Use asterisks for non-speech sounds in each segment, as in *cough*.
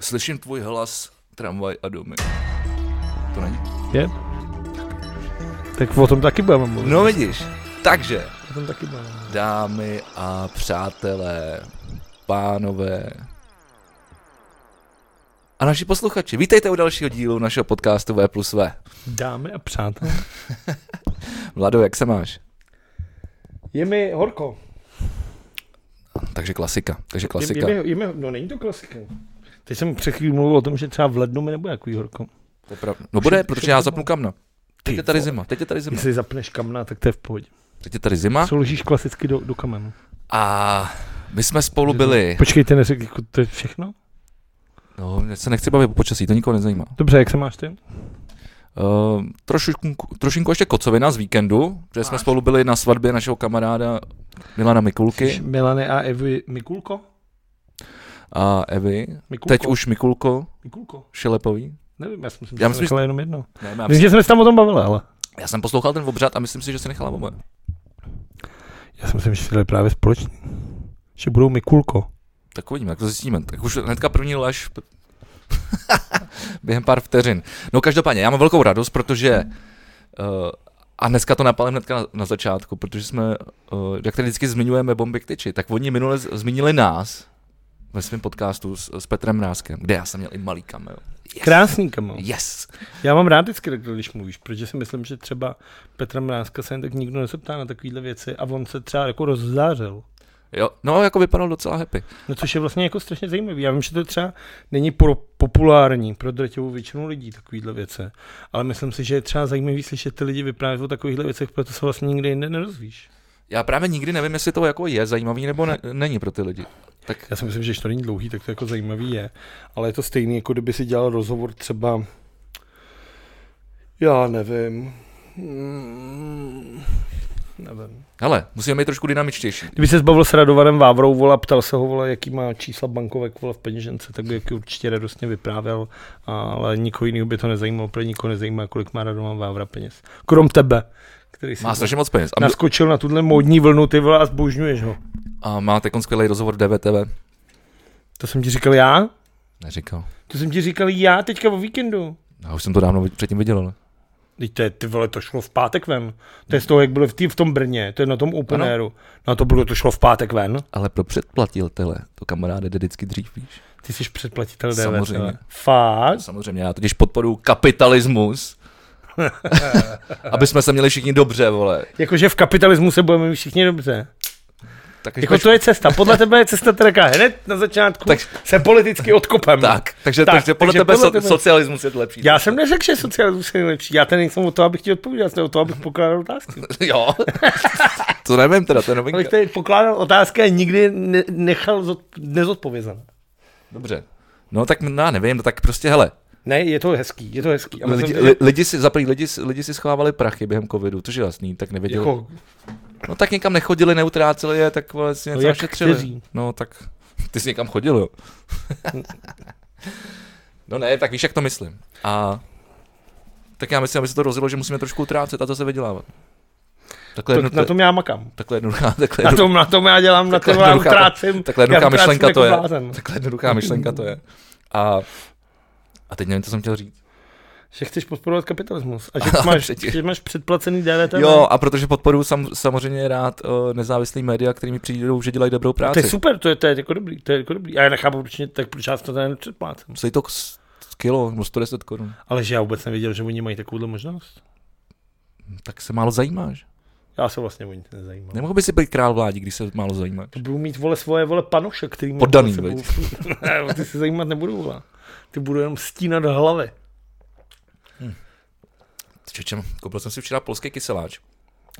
Slyším tvůj hlas, tramvaj a domy. To není? Je? Tak o tom taky budeme mluvit. No vidíš, takže, O tom taky budeme mluvit. dámy a přátelé, pánové a naši posluchači, vítejte u dalšího dílu našeho podcastu V plus V. Dámy a přátelé. Vlado, jak se máš? Je mi horko. Takže klasika, takže Je, klasika. je, mi, je mi, no není to klasika. Teď jsem před chvílí mluvil o tom, že třeba v lednu mi nebude takový horko. To je pravda. No bude, Už- už protože je já zima. zapnu kamna. Teď je tady vole. zima, teď je tady zima. Jestli zapneš kamna, tak to je v pohodě. Teď je tady zima Co ložíš klasicky do, do kamenu? a my jsme spolu byli. Počkejte, neřekl, jako to je všechno? No, já se nechci bavit o počasí, to nikoho nezajímá. Dobře, jak se máš ty? Uh, trošinku, trošinku ještě kocovina z víkendu, protože jsme spolu byli na svatbě našeho kamaráda Milana Jsi Mikulky Milane a Evy Mikulko? a Evy. Mikulko? Teď už Mikulko Mikulko? Šelepový. Nevím, já jsem si Já já myslím, myslím, že... jenom jedno. Ne, já, Myslím, že jsme se tam o tom bavili, ale já jsem poslouchal ten obřad a myslím si, že se nechala oba. já si myslím, že si dali právě společný. Že budou Mikulko. Tak uvidíme, jak to zjistíme. Tak už hnedka první lež *laughs* p- během pár vteřin. No každopádně, já mám velkou radost, protože uh, a dneska to napalím hnedka na, na začátku, protože jsme, uh, jak tady vždycky zmiňujeme bomby k tyči, tak oni minule z- zmínili nás ve svém podcastu s, s Petrem Ráskem, kde já jsem měl i malý cameo. Yes. Krásný kamo. Yes. Já mám rád vždycky, takhle, když mluvíš, protože si myslím, že třeba Petra Mrázka se jen tak nikdo nezeptá na takovéhle věci a on se třeba jako rozzářil. Jo, no jako vypadal docela happy. No což je vlastně jako strašně zajímavý. Já vím, že to třeba není pro populární pro drtivou většinu lidí takovýhle věci, ale myslím si, že je třeba zajímavý slyšet ty lidi vyprávět o takovýchhle věcech, proto se vlastně nikde jinde nerozvíš. Já právě nikdy nevím, jestli to jako je zajímavý nebo ne, není pro ty lidi. Tak Já si myslím, že když to není dlouhý, tak to jako zajímavý je, ale je to stejný, jako kdyby si dělal rozhovor třeba, já nevím, Mm, nevím. hele, musíme být trošku dynamičtější. Kdyby se zbavil s Radovanem Vávrou, vole, a ptal se ho, vole, jaký má čísla bankovek, vole, v peněžence, tak by jaký určitě radostně vyprávěl, ale nikoho jiného by to nezajímalo, protože nikoho nezajímá, kolik má Radovan Vávra peněz. Krom tebe, který jsi Má strašně moc peněz. A my- naskočil na tuhle módní vlnu, ty vole, a zbožňuješ ho. A máte kon skvělý rozhovor v DVTV? To jsem ti říkal já? Neříkal. To jsem ti říkal já teďka o víkendu. Já už jsem to dávno vid- předtím viděl, ale. Teď to je, ty vole, to šlo v pátek ven. To je z toho, jak bylo v, tý, v tom Brně, to je na tom open Ano. airu. No a to bylo, to šlo v pátek ven. Ale pro předplatitele to kamaráde jde vždycky dřív, víš? Ty jsi předplatitel DVTV. Samozřejmě. Fakt? Samozřejmě, já totiž podporuji *laughs* kapitalismus. Aby jsme se měli všichni dobře, vole. Jakože v kapitalismu se budeme mít všichni dobře. Tak, *laughs* Jako to je cesta. Podle tebe je cesta teda jaká? hned na začátku Tak- tak, se politicky odkopem. tak, takže, tak, Tak, takže podle takže tebe podle so, tebe- socialismus je lepší. Já jsem neřekl, že socialismus je nejlepší. Já tady nejsem o to, abych ti odpovídal, jsem o to, abych pokládal otázky. *laughs* jo. *laughs* to nevím teda, to je novinka. Abych tady pokládal otázky a nikdy ne- nechal zod- nezodpovězené. Dobře. No tak m- já nevím, no, tak prostě hele, Ne, je to hezký, je to hezký. A myslím, lidi, že- li, lidi, si, zaprý, lidi, si- lidi si schovávali prachy během covidu, což je jasný, tak nevěděli. jako, No tak někam nechodili, neutráceli je, tak vole, si něco jak našetřili. kteří? No tak ty jsi někam chodil, jo. no ne, tak víš, jak to myslím. A tak já myslím, aby se to rozjelo, že musíme trošku utrácet a to se vydělávat. Takhle, to, jedno, na tom já makám. takhle jednoduchá, *laughs* takhle, Na jedno, tom, na tom já dělám, na Takhle tom já jednoduchá- utrácím. takhle jednoduchá já utrácím myšlenka jako to je. blázen. takhle jednoduchá myšlenka to je. A, a teď nevím, co jsem chtěl říct. Že chceš podporovat kapitalismus. *laughs* A že máš, Přeci. že máš předplacený DVTV. Jo, a protože podporuji sam, samozřejmě rád o, nezávislý média, kterými přijdou, že dělají dobrou To je práci. super, to je, to je jako dobrý, to je jako dobrý. Já nechápu určitě, tak proč já si to tady nepředplácím. Stojí to s- kilo nebo 110 korun. Ale že já vůbec nevěděl, že oni mají takovouhle možnost. Tak se málo zajímáš. Já se vlastně o nic nezajímám. Nemohl by si být král vládí, když se málo zajímá. To budu mít, vole, svoje, vole, panoše, který... mám Poddaný, za sebou. veď. *laughs* ne, o ty se zajímat nebudu, vole. Ty budu jenom stínat hlavy. Čečem, koupil jsem si včera polský kyseláč.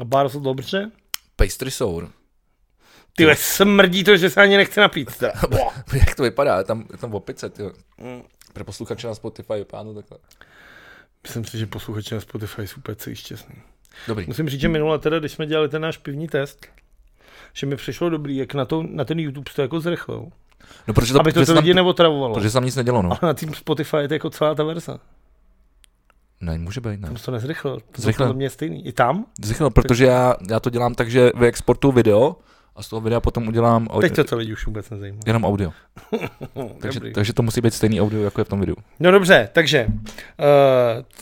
A bár jsou dobře? Pastry sour. *laughs* Ty vole, smrdí to, že se ani nechce napít. Teda. Jak to vypadá? Je tam, je tam opice, ty. Pro posluchače na Spotify vypadá to takhle. Myslím si, že posluchači na Spotify jsou úplně celý šťastný. Dobrý. No, Musím říct, že minule teda, když jsme dělali ten náš pivní test, že mi přišlo dobrý, jak na, to, na ten YouTube to jako zrychlil. No, protože to, Aby to, protože to se tam, lidi neotravovalo. protože se tam nic nedělo, no. Ale na tým Spotify je to jako celá ta verze. Ne, může být, ne. Tam se to nezrychlil. To Zrychlil. Zrychlil. mě je stejný. I tam? Zrychlil, protože já, já to dělám tak, že vyexportuju video a z toho videa potom udělám au- Teď to co lidi už vůbec nezajímá. jenom audio. Takže, Takže, eh, takže to musí být stejný audio, jako je v tom videu. No dobře, takže uh,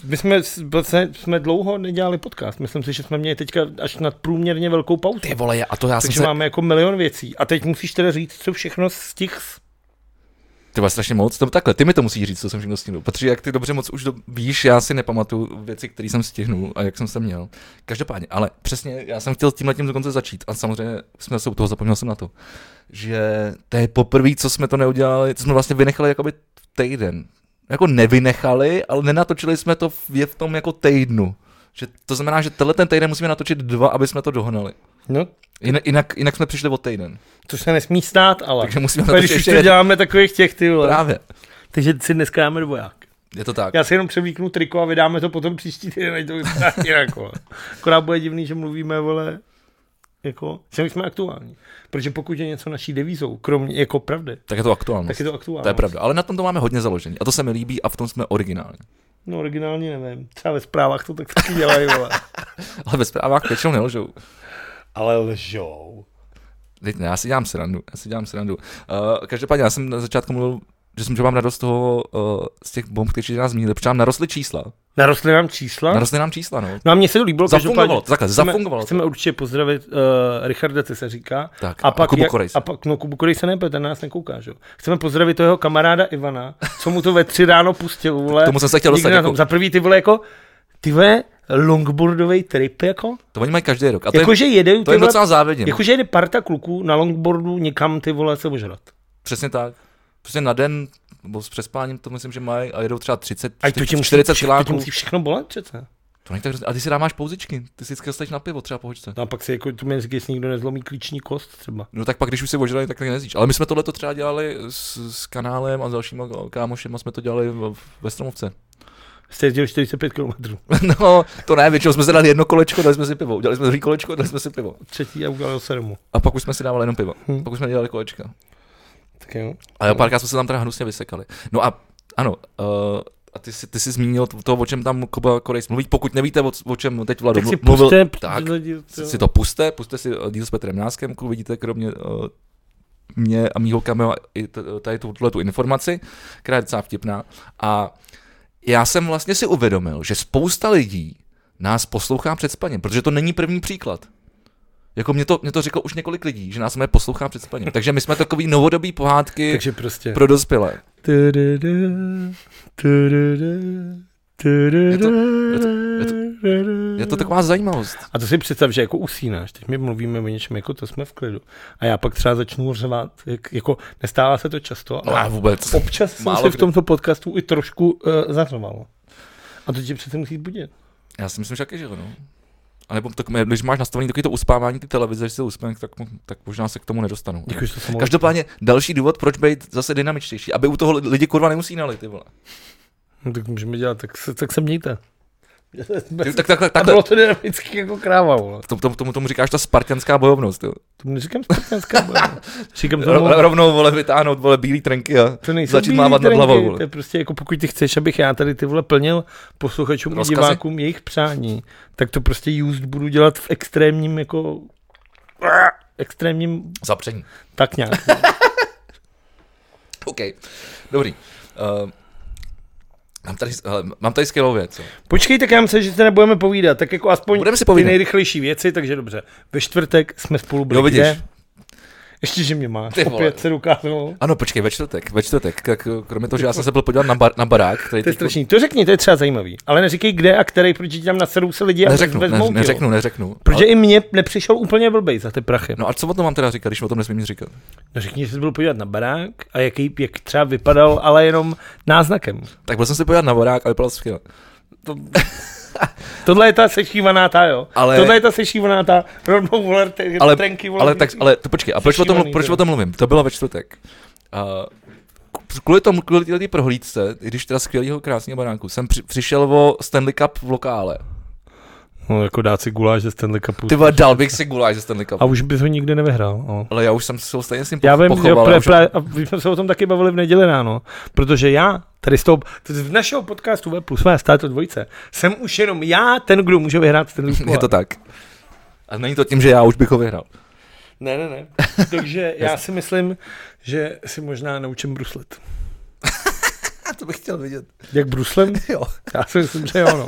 my jsme, s- vlastně jsme dlouho nedělali podcast. Myslím si, že jsme měli teďka až nadprůměrně velkou pauzu. Ty vole, já- a to já jsem takže se... máme jako milion věcí. A teď musíš teda říct, co všechno stih Ty vás strašně moc, to takhle, ty mi to musíš říct, co jsem všechno stihnul. Protože jak ty dobře moc už do, víš, já si nepamatuju věci, které jsem stihnul a jak jsem se měl. Každopádně, ale přesně, já jsem chtěl s tímhle tím dokonce začít a samozřejmě jsme se u toho zapomněl jsem na to, že to je poprvé, co jsme to neudělali, co jsme vlastně vynechali jakoby týden. Jako nevynechali, ale nenatočili jsme to v, je v tom jako týdnu. Že to znamená, že tenhle ten týden musíme natočit dva, aby jsme to dohnali. No, Jinak, jinak, jinak jsme přišli o týden. což se nesmí stát, ale. Takže musíme Úplně, natočit když už ještě to jeden. děláme takových těch, ty vole. Právě, Takže si dneska dáme dvoják. je to tak. Já si jenom převlíknu triko a vydáme to potom příští týden, ať *laughs* to vypadá jinak, vole. Akorát bude divný, že mluvíme, vole, jako, že my jsme aktuální. Protože pokud je něco naší devízou, kromě jako pravdy, Tak je to aktuální. tak je to aktuální. To je pravda, ale na tom to máme hodně založení a to se mi líbí a v tom jsme originální. No originálně nevím, třeba ve zprávách to tak taky dělají, *laughs* vole. Ale ve zprávách většinou nelžou. Ale lžou. Teď ne, já si dělám srandu, já si dělám srandu. Uh, každopádně, já jsem na začátku mluvil, že jsem že mám radost z toho, uh, z těch bomb, které nás zmínili, protože nám narostly čísla. Narostly nám čísla? Narostly nám čísla, no. No a mně se to líbilo, Zafungovalo to, takhle, chceme, zafungovalo to. Chceme určitě pozdravit uh, Richarda, co se říká. Tak, a pak, Kubu jak- Korejs. a pak, no Kubu Korej se ne, protože ten nás nekouká, že? jo. Chceme pozdravit toho jeho kamaráda Ivana, co mu to ve tři ráno pustil, vole. K tomu jsem se chtěl Nikdy dostat, na jako- tom. Za prvý ty vole jako, ty vole, longboardový trip, jako? To oni mají každý rok. A to, je, Jakože jede, ty to je vole, docela no. závidím. jakože jede parta kluků na longboardu někam ty vole se ožrat. Přesně tak. Přesně na den, nebo s přespáním, to myslím, že mají a jedou třeba 30, A to ti musí, 40 vše- to ti kiláků. musí všechno bolet přece. To není tak, hrozný. a ty si dáváš pouzičky, ty si vždycky dostaneš na pivo třeba po hoďce. No a pak si jako, to mi říká, jestli nikdo nezlomí klíční kost třeba. No tak pak, když už si ožrali, tak nezíš. Ale my jsme tohle třeba dělali s, s kanálem a s dalšíma kámošema jsme to dělali v- ve Stromovce. *laughs* Jste jezdil 45 km. No, to ne, většinou jsme si dali jedno kolečko, dali jsme si pivo. Udělali jsme druhý kolečko, dali jsme si pivo. Třetí a udělal se domů. A pak už jsme si dávali jenom pivo. Hm. Pak už jsme dělali kolečka. Tak jo. A jo, párkrát jsme se tam teda hnusně vysekali. No a ano, uh, a ty jsi, ty jsi zmínil to, to, o čem tam Kuba Korejs mluví. Pokud nevíte, o, o čem teď Vlado Tak si mluvil, puste, tak, lidi, si si to puste, puste si eh, díl s Petrem Náskem, klubu vidíte kromě eh, mě a mýho kamera i t- tady tuhle tu informaci, která je docela vtipná. A já jsem vlastně si uvědomil, že spousta lidí nás poslouchá před spaním, protože to není první příklad. Jako mě to, mě to řeklo už několik lidí, že nás mé poslouchá před spaním. Takže my jsme takový novodobý pohádky Takže prostě. pro dospělé. Tududu, tududu, tududu, Je to- je to- je Je to taková zajímavost. A to si představ, že jako usínáš, teď my mluvíme o něčem, jako to jsme v klidu. A já pak třeba začnu řvát, jak, jako nestává se to často, No a ale vůbec. občas jsem málo se v kdy. tomto podcastu i trošku uh, zařval. A to tě přece musí budit. Já si myslím, že taky, že jo, no. A nebo tak, když máš nastavený takový to uspávání ty televize, že se uspěnek, tak, tak možná se k tomu nedostanu. Děkuji, že to jsem Každopádně další důvod, proč být zase dynamičtější, aby u toho lidi kurva neusínali, ty vole. No, tak můžeme dělat, tak se, tak se mějte. *laughs* Ty, tak, takhle, A takhle. bylo to dynamicky jako kráva, vole. Tomu, tomu, tomu, tomu říkáš ta spartianská bojovnost, jo. To neříkám spartanská bojovnost. *laughs* Říkám tomu, Ro, rovnou, vole, vytáhnout, vole, bílý trenky a to nejsou začít bílý mávat nad trenky, hlavou, vole. To je prostě jako pokud ty chceš, abych já tady ty vole plnil posluchačům a Rozkazy? divákům jejich přání, tak to prostě used budu dělat v extrémním jako extrémním Zapření. *laughs* tak nějak. OK, dobrý. Uh, mám, tady, hele, mám tady skvělou věc, jo. Počkej, tak já myslím, že se nebudeme povídat, tak jako aspoň Budeme si ty povídat. nejrychlejší věci, takže dobře. Ve čtvrtek jsme spolu byli. Jo, vidíš. kde? Ještě, že mě má. Ty vole. Opět se dokázalo. Ano, počkej, ve čtvrtek, ve čtvrtek, tak eh, kromě toho, že já jsem se byl podívat na, bar, na barák, který To je teď- strašný. To řekni, to je třeba zajímavý. Ale neříkej kde a který, protože ti tam nasedou se lidi a neřeknu, vezmou, ne, ti, jo. neřeknu, neřeknu. Protože i mně nepřišel úplně blbej za ty prachy. No a co o tom mám teda říkat, když o tom nesmím nic říkat? No řekni, že jsi byl podívat na barák a jaký, jak třeba vypadal, ale jenom náznakem. Tak byl jsem se podívat na barák a vypadal skvěle. To... Tohle je ta sešívaná ta, jo. Ale- Tohle je ta sešívaná ta rovnou vole, te, ale, trenky, vole, ale, tak, ale to počkej, a proč o, tom, Sešívaný, proč teda. o tom mluvím? To bylo ve čtvrtek. A k- kvůli tomu, kvůli této prohlídce, i když teda skvělého krásného baránku, jsem při, přišel o Stanley Cup v lokále. No jako dát si guláš ze Stanley Cupu. Ty vole, dal bych si guláš ze Stanley Cup. A už bys ho nikdy nevyhrál. O. Ale já už jsem se ho stejně s ním Já po- vím, jo, pochoval. pra, já už- pra, a my jsme se o tom taky bavili v neděli ráno, protože já tady z toho, to z našeho podcastu V plus V, státu dvojce, jsem už jenom já ten, kdo může vyhrát ten Je to tak. A není to tím, že já už bych ho vyhrál. Ne, ne, *laughs* ne. Takže já si myslím, že si možná naučím bruslet. A to bych chtěl vidět. *laughs* Jak bruslem? Jo. Já si myslím, že *laughs* jo, no.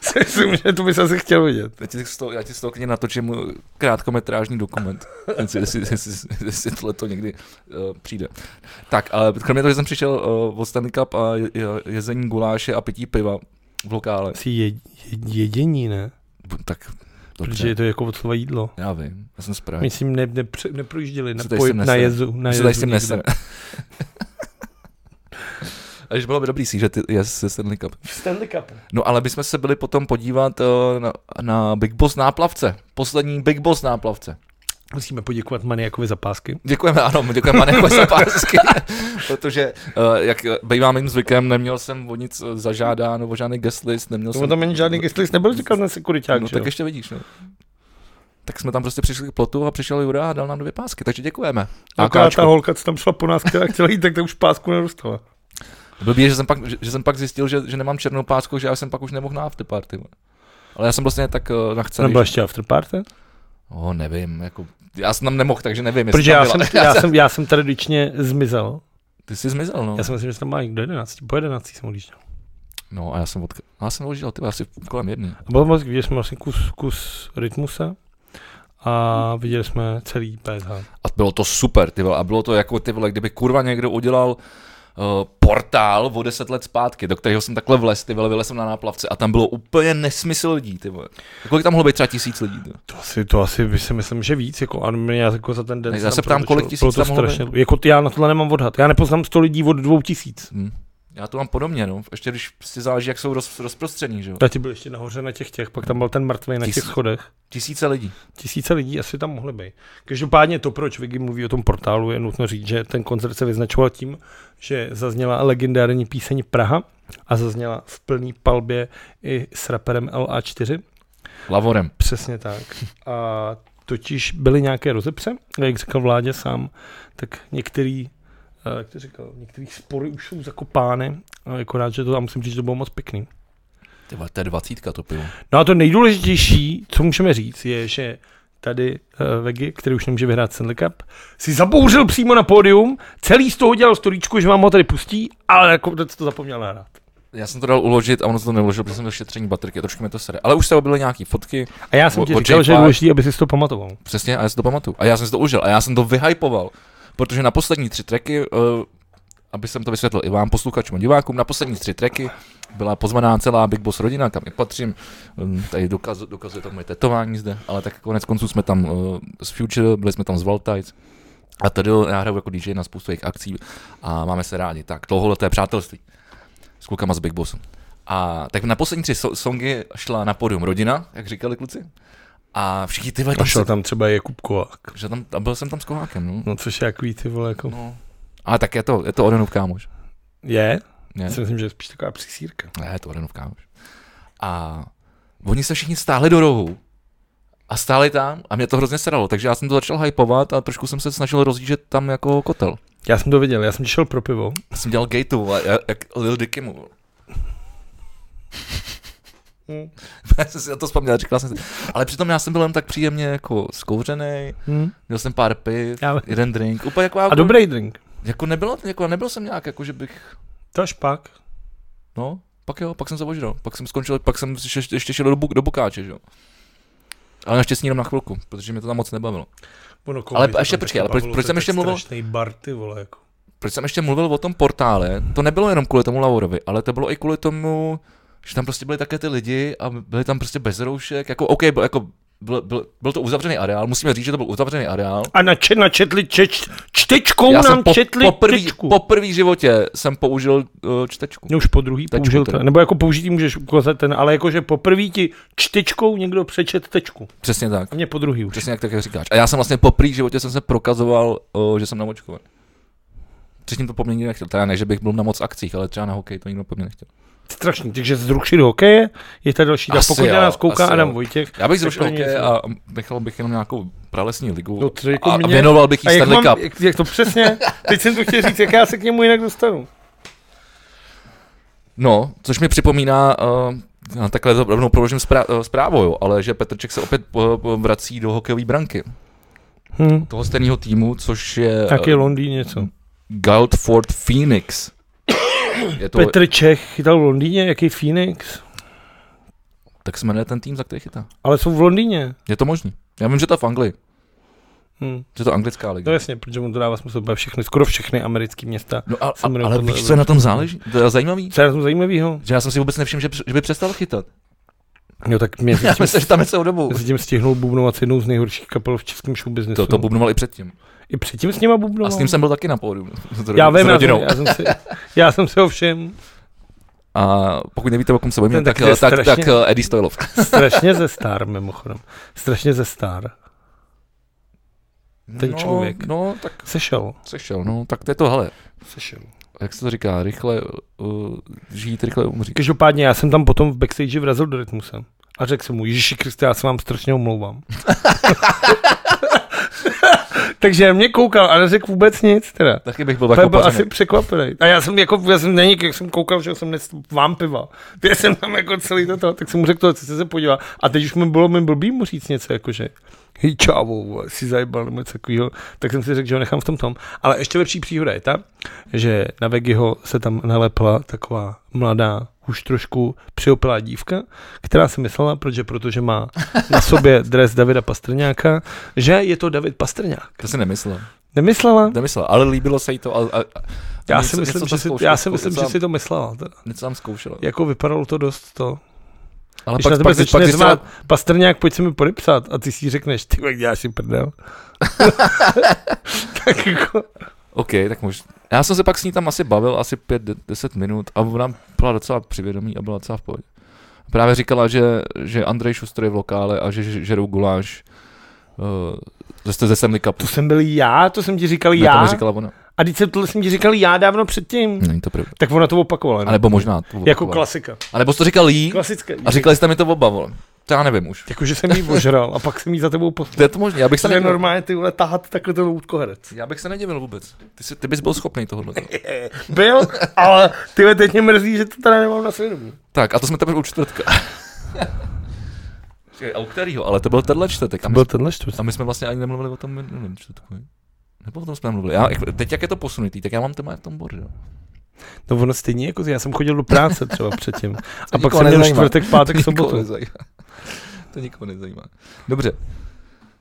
si myslím, že to bys asi chtěl vidět. Já ti z toho, já ti z toho klidně natočím krátkometrážní dokument, *laughs* jestli, jestli, jestli, jestli tohle to někdy uh, přijde. Tak, ale kromě toho, že jsem přišel uh, od Stanley Cup a je, je- jezení guláše a pití piva v lokále, Asi je, je, jedění, ne? bu- tak Protože dobře. je to jako od slova jídlo. Já vím, já jsem správně. My si ne, nepře, neprojížděli na, Co tady poj- s tím na neseme? jezu. Na My se jezu tady s tím nikde. neseme. A že bylo by dobrý si, že ty je se Stanley Cup. V *laughs* Stanley Cupu. No ale bychom se byli potom podívat eh, na, na Big Boss náplavce. Poslední Big Boss náplavce. Musíme poděkovat Maniakovi za pásky. Děkujeme, ano, děkujeme *laughs* Maneku za pásky, *laughs* protože eh, jak eh, bývá mým zvykem, neměl jsem o nic eh, zažádáno, o žádný guest list, neměl No jsem... tam není žádný gestlist, nebyl říkal na sekuriták, no, tak ještě vidíš, no. Tak jsme tam prostě přišli k plotu a přišel Jura a dal nám dvě pásky, takže děkujeme. A Akorát ta káčku. holka, co tam šla po nás, která chtěla jít, tak to už pásku nedostala. Blbý je, že jsem pak, že, že jsem pak zjistil, že, že nemám černou pásku, že já jsem pak už nemohl na afterparty. vole. Ale já jsem vlastně tak uh, Co nachcený. nebyla Nebyl... ještě afterparty? Oh, nevím, jako, já jsem tam nemohl, takže nevím, jestli Protože tam já byla. jsem, já, jsem, já jsem tradičně zmizel. Ty jsi zmizel, no. Já si myslím, že jsem tam má někdo 11. Po 11 jsem odjížděl. No a já jsem, od... já jsem odjížděl, ty vole, asi kolem jedný. A bylo moc, viděli jsme vlastně kus, kus rytmuse a viděli jsme celý PSH. A bylo to super, ty vole. A bylo to jako, ty vole, kdyby kurva někdo udělal uh, portál o deset let zpátky, do kterého jsem takhle vlez, ty vole, vylez jsem na náplavce a tam bylo úplně nesmysl lidí, ty vole. A Kolik tam mohlo být třeba tisíc lidí, ty? vole? To asi, to asi by si myslím, že víc, jako, a mě já jako za ten den. Ne, se já tam se ptám, protočil. kolik tisíc Bylo to tam mohlo být? strašně, jako ty, já na tohle nemám odhad. Já nepoznám 100 lidí od 2000. Hm. Já to mám podobně, no. Ještě když si záleží, jak jsou roz, rozprostření, že jo. Já ti byl ještě nahoře na těch těch, pak tam byl ten mrtvý na těch Tisíc. schodech. Tisíce lidí. Tisíce lidí asi tam mohly být. Každopádně to, proč Vicky mluví o tom portálu, je nutno říct, že ten koncert se vyznačoval tím, že zazněla legendární píseň Praha a zazněla v plný palbě i s raperem LA4. Lavorem. Přesně tak. A totiž byly nějaké rozepře, a jak říkal vládě sám, tak některý eh, jak to říkal, některý spory už jsou zakopány, a jako rád, že to tam musím říct, že to bylo moc pěkný. Ty vole, to je dvacítka to pivo. No a to nejdůležitější, co můžeme říct, je, že tady uh, Vegi, který už nemůže vyhrát Stanley Cup, si zabouřil přímo na pódium, celý z toho dělal storíčku, že vám ho tady pustí, ale nakonec to zapomněl nahrát. Já jsem to dal uložit a ono se to neuložilo, protože jsem měl šetření baterky, trošku mi to sere. Ale už se objevily nějaký fotky, A já jsem O- ti o říkal, Jake že je Park. důležité, aby si to pamatoval. Přesně, a já si to pamatuju. A já jsem si to užil a já jsem to vyhypoval, protože na poslední tři tracky, uh, aby jsem to vysvětlil i vám, posluchačům a divákům, na poslední tři tracky byla pozvaná celá Big Boss rodina, kam i patřím. Ehm, Tady dokaz, dokazuje to moje tetování zde, ale tak konec konců jsme tam uh, z Future, byli jsme tam z Valtites. A tady já hraju jako DJ na spoustu jejich akcí a máme se rádi. Tak tohle to je přátelství s klukama z Big Bossu. A tak na poslední tři so- songy šla na podium rodina, jak říkali kluci. A všichni ty vole, tam se- tam třeba Jakub Koák. že tam, a byl jsem tam s kohákem, no. No což je jakový ty vole, jako... no. Ale tak je to, je to Orenův kámoš. Je? Ne, Já si myslím, že je spíš taková přísírka. ne je to Orenův kámoš. A oni se všichni stáhli do rohu a stáli tam a mě to hrozně sedalo, takže já jsem to začal hypovat a trošku jsem se snažil rozjíždět tam jako kotel. Já jsem to viděl, já jsem šel pro pivo. Já jsem dělal gateu, vole, jak- jak Lil Dicky mu. *laughs* Hmm. Já jsem si na to vzpomněl, říkal jsem si. Ale přitom já jsem byl jen tak příjemně jako zkouřený, Hmm. měl jsem pár piv, Já- jeden drink, úplně jako, A jako, dobrý drink. jako nebylo, jako nebyl jsem nějak, jako že bych To až pak. No, pak jo, pak jsem se ožral. Pak jsem skončil, pak jsem še- ještě šel do, bu- do Bokáče, že jo. Ale naštěstí jenom na chvilku, protože mě to tam moc nebavilo. Ono, Ale ještě počkej, ale proč- proč jsem ještě mluvil- Strašný bar, ty vole, jako. Proč jsem ještě mluvil o tom portále, to nebylo jenom kvůli tomu Laurovi, ale to bylo i kvůli tomu, že tam prostě byli také ty lidi a byli tam prostě bez roušek, jako OK, byl, jako, byl, byl, byl, to uzavřený areál, musíme říct, že to byl uzavřený areál. A nače, načetli čeč, čtečkou Já nám jsem po, četli poprvý, čtečku. poprvý životě jsem použil uh, čtečku. No už po druhý Tečku použil teda. ten, nebo jako použitý můžeš ukázat ten, ale jakože po prvý ti čtečkou někdo přečet tečku. Přesně tak. A mě po druhý už. Přesně jak tak, jak říkáš. A já jsem vlastně po prý životě jsem se prokazoval, o, že jsem namočkovaný. Předtím to po mně nikdo nechtěl. Teda ne, že bych byl na moc akcích, ale třeba na hokej to nikdo po mně nechtěl. Strašný, takže zrušili hokeje, je tady další. Tak Asi pokud jo, na nás kouká asi Adam jo. Vojtěch, Já bych tak to zrušil není hokej něco. a nechal bych jenom nějakou pralesní ligu. No to jako a, a mě- věnoval bych jí a jak, Stanley mám, Cup. jak, jak, *laughs* to přesně, teď jsem to chtěl říct, jak já se k němu jinak dostanu. No, což mi připomíná, uh, takhle to eh, rovnou proložím zprá- eh, zprávou, jo, ale že Petrček se opět eh, vrací do hokejové branky. Hm. toho stejného týmu, což je eh, Taky Londýn něco. Galtford Phoenix. Je to, Petr Čech chytal v Londýně, jaký Phoenix? tak se jmenuje ten tým, za který chytá. Ale jsou v Londýně. Je to možný. Já vím, že to je v Anglii. Hm. Že to je anglická No liga. jasně, protože mu to dává smysl, protože všechny, skoro všechny americké města. No a, se jmenuje a, ale podle víš, co je na tom záleží? To je zajímavý. Co je na tom zajímavého? Že já jsem si vůbec nevšiml, že, př- že by přestal chytat. Jo, tak mě Já s tím, myslím, že tam je celou dobu. s tím stihnul bubnovat jednou z nejhorších kapel v českém showbiznesu. To, to bubnoval i předtím. I předtím s něma bubnoval. A s tím jsem byl taky na pódiu. *laughs* S rodi- No. já s vím, já rodinou. jsem, já, jsem si, já jsem si ho všem A pokud nevíte, o kom se bavíme, Ten tak, taky je tak, tak, strašně- tak eh, Eddie *laughs* Stojlov. strašně ze star, mimochodem. Strašně ze star. Ten no, člověk. No, tak Sešel. sešel. No, tak to je to, hele. Sešel. Jak se to říká? Rychle uh, žít, rychle umřít. Každopádně já jsem tam potom v backstage vrazil do rytmuse. A řekl jsem mu, Ježíši Kriste, já se vám strašně omlouvám. *laughs* Takže na mě koukal a neřekl vůbec nic teda. Taky bych byl To tak byl asi opařený. překvapený. A já jsem jako, já jsem není, jak jsem koukal, že jsem nes vám piva. *laughs* Já jsem tam jako celý toto, tak jsem mu řekl to, co se podíval. A teď už mi bylo mi blbý mu říct něco, jakože hej čávo, vole, si zajebal nebo něco takového. Tak jsem si řekl, že ho nechám v tom tom. Ale ještě lepší příhoda je ta, že na Vegiho se tam nalepla taková mladá, už trošku přiopilá dívka, která si myslela, protože, protože má na sobě dres Davida Pastrňáka, že je to David Pastrňák. To si nemyslel. Nemyslela? Nemyslel, ale líbilo se jí to. A, a, a Já něco- si myslím, něco že tam si, zkoušela, já si, zkou- myslím, něco že tam- si to myslela. teda. Něco tam zkoušela. Jako vypadalo to dost to. Ale Když pak, na tebe pak, když, pak, začne když se, zvát Pastrňák, pojď se mi podepsat a ty si řekneš, ty jak děláš *laughs* si prdel. tak jako, OK, tak možná. Já jsem se pak s ní tam asi bavil asi 5-10 minut a ona byla docela přivědomí a byla docela v pohodě. Právě říkala, že, že Andrej Šustr je v lokále a že že- žerou guláš uh, ze, ze- ze Stanley Cupu. to jsem byl já, to jsem ti říkal Ne, to já. mi říkala ona. A teď jsem tohle jsem ti říkal já dávno předtím. Není to pravda. Tak ona to opakovala. A Ne? nebo možná. To Jako opakovala. klasika. A nebo jsi to říkal jí Klasické. a říkali jste mi to oba, vole. To já nevím už. Jako, že jsem jí ožral a pak jsem jí za *laughs* tebou poslal. To je to možné, já bych se To je nedivil. normálně ty vole tahat takhle ten loutkoherec. Já bych se nedivil vůbec. Ty, jsi, ty bys byl schopný tohohle. Byl, ale ty vole, teď mě mrzí, že to tady nemám na svědomí. tak, a to jsme teprve u čtvrtka. Čekaj, a u kterýho? Ale to byl tenhle čtvrtek. A my, tenhle čtvrt. a my jsme vlastně ani nemluvili o tom minulém čtvrtku. ne? Nebo o tom jsme mluvili. Já, jak- teď jak je to posunutý, tak já mám téma v tom bordu. No ono stejně jako já jsem chodil do práce třeba předtím. A pak nikoho jsem měl nezajímá. čtvrtek, pátek, Nikoho sobotu. nezajímá. *laughs* To nikoho nezajímá. Dobře.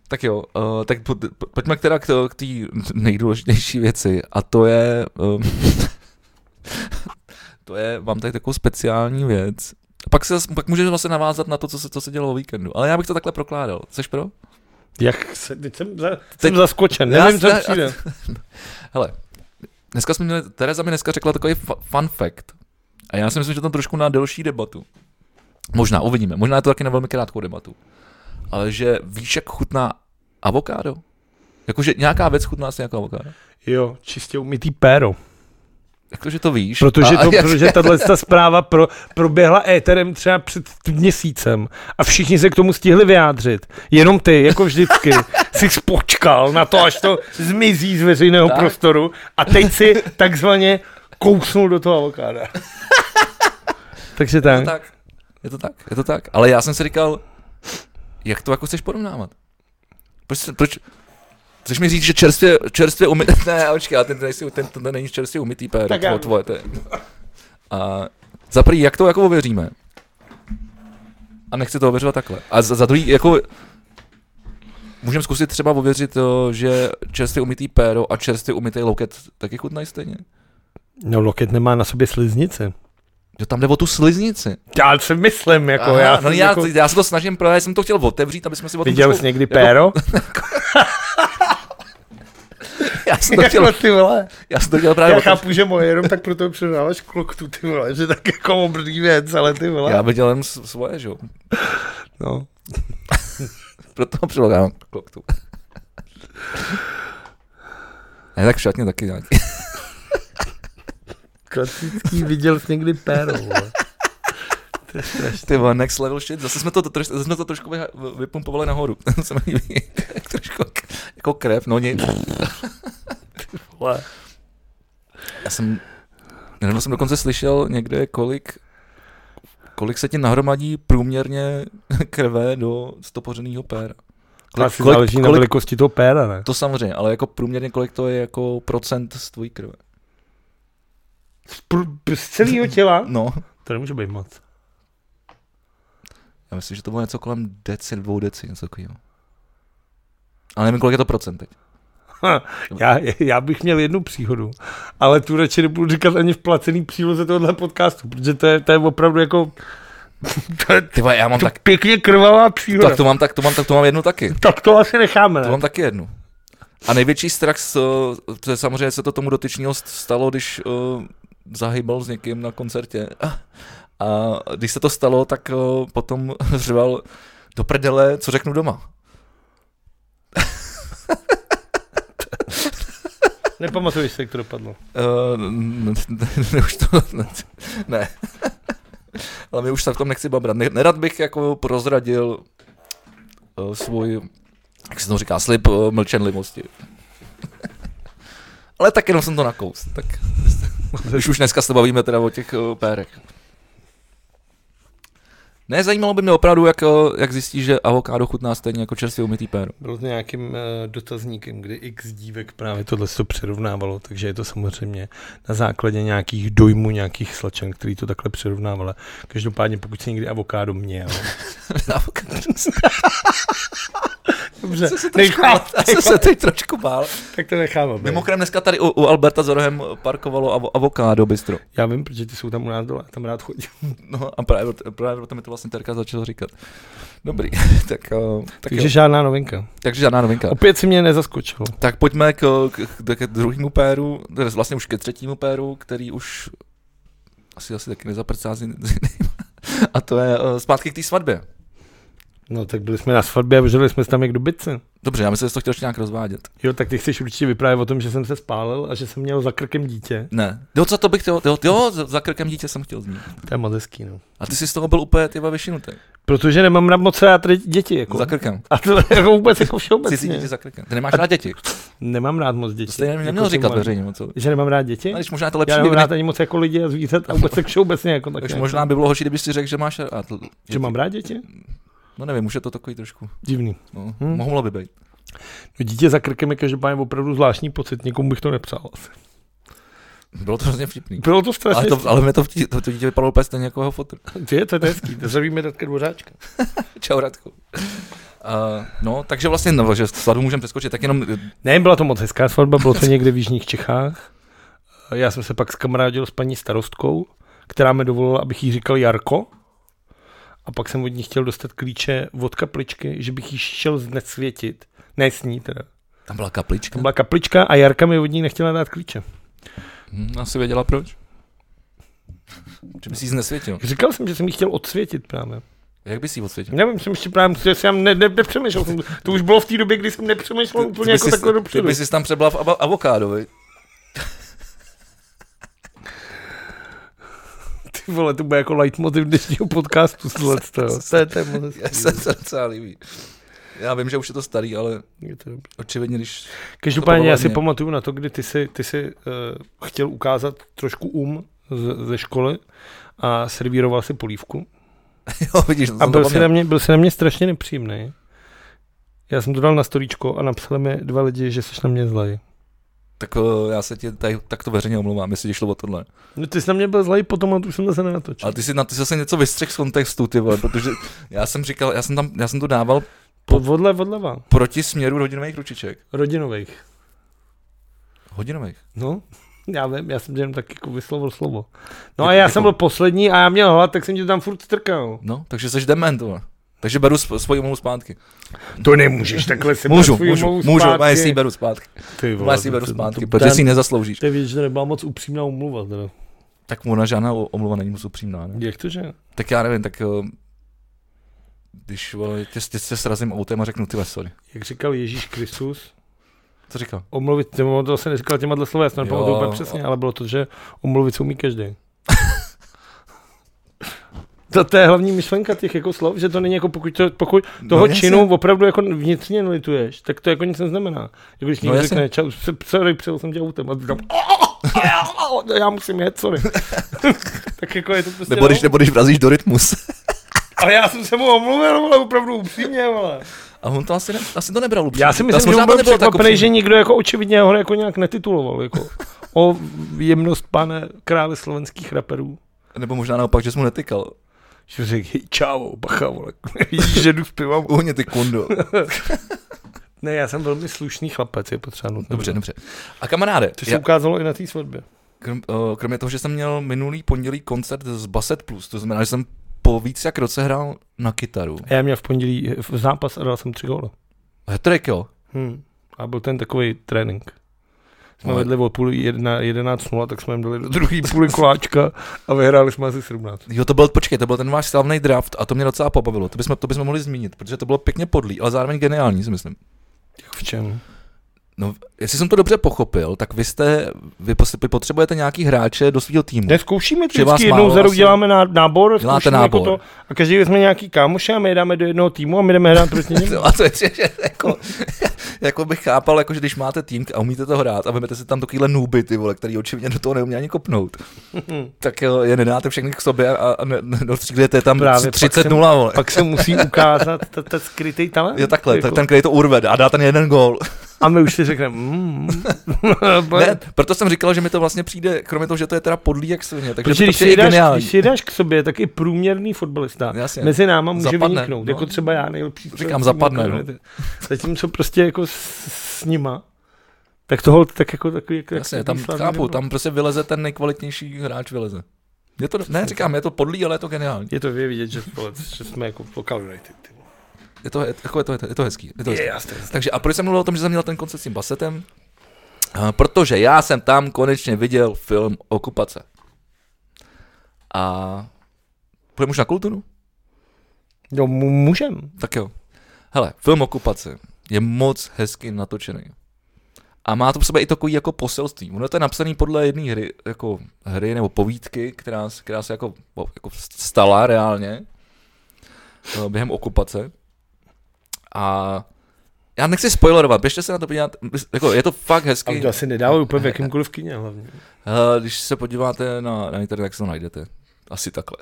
Tak jo, uh, tak po, po, pojďme k teda k, to- k té nejdůležitější věci a to je, um, *laughs* to je, mám tady takovou speciální věc. Pak, se, zas- pak můžeš vlastně navázat na to, co se, co se dělo o víkendu. Ale já bych to takhle prokládal. Jseš pro? Jak se, teď jsem, za, Teď- jsem zaskočen, Já nevím, co se- přijde. Dneska jsme měli, Tereza mi dneska řekla takový fu- fun fact. A já si myslím, že to trošku na delší debatu. Možná, uvidíme. Možná je to taky na velmi krátkou debatu. Ale že víš, jak chutná avokádo? Jakože nějaká věc chutná se jako avokádo. Jo, čistě umytý péro. Jakože to víš. Protože, a, to, a, protože tahle ta zpráva pro, proběhla éterem třeba před t- měsícem a všichni se k tomu stihli vyjádřit. Jenom ty, jako vždycky, jsi spočkal na to, až to zmizí z veřejného Tak. prostoru a teď si takzvaně kousnul do toho avokáda. Takže je tak. to No tak. Je to tak, je to tak. Ale já jsem si říkal, jak to jako chceš porovnávat? Proč, se- proč Chceš mi říct, že čerstvě, čerstvě umytý, *laughs* ne, očkej, ale ten, ten, ten, ten, ten není čerstvě umytý pér, Tak já- tvoje, tvoje, to je. A za prvý, jak to jako ověříme? A nechci to ověřovat takhle. A za, za druhý, jako, můžeme zkusit třeba ověřit to, že čerstvě umytý péro a čerstvě umytý loket taky chutnají stejně. No loket nemá na sobě sliznice. Jo, tam jde o tu sliznici. Já si myslím, jako Aha, já. no, jsem já, jako, já se to snažím, protože jsem to chtěl otevřít, aby jsme si o tom viděl trošku- jsi někdy jako- *laughs* péro? Já jsem to *laughs* chtěl, Jako, ty vole. já jsem to chtěl Já právě otevřít. chápu, že moje jenom tak proto předáváš kloktu, ty vole, že tak jako obrný věc, ale ty vole. Já viděl jen s- svoje, že jo. No. Proto přiložám kloktu. *laughs* Ne, tak v šatně taky nějaký. Klasický viděl jsi někdy péro, vole. To je strašný. Ty vole, next level shit. Zase jsme to, to, troš- zase jsme to trošku vyha- vypumpovali nahoru. *laughs* To se mi líbí. Tak trošku k- jako krev, no *laughs* nic. Vole. Já jsem, nedávno jsem dokonce slyšel někde, kolik, *laughs* kolik se ti nahromadí průměrně krve do stopořeného péra. Kolik, kolik, záleží kolik, na velikosti toho péra, ne? To samozřejmě, ale jako průměrně kolik to je jako procent z tvojí krve? Z, pr- z celého těla? No, To nemůže být moc. *laughs* já myslím, že to bylo něco kolem deci, dvou deci, něco takového. Ale nevím, kolik je to procent teď. Já, já bych měl jednu příhodu, ale tu radši nebudu říkat ani v placený příloze tohohle podcastu, protože to je, to je opravdu jako... *laughs* To je Ty vole, já mám to tak, pěkně krvavá příhoda. tak to mám, tak to mám, tak to mám jednu taky. tak to asi necháme, ne? To mám taky jednu. A největší strach, s, eh, to je samozřejmě se to tomu dotyčního stalo, když uh, zahybal s někým na koncertě. A když se to stalo, tak uh, potom *laughs* řval do prdele, co řeknu doma. Nepamatuji si, jak to dopadlo. Uh, *laughs* ne, ne, už to, ne, ne. Ale my už se v tom nechci babrat. Ne- Nerad bych jako prozradil uh, svůj, jak se to říká, slib uh, mlčenlivosti. *laughs* Ale tak jenom jsem to nakous. Tak Když už dneska se bavíme teda o těch uh, pérech. Ne, zajímalo by mě opravdu, jak, eh, jak zjistí, že avokádo chutná stejně jako čerstvě umytý péro. Bylo to nějakým eh, dotazníkem, kdy x dívek právě tohle se to přerovnávalo, takže je to samozřejmě na základě nějakých dojmů, nějakých slačen, který to takhle přerovnávala. Každopádně pokud se někdy avokádo měl. Avokádo. Dobře, Já jsem se teď trošku bál. *laughs* tak to necháme. být. Mimochodem dneska tady u, u Alberta za rohem parkovalo avo, avokádo *laughs* bistro. Já vím, protože ty jsou tam u nás dole, já tam rád chodím. No a právě, proto- právě proto mi to vlastně Terka začala říkat. Dobrý, *laughs* tak, eh, tak Takže takže, žádná novinka. takže žádná novinka. Opět si mě nezaskočilo. Tak pojďme k, k, k druhému péru, tedy vlastně už ke třetímu péru, který už asi asi taky nezaprcá s jiným. *laughs* A to je eh, zpátky k té svatbě. No tak byli jsme na svatbě a vyžili jsme se tam jak dobytce. Dobře, já myslím, že jsi to chtěl ještě nějak rozvádět. Jo, tak ty chceš určitě vyprávět o tom, že jsem se spálil a že jsem měl za krkem dítě. Ne. Jo, co to bych chtěl, jo, jo, za za krkem dítě jsem chtěl zmínit. To je moc hezký, no. A ty jsi z toho byl úplně tyva vyšinutý. Protože nemám rád moc rád radi- děti, jako. Za krkem. A to jako vůbec jako Cizí všeobecně. dítě za krkem. Ty nemáš A- rád děti. Nemám rád moc děti. To stejně neměl Jako říkat jsem- veřejně moc. co? Že nemám rád děti? A když možná je to Já lepší, nemám kdyby rád ani moc jako lidi a zvířat a vůbec tak všeobecně jako tak. Takže nějak. možná by bylo horší, kdyby si řekl, že máš rád. Že mám rád děti? No nevím, už je to takový trošku. Divný. No, Hm. hmm. Mohlo by být. No, dítě za krkem je každopádně opravdu zvláštní pocit, nikomu bych to nepřál. asi. Bylo to hrozně *laughs* vtipný. Bylo to strašně. Ale, to, ale mě to, vtí- to, to dítě vypadalo úplně stejně jako jeho fotr. *laughs* Je, to je hezký, to zavíme Radka Dvořáčka. Čau, Radku. Uh, no, takže vlastně, no, že sladu můžeme přeskočit, tak jenom, Ne, byla to moc hezká svatba, bylo to někde v Jižních Čechách. Já jsem se pak skamarádil s paní starostkou, která mi dovolila, abych jí říkal Jarko. A pak jsem od ní chtěl dostat klíče od kapličky, že bych jí šel znesvětit. Ne s ní teda. tam byla kaplička. Tam byla kaplička a Jarka mi od ní nechtěla dát klíče. Hm, asi věděla proč. Že bys jí znesvětil. Říkal jsem, že jsem jí chtěl odsvětit právě. Jak bys jí odsvětil? Nevím, jsem ještě právě, že jsem ne, ne, nepřemýšlel. Jsem, to už bylo v té době, kdy jsem nepřemýšlel úplně jako takhle ty dopředu. bys jsi tam přebla v avo- avokádo, viď? Ty vole, to bude jako leitmotiv dnešního podcastu. *laughs* tohleto, jo. To je, to je moc hezký. *laughs* Já se to docela líbí. Já vím, že už je to starý, ale Je to dobrý. očividně, když... Každopádně To já si povolení. pamatuju na to, kdy ty si, ty si uh, chtěl ukázat trošku um z, ze školy a servíroval si polívku. *laughs* Jo, vidíš, to A jsem byl si, zapomněl. na mě, byl si na mě strašně nepříjemný. Já jsem to dal na storíčko a napsali mi dva lidi, že jsi na mě zlej. Tak eh, já se ti tady, tak to veřejně omlouvám, jestli ti šlo o tohle. No ty jsi na mě byl zlej potom a tu už jsem zase nenatočil. Ale ty si na ty jsi zase něco vystřih z kontextu, ty vole, protože já jsem říkal, já jsem tam, já jsem to dával Po, vodle, vodleva. proti směru hodinových ručiček. Rodinových. Hodinových. No, já vím, já jsem jenom tak jako vyslovil slovo. No Děku- a já děkuju. jsem byl poslední a já měl hlad, tak jsem ti to tam furt strkal. No, takže jsi dement, vole. Takže beru sp- svoji omluvu zpátky. To nemůžeš takhle si Můžu, můžu, můžu, a jestli ji beru zpátky. Ty Vole, jestli ji beru zpátky, protože si ji nezasloužíš. To je vidět, že to nebyla moc upřímná umluva. Teda. Tak ona žádná o- omluva není moc upřímná, ne? Jak to, že? Tak já nevím, tak eh, když vole, tě, tě, tě srazím autem a řeknu ty vole, sorry. Jak říkal Ježíš Kristus, Co říkal? omluvit, nebo to se neříkal těma slova, já jsem nepamatuju Jo. úplně přesně, ale bylo to, že omluvit se umí každý. *laughs* To, to, je hlavní myšlenka těch jako slov, že to není jako pokud, to, pokud toho No jasně. činu opravdu jako vnitřně nelituješ, tak to jako nic neznamená. Jako když No někdo jasně. řekne, čau, se- sorry, přijel jsem tě autem a ty tam, já musím jet, sorry. *laughs* tak jako je to prostě, Nebo když, nebo když vrazíš do rytmus. ale já jsem se mu omluvil, ale opravdu upřímně, ale. A on to asi, ne, asi to nebral upřímně. Já Asi si myslím, že možná to on byl nebylo tak překvapený, že upřímně. nikdo jako očividně ho jako nějak netituloval. Jako, o jemnost pane krále slovenských raperů. Nebo možná naopak, že jsi mu netykal. Že řekl, hej, čau, bacha, vole, *laughs* vidíš, že jdu s pivem. Uhně ty kundo. Ne, já jsem velmi slušný chlapec, je potřeba nutno. Dobře, dobře. A kamaráde, To se já, ukázalo i na té svatbě. krom, eh, kromě toho, že jsem měl minulý pondělí koncert z Basset Plus, to znamená, že jsem po víc jak roce hrál na kytaru. A já měl v pondělí v zápas a dal jsem tři góly. Hetrek, jo. Hmm. A byl ten takový trénink. Jsme Ale- vedli o půl jedna, 11.0, tak jsme jim dali do druhé půli koláčka a vyhráli jsme asi 17. Jo, to byl, počkej, to byl ten váš slavný draft a to mě docela pobavilo. To bychom, to bychom mohli zmínit, protože to bylo pěkně podlý, ale zároveň geniální, si myslím. V čem? No, jestli jsem to dobře pochopil, tak vy jste, vy pos- vy potřebujete nějaký hráče do svého týmu. Ne, zkoušíme to Že vás vždycky, jednou málo za rok asi. děláme ná- nábor, Děláte zkoušíme nábor. Jako to, a každý jsme nějaký kámoše a my je dáme do jednoho týmu a my jdeme hrát *laughs* proti němu. No a to je, že, že jako, *laughs* jako bych chápal, jako, že když máte tým a umíte to hrát a vemete si tam takovýhle nuby, ty vole, který očividně do toho neumí ani *laughs* kopnout, tak jo, je nedáte všechny k sobě a, a ne- ne- dostřílíte tam Právě, pak 30 jsem- 0, vole. Pak se musí ukázat ten ta skrytý talent. Jo, takhle, tak jako. ten, který to urve a dá ten jeden gól. A my už si řekneme, mm, *laughs* No Ne, proto jsem říkal, že mi to vlastně přijde, kromě toho, že to je teda podlý jak svině, takže Protože to když přijde si, dáš, geniální. když si dáš k sobě, tak i průměrný fotbalista Jasně. mezi náma může Zapadne, vyniknout, no. jako třeba já nejlepší. jako Říkám, zapadne, no. Zatímco prostě jako s, s nima, tak tohle tak jako takový... Jako Jasně, takový tam slavný chápu, nebyl. tam prostě vyleze ten nejkvalitnější hráč, vyleze. Je to, ne, říkám, je to podlý, ale je to geniální. Je to je vidět, že, vole, že jsme jako local United. ty vole. Je to, je, jako je, to, je, to, je to hezký. Je to hezký. Je, jasně, jasně. Takže a proč jsem mluvil o tom, že jsem měl ten koncert s tím Basetem? A Protože já jsem tam konečně viděl film Okupace. A půjdeme už na kulturu? No, mu- můžem. Tak jo. Hele, film Okupace je moc hezky natočený. A má to v sobě i takový jako poselství. Ono to je napsaný podle jedné hry, jako hry nebo povídky, která, s- která se jako, jako stala reálně eh, během okupace. A já nechci spoilerovat, běžte se na to podívat, jako je to fakt A hezky. to asi nedávají úplně v jakýmkoliv kyně hlavně. Hele, Když se podíváte na, na internet, tak se to najdete. Asi takhle.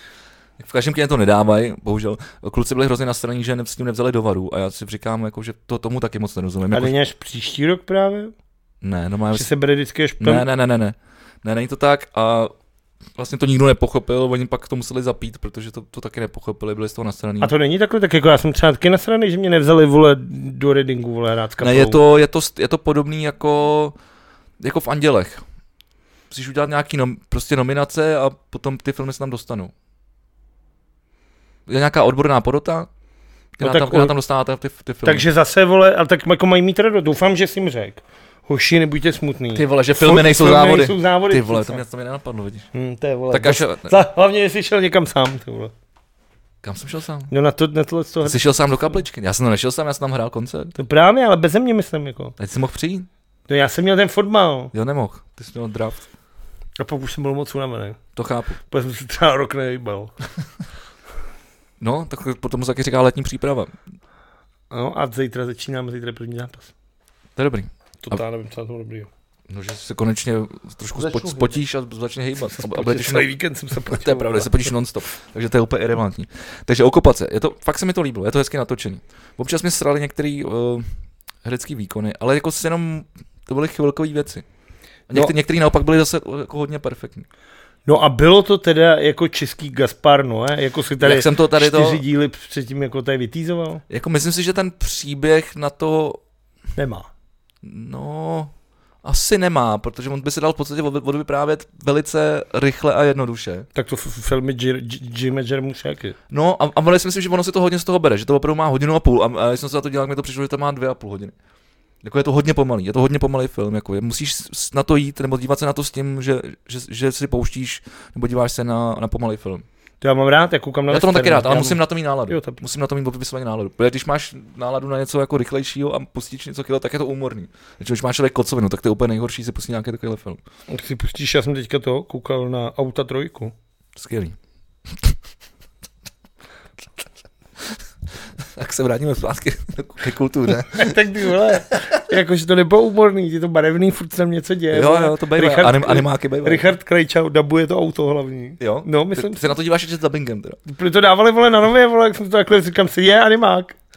*laughs* v každém kyně to nedávají, bohužel. Kluci byli hrozně nasraní, že ne- s tím nevzali do varu a já si říkám, jako, že to tomu taky moc nerozumím. A Jako, není až příští rok právě? ne, no mám, Že se bere vždycky až ne, ne, ne, ne, ne, ne, není to tak a vlastně to nikdo nepochopil, oni pak to museli zapít, protože to, to taky nepochopili, byli z toho nasraní. A to není takhle, tak jako já jsem třeba taky nasraný, že mě nevzali vole do Readingu, vole hrát s Ne, kapelou. je to, je to, st- je to podobný jako, jako v Andělech. Musíš udělat nějaký nom, prostě nominace a potom ty filmy se tam dostanou. Je nějaká odborná porota, která, No tak tam, která o- tam dostává ta- ty, ty filmy. Takže zase, vole, ale tak jako mají mít rado, doufám, že jsi jim řek. Hoši, nebuďte smutný. ty vole, že Fil- filmy nejsou filmy závody. nejsou závody. Ty vole, přece. to mě, to mě nenapadlo, vidíš. Hm, to je, vole. Tak až, *laughs* Za- hlavně, jestli šel někam sám, ty vole. kam jsem šel sám? No na, to, na tohle z toho. Jsi šel sám do kapličky? Já jsem tam nešel sám, já jsem tam hrál koncert. To právě, ale bez mě myslím, jako. Teď jsi mohl přijít? No já jsem měl ten fotbal. Jo, nemohl. Ty jsi měl draft. A pak už jsem byl moc unavený. To chápu. Pak jsem si třeba rok nejbal. No, tak potom se taky říká letní příprava. No a zítra začínáme, zítra je první zápas. To je dobrý. To já nevím, co na tom dobrýho. No, že se konečně trošku Začnu spo, hýbat. spotíš a začne hýbat. A, a Protože budeš celý víkend jsem se to je potil, pravda, vole. se potíš nonstop. Takže to je úplně irrelevantní. Takže okupace, je to, fakt se mi to líbilo, je to hezky natočený. Občas mě srali některé uh, herecké výkony, ale jako se jenom, to byly chvilkové věci. A No. některý, některý naopak byly zase eh, jako hodně perfektní. No a bylo to teda jako český Gaspar Noé, jako si tady, Jak jsem to tady to- čtyři díly předtím jako tady vytýzoval? Jako myslím si, že ten příběh na to, Nemá. no, asi nemá, protože on by se dal v podstatě od- odvyprávět velice rychle a jednoduše. Tak to f- f- filmy Jir- J- Jima Jarmušáky. No a, a ale si myslím, že ono si to hodně z toho bere, že to opravdu má hodinu a půl a, a když jsem se na to dělal, tak mi to přišlo, že to má dvě a půl hodiny. Jako je to hodně pomalý, je to hodně pomalý film, jako je, musíš s- s- na to jít nebo dívat se na to s tím, že, že, že si pouštíš nebo díváš se na, na pomalý film. To já mám rád, já koukám na Já to mám western, taky rád, ale No, já- musím na to mít náladu. Jo, to- Musím na to mít popisovaně náladu. Protože když máš náladu na něco jako rychlejšího a pustíš něco kilo, tak je to úmorný. Takže když máš člověk kocovinu, tak to je úplně nejhorší si pustit nějaký takovýhle film. Tak si pustíš, já jsem teďka to koukal na Auta trojku. Skvělý. *laughs* tak se vrátíme zpátky ke kultuře. *laughs* tak ty vole, jakože Jako, to nebylo úmorný, je to barevný, furt se tam něco děje. *laughs* Jo, vole. jo, to bejvá, Richard- anim, animáky bejvá. Richard Krejča dabuje to auto hlavní. Jo? No, Ty, myslím, ty se na to díváš ještě s dubbingem teda. to dávali vole na nové, vole, jak jsem to takhle říkám si, je animák. *laughs*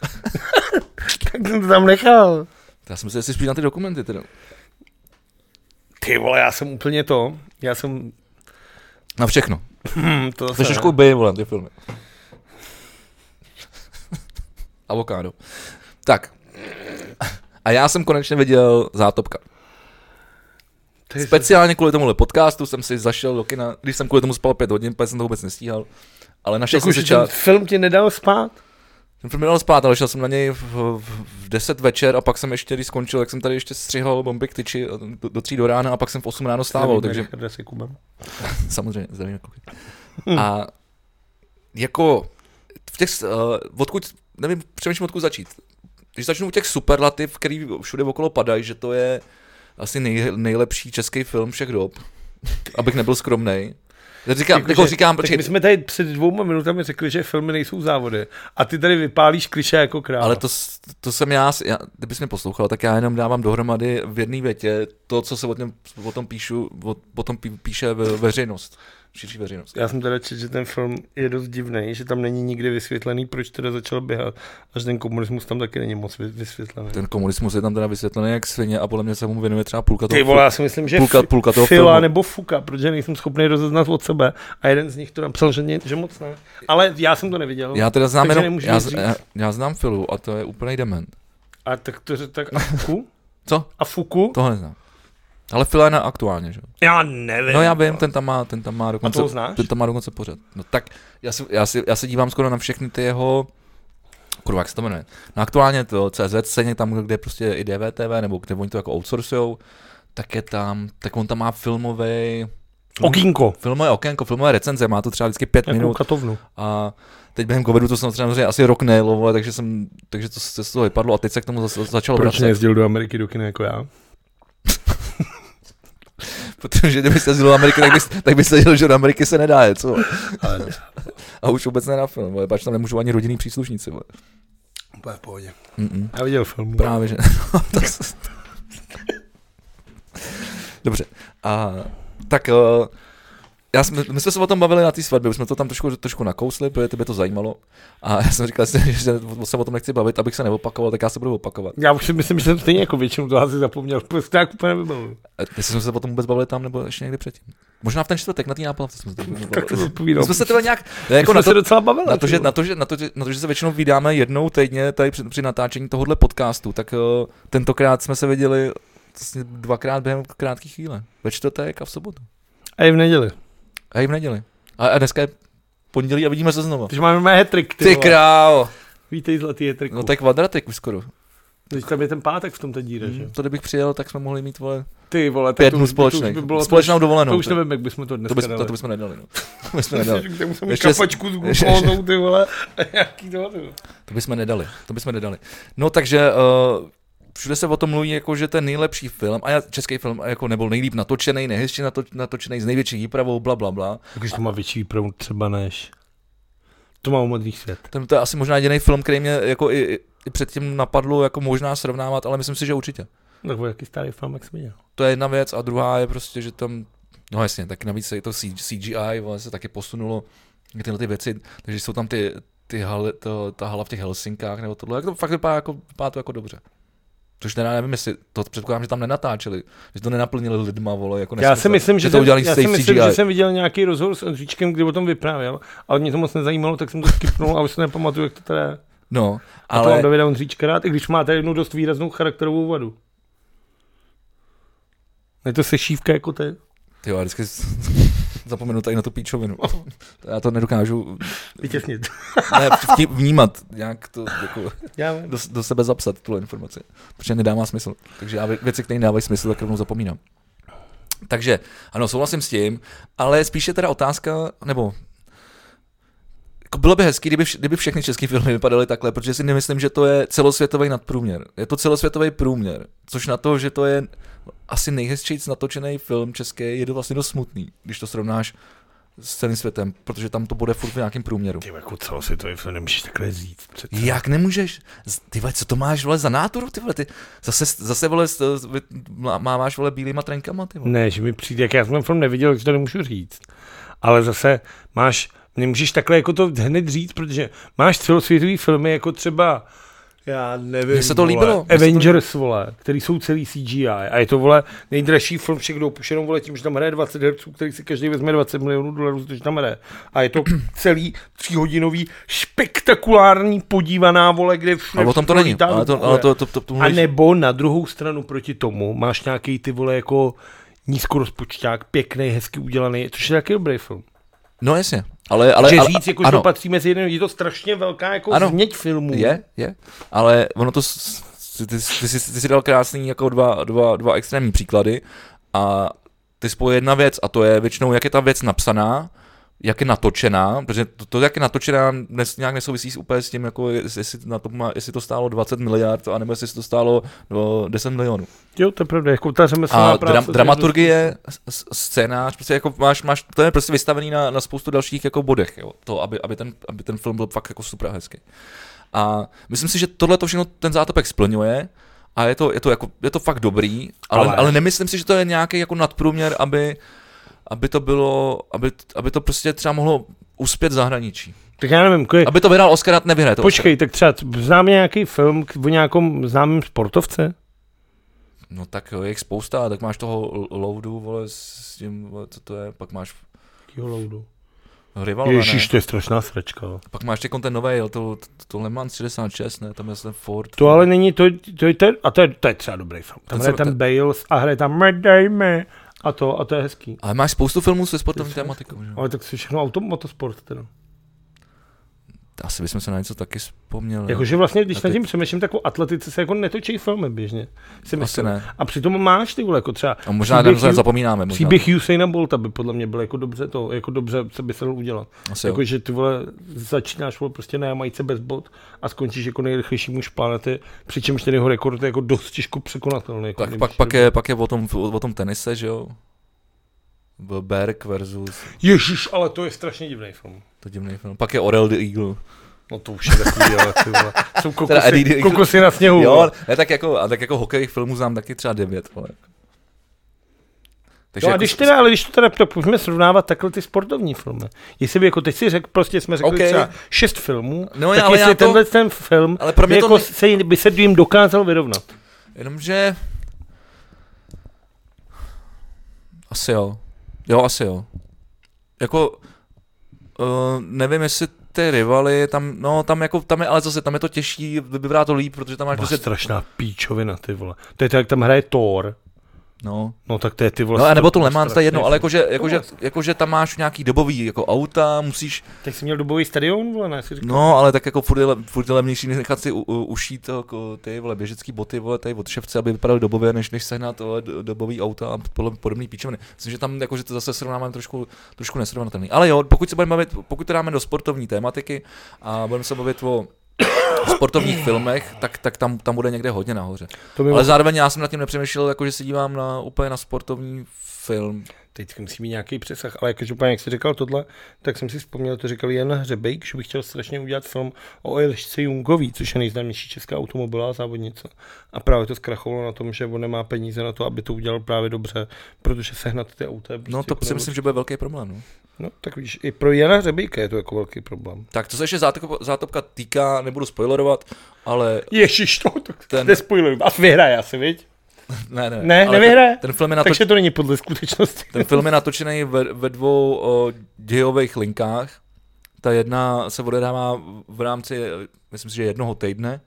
tak jsem to tam nechal. Já jsem si jestli spíš na ty dokumenty teda. Ty vole, já jsem úplně to, já jsem... *clears throat* Na všechno. Hm, to zase Jsi ne. trošku by, volám ty filmy. *laughs* Avokádo. Tak. A já jsem konečně viděl Zátopka. Ty jsi- Speciálně kvůli tomuhle podcastu jsem si zašel do kina, když jsem kvůli tomu spal pět hodin, protože jsem to vůbec nestíhal. Ale našel Jako, jsem že si čas. ten film tě nedal spát? Ten film mi dal spát, ale šel jsem na něj v, v, v 10 večer a pak jsem ještě, když skončil, tak jsem tady ještě střihal bomby k tyči do, do tří do rána a pak jsem v 8 ráno stával, Nevím, takže Richarda se Kubem. *laughs* samozřejmě, zdravím kluky. A jako v těch, uh, odkud, nevím, přemýšlím, odkud začít. Když začnu u těch superlativ, který všude okolo padají, že to je asi nej, nejlepší český film všech dob, abych nebyl skromnej. Tak Říkám, jako, jako Jakože- říkám, tak počkej, my jsme tady před dvouma minutami řekli, že filmy nejsou závody. A ty tady vypálíš kliše jako král. Ale to, s- to jsem já, s- já, kdybys mě poslouchal, tak já jenom dávám dohromady v jedné větě to, co se o, něm, o tom píšu, o, o tom pí, píše ve, veřejnost, širší veřejnost. Já jsem teda četl, že ten film je dost divný, že tam není nikdy vysvětlený, proč teda začal běhat. A že ten komunismus tam taky není moc vy- vysvětlený. Ten komunismus je tam teda vysvětlený jak svině a podle mě se mu věnuje třeba půlka toho Ty vole, já si myslím, že No, půlka- fi- půlka toho Fila filmu. nebo Fuka, protože nejsem schopný rozeznat od sebe. A jeden z nich to napsal, že, ně, že moc ne. Ale já jsem to neviděl. filmu. Já teda znám Takže jenom, nemůžu já, nic říct. já, já, znám Filu a to je úplný dement. A tak to že tak a Fuku? *laughs* Co? A Fuku? Tohle neznám. Ale Fila je na aktuálně, že? jo? Já nevím. No já vím, ten tam má, ten tam má dokonce, toho znáš? ten tam má dokonce pořad. No tak, já se, já, se, já se dívám skoro na všechny ty jeho, kurva, jak se to jmenuje, no aktuálně to CZ scéně, tam, kde je prostě i DVTV, nebo kde oni to jako outsourcujou, tak je tam, tak on tam má filmový Okýnko. filmové okénko, filmové recenze, má to třeba vždycky pět Jakou minut katovnu. a teď během covidu to jsem samozřejmě asi rok nejelo, vole, takže jsem, takže to se z toho vypadlo a teď se k tomu za, začalo Proč vracet. nejezdil do Ameriky do kina jako já? Protože kdybyste jezdil do Ameriky, tak byste, tak byste jezdil, že do Ameriky se nedá jet, co? Ale A už vůbec ne na film, vole, pač tam nemůžou ani rodinný příslušníci, vole. úplně v pohodě. Mm-mm. Já viděl film. Právě, že. *laughs* Tak se- Dobře. A, tak eh, já jsme, my jsme se o tom bavili na té svatbě, už jsme to tam trošku, trošku nakousli, protože tebe to zajímalo. A *laughs* já jsem říkal, že že se o tom nechci bavit, abych se neopakoval, tak já se budu opakovat. Já už si myslím, že jsem stejně jako většinu toho asi zapomněl. Prostě tak úplně nevybavuju. Eh, Jestli jsme se o tom vůbec bavili tam, nebo ještě někdy předtím. Možná v ten čtvrtek na té náplavce jsme se to Tak to bavili. odpovídal. My jsme se teda nějak, ne, jako jako na jsme to, to, se docela bavili. Na to, že, ty na, to, že, na, to, že, na to, že se většinou vydáme jednou týdně tady při, při natáčení tohohle podcastu, tak uh, tentokrát jsme se viděli vlastně dvakrát během krátké chvíle. Ve čtvrtek a v sobotu. A i v neděli. A i v neděli. A, a dneska je pondělí a vidíme se znova. Takže máme mé hetrik, ty, Ty vole. král! Vítej zlatý hetrik. No to je kvadratek už skoro. Teď tam je ten pátek v tom té díře, že? Mm, to kdybych přijel, tak jsme mohli mít vole Ty vole, tak pět to dnů už- to už by společných. bylo- Společnou To dovolenou. už nevím, jak bychom to to, dneska bys, dali. to, to bychom nedali. No. to bychom nedali. *laughs* Kde musím mít Ještě- kapačku s ještě- glukózou, ty vole, *laughs* a nějaký dohodu. To bychom nedali, to bychom nedali. No takže uh, všude se o tom mluví, jako, že ten nejlepší film, a já, český film a jako nebyl nejlíp natočený, nejhezčí nato, natočený, s největší výpravou, bla, bla, bla. Takže to má větší výpravu třeba než... To má modrý svět. Ten, to je asi možná jediný film, který mě jako i, i- i předtím napadlo jako možná srovnávat, ale myslím si, že určitě. Tak o No, jaký starý film, jak jsem viděl. To je jedna věc a druhá je prostě, že tam, no jasně, tak navíc je to C- CGI, vlastně se taky posunulo tyhle ty věci, takže jsou tam ty, ty haly, to, ta hala v těch Helsinkách nebo tohle, jak to fakt vypadá, jako, vypadá to jako dobře. Což teda nevím, jestli to předpokládám, že tam nenatáčeli, že to nenaplnili lidma, vole, jako Já si nesmysl. myslím, že, že to jsem, udělali já s si CGI. myslím, že jsem viděl nějaký rozhovor s Ondříčkem, kdy o tom vyprávěl, ale mě to moc nezajímalo, tak jsem to skipnul a už se nepamatuju, jak to teda je. No, A ale... to mám ale Davida Ondříčka rád, i když má tady jednu dost výraznou charakterovou vadu. Je to sešívka jako ty. ty já vždycky *laughs* zapomenu tady na tu píčovinu. *laughs* Já to nedokážu Vytěsnit. ne, vtip- vnímat, nějak to jako... Já vím. do, do sebe zapsat tuhle informaci, protože nedává smysl. Takže já vě- věci, které nedávají smysl, tak rovnou zapomínám. Takže ano, souhlasím s tím, ale spíše teda otázka, nebo jako bylo by hezký, kdyby, vš- kdyby všechny české filmy vypadaly takhle, protože si nemyslím, že to je celosvětový nadprůměr. Je to celosvětový průměr, což na to, že to je asi nejhezčejc natočený film český, je to vlastně dost smutný, když to srovnáš s celým světem, protože tam to bude furt v nějakém průměru. Ty jako celosvětový film nemůžeš takhle říct. Přece. Jak nemůžeš? Z- Ty vole, co to máš vole za náturu, ty vole, ty zase, zase vole, s- s- vy- má- máváš vole bílýma trenkama, ty vole. Ne, že mi přijde, jak já jsem ten film neviděl, takže to nemůžu říct. Ale zase máš, nemůžeš takhle jako to hned říct, protože máš celosvětový filmy jako třeba Já nevím. Mně se to líbilo. Vole. Avengers, vole, který jsou celý CGI. A je to, vole, nejdražší film všech dob, už jenom, vole, tím, že tam hraje 20 herců, který si každý vezme 20 milionů dolarů, což tam hraje. A *clears throat* je to celý tříhodinový, spektakulární podívaná, vole, kde všude Ale o tom to všechno není. lítá Ale do to, ale kole. to, to, to, to A mluvíš- nebo na druhou stranu proti tomu máš nějaký ty vole jako nízkorozpočták, pěkný, hezky udělaný, což je taky dobrý film. No jasně. Ale, ale, Ale, že ale, říct, jako, že ano, patří mezi jeden, je to strašně velká jako Ano. změť filmů. Je, je, ale ono to, s- s- ty, ty, ty, jsi- ty jsi dal krásný jako dva, dva, dva extrémní příklady a ty spojí jedna věc a to je většinou, jak je ta věc napsaná, jak je natočená, protože to, to jak je natočená, nes, nějak nesouvisí s úplně s tím, jako jest- jestli, na to má, jestli to stálo 20 miliard, anebo jestli to stálo no, 10 milionů. Jo, to je pravda, jako ta řemeslná A práce. dram, dramaturgie, s- s- scénář, prostě jako máš, máš, to je prostě vystavený na, na spoustu dalších jako bodech, jo, to, aby, aby, ten, aby ten film byl fakt jako super a hezky. A myslím si, že tohle to všechno ten zátopek splňuje a je to, je to, jako, je to fakt dobrý, ale, ale, Ale- ale nemyslím si, že to je nějaký jako nadprůměr, aby, aby to bylo, aby, aby to prostě třeba mohlo uspět v *laughs* zahraničí. Tak já nevím, kolik, Aby to vydal Oscar, a nevyhraje to. počkej, tak třeba znám nějaký film k- o nějakom známém sportovce? Oscar. No tak jo, je jich spousta, tak máš toho l- Loudu, vole, s tím, vole, co to je, pak máš Rivalova, No, ne? Ježíš, to je strašná sračka. jo. Pak máš jako ten nový, jo, to, to, to Le Mans 66, ne, tam je ten Ford. To ale není, to, to je ten, a to je, to je třeba dobrý film. Ten Tam hraje jsem- ten Bales a hraje tam Medejme a to, a to je hezký. Ale máš spoustu filmů se sportovní Ty se- tématikou, že? jo? Ale tak si všechno auto, motosport teda. Asi bychom se na něco taky vzpomněli. Jakože vlastně, když No. A teď- nad tím přemýšlím, tak o atletice se jako netočí filmy běžně. Si Asi myslím. ne. A přitom máš ty vole, jako třeba A možná příběh tam Ju- zapomínáme. Možná. Příběh Usaina Bolta by podle mě byl jako dobře to, jako dobře se by se dal udělat. Asi jo. Jakože ty vole, začínáš vole prostě na Jamajce bez bod a skončíš jako nejrychlejší muž planety, přičemž ten jeho rekord je jako dost těžko překonatelný. Jako tak, nejvyšší pak, pak, dobu. je, pak je o tom, o tom tenise, že jo? Byl Berg versus, Ježíš, ale to je strašně divný film. to divný film. Pak je Orel the Eagle. No to už je takový, ale ty vole. Jsou Eddie kokosy, Eagle. kokosy na sněhu. Jo, vole. ne, tak jako, a tak jako hokejových filmů znám taky třeba devět, vole. Takže No a jako když s- teda, ale když to teda, tak pojďme srovnávat takhle ty sportovní filmy. Jestli by jako teď si řekl, prostě jsme řekli OK. okay. třeba šest filmů, No, no, tak ale já jestli to- tenhle ten film Ale pro mě by to jako ne- se, jim- by se jim dokázal vyrovnat. Jenomže... Asi jo. Jo, asi jo. Jako... Uh, nevím, jestli ty rivaly, tam, no, tam jako, tam je, ale zase, tam je to těžší, vy- vybrá to líp, protože tam máš Má prostě, strašná píčovina, ty vole. To je to, jak tam hraje Thor. no, No tak to je ty vole. no, a nebo to strašný Le Mans, to je jedno, ale jakože, jakože, Tohle. jakože tam máš nějaký dobový, jako auta, musíš, film. Tak jsi měl dobový stadion, vole, ne? Si říkal, no, ale tak jako furt je, le- furt je levnější než nechat si u, u, ušít to, jako, ty, vole, běžecký boty, vole, tady od ševce, aby vypadaly dobově, než, než sehnat vole, do- dobový auta a podle- podobný píčoviny. Myslím, že tam jakože to zase srovnáváme trošku, trošku nesrovnatelný. Ale jo, pokud se budeme bavit, pokud to dáme do sportovní tématiky a budeme se bavit o *coughs* sportovních filmech, tak, tak tam, tam bude někde hodně nahoře. to mi Ale zároveň já jsem nad tím nepřemýšlel, jako že se dívám na, úplně na sportovní film. teď musí mít nějaký přesah, ale jakože úplně, jak jsi říkal tohle, tak jsem si vzpomněl, to říkal Jan Hřebejk, že bych chtěl strašně udělat film o Elišce Jungový, což je nejznámější česká automobilová závodnice. A právě to zkrachovalo na tom, že on nemá peníze na to, aby to udělal právě dobře, protože sehnat ty auta. je Prostě No to jako si myslím, že bude velký problém. No. No, tak víš, i pro Jana Hřebejka je to jako velký problém. Tak to se ještě zátopka, zátopka týká, nebudu spoilerovat, ale Ježíš, to, tak Ten- ten... nespoiluju. A vyhraje asi, viď? ne, ne, Ne, ale nevyhraje? Ten, ten film je natoč, Takže to není podle skutečnosti. Ten film je natočený ve, ve dvou o, dějových linkách. Ta jedna se odehrává v rámci, eh, myslím si, že jednoho týdne.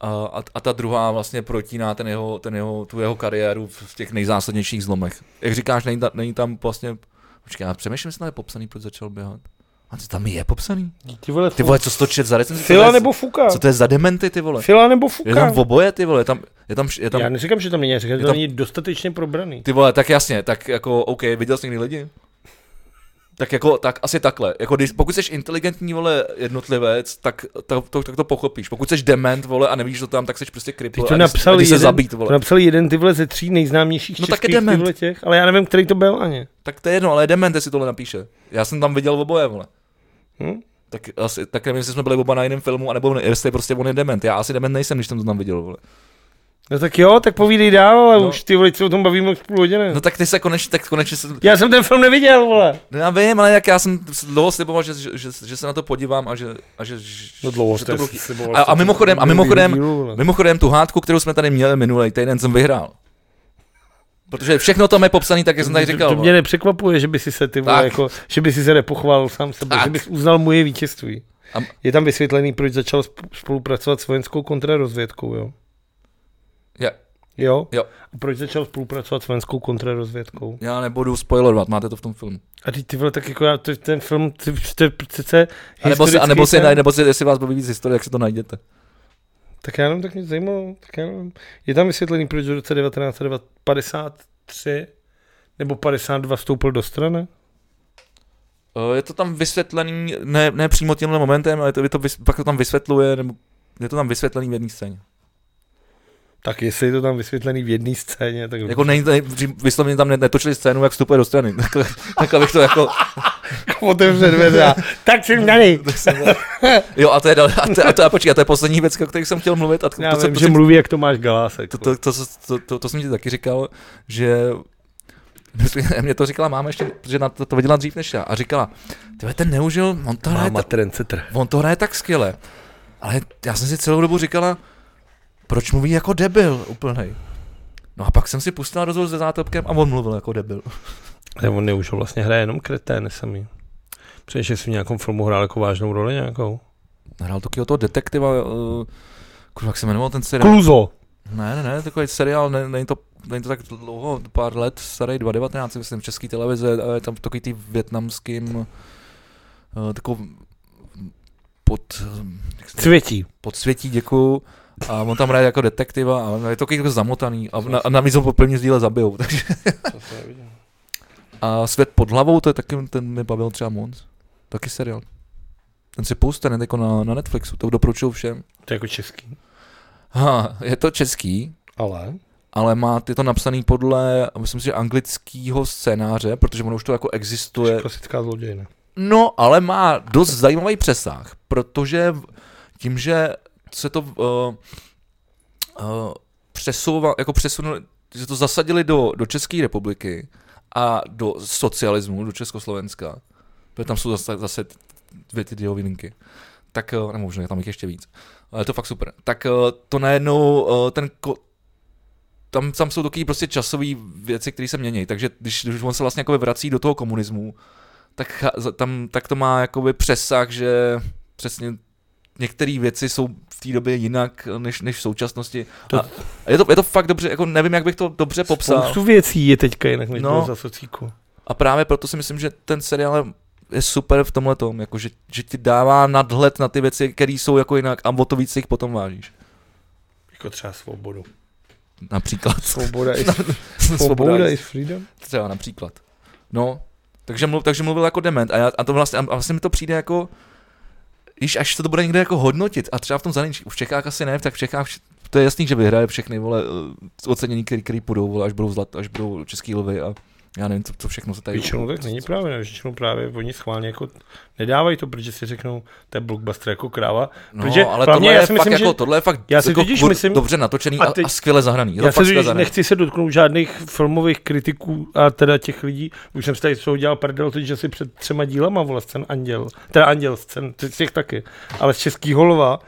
A, a, a ta druhá vlastně protíná ten jeho, ten jeho, tu jeho kariéru v v těch nejzásadnějších zlomech. Jak říkáš, není, ta, není tam vlastně... Počkej, já přemýšlím, jestli tam je popsaný, proč začal běhat. A co tam je popsaný? Ty vole, Ty vole, co stočet za recenzi? Co to Fila je- nebo Fuka. Co to je za dementy, ty vole? Fila nebo Je Fuka. tam oboje, ty vole, je tam, je tam, je Já tam, neříkám, že tam není, já říkám, že to tam- není dostatečně probraný. Ty vole, tak jasně, tak jako, OK, viděl jsi někdy lidi? Tak jako, tak asi takhle. Jako, když, pokud jsi inteligentní, vole, jednotlivec, tak to, to, tak to pochopíš. Pokud jsi dement, vole, a nevíš, co tam, tak jsi prostě Teď kripl to a jdeš- a napsal, jdeš se jeden, zabít, to vole. napsal jeden tyhle ze tří nejznámějších No no, tak je českých dement. tyhle těch, ale já nevím, který to byl ani. Tak to je jedno, ale je dement, jestli tohle napíše. Já jsem tam viděl oboje, vole. Hm? Tak, asi, tak nevím, jestli jsme byli oba na jiném filmu, anebo ne, jestli prostě on je dement. Já asi dement nejsem, když jsem to tam viděl, vole. No tak jo, tak povídej dál, ale No. no. už ty vole, se o tom bavíme už půl hodiny. No tak ty se konečně, tak konečně se, Já jsem ten film neviděl, vole. No já vím, ale jak já jsem dlouho sliboval, že, že, že, že se na to podívám a že... A že, No dlouho že jste to budu- si a, a mimochodem, a mimochodem, mimochodem tu hádku, kterou jsme tady měli minulý týden, jsem vyhrál. Protože všechno tam je popsané No tak, jak jsem tady říkal. To, to vole. mě nepřekvapuje, že by si se ty vole, Tak. jako, že by si se nepochválil sám sebe, Tak. že bys uznal moje vítězství. A- Je tam vysvětlený, proč začal sp- spolupracovat s vojenskou kontrarozvědkou, jo? Já, Jo? Jo. A proč začal spolupracovat s vojenskou kontrarozvědkou? já nebudu spoilerovat, máte to v tom filmu. A ty, ty vole, tak jako já, to, ten film, ty, to je přece A nebo si, a nebo si, historický ne, nebo si, jestli vás baví víc historie, jak se to najdete. Tak já nevím, tak mě zajímalo. Tak já nevím. Je tam vysvětlený, proč v roce 1953 nebo 52 vstoupil do strany? Eh, Je to tam vysvětlený, ne, ne přímo tímhle momentem, ale je to, je to, vys- pak to tam vysvětluje, nebo je to tam vysvětlený v jedné scéně. Tak jestli je to tam vysvětlený v jedné scéně, tak Jako nej, nej, vyslovně tam ne- netočili scénu, jak vstupuje do strany. *laughs* Takhle, takhle bych to jako... *laughs* otevře dveře. a *laughs* tak jsem tady. Jo, a to je dal, a to, a to, a počkej, a to je poslední věc, o které jsem chtěl mluvit. A to, Já to, se- vím, to, že se- mluví, jak Tomáš Galásek. jako. to, to, to, to, to, to, jsem ti taky říkal, že *laughs* mě to říkala máma ještě, protože na to, to viděla dřív než já a říkala, tyhle ten neužil, on to, hraje, Máma ta, trence trh. on to hraje tak skvěle. Ale já jsem si celou dobu říkala, proč mluví jako debil úplnej. No a pak jsem si pustil rozhovor se zátopkem a on mluvil jako debil. Ne, on neužil vlastně hraje jenom kretény samý. Především si v nějakém filmu hrál jako vážnou roli nějakou. Hrál taky o toho detektiva, uh, kurva, jak se jmenoval ten seriál? Kluzo. Ne, ne, ne, takový seriál, ne, není, to, není to tak dlouho, pár let, starý 2019, myslím, český televize, a je tam takový ty větnamským, eh, takovou pod, eh, jak se to- Cvětí. podsvětí, děkuju. A on tam hraje jako detektiva a je to takový jako zamotaný a, na, a navíc ho po první díle zabijou. *laughs* Takže. A Svět pod hlavou, to je taky, ten mi bavil třeba moc. Taky seriál. Ten si puste, ne, jako na, na Netflixu, to doporučuju všem. To je jako český. Ha, je to český, Ale? ale má je to napsaný podle, myslím si, že anglického scénáře, protože ono už to jako To existuje. je klasická zlodějna. No, ale má dost zajímavý přesah, protože v- tím, že se to uh, uh, přesouvá, jako přesunuli, že to zasadili do, do České republiky a do socialismu, do Československa, protože tam jsou zase, zase dvě ty diovinky, tak, eh, nebo možná je tam jich ještě víc, ale je to fakt super, tak eh, to najednou, eh, ten ko- tam, tam jsou takový prostě časové věci, které se mění, takže když, když on se vlastně jako vrací do toho komunismu, tak, cha- za- tam, tak to má jakoby přesah, že přesně některé věci jsou v té době jinak eh, než, než v současnosti. To- A, a je, to, je to fakt dobře, jako nevím, jak bych to dobře popsal. Spoustu věcí je teďka jinak než No. no. bylo za socíku. A právě proto si myslím, že ten seriál je super v tomhle tom, jako že, že ti dává nadhled na ty věci, které jsou jako jinak a o to víc si jich potom vážíš. Jako třeba svobodu. Například. Svoboda is, Svoboda. *laughs* svoboda is freedom. Třeba například. No, takže, mluv, takže mluvil jako dement a, já, a to vlastně, a vlastně mi to přijde jako, když až se to bude někde jako hodnotit a třeba v tom zahraničí, v Čechách asi ne, tak v Čechách vš- to je jasný, že vyhraje všechny vole eh, ocenění, který, který půjdou, vole, až budou zlat, až budou český lvy a já nevím, co, co všechno se tady... Většinou tak není právě, ne? většinou právě oni schválně jako nedávají to, protože si řeknou, to je blockbuster jako kráva. No, Protože ale hlavně tohle, já je si fakt myslím, jako, že- tohle je fakt já si jako totiž kur- myslím- dobře natočený a a, ty- a skvěle zahraný. Je to Já se fakt skvěle totiž zahraný. nechci se dotknout žádných filmových kritiků a teda těch lidí. Už jsem si tady co udělal prdel, teď, že si před třema dílama volal scén Anděl. Teda Anděl scén, ty z těch taky. Ale z Českého lva,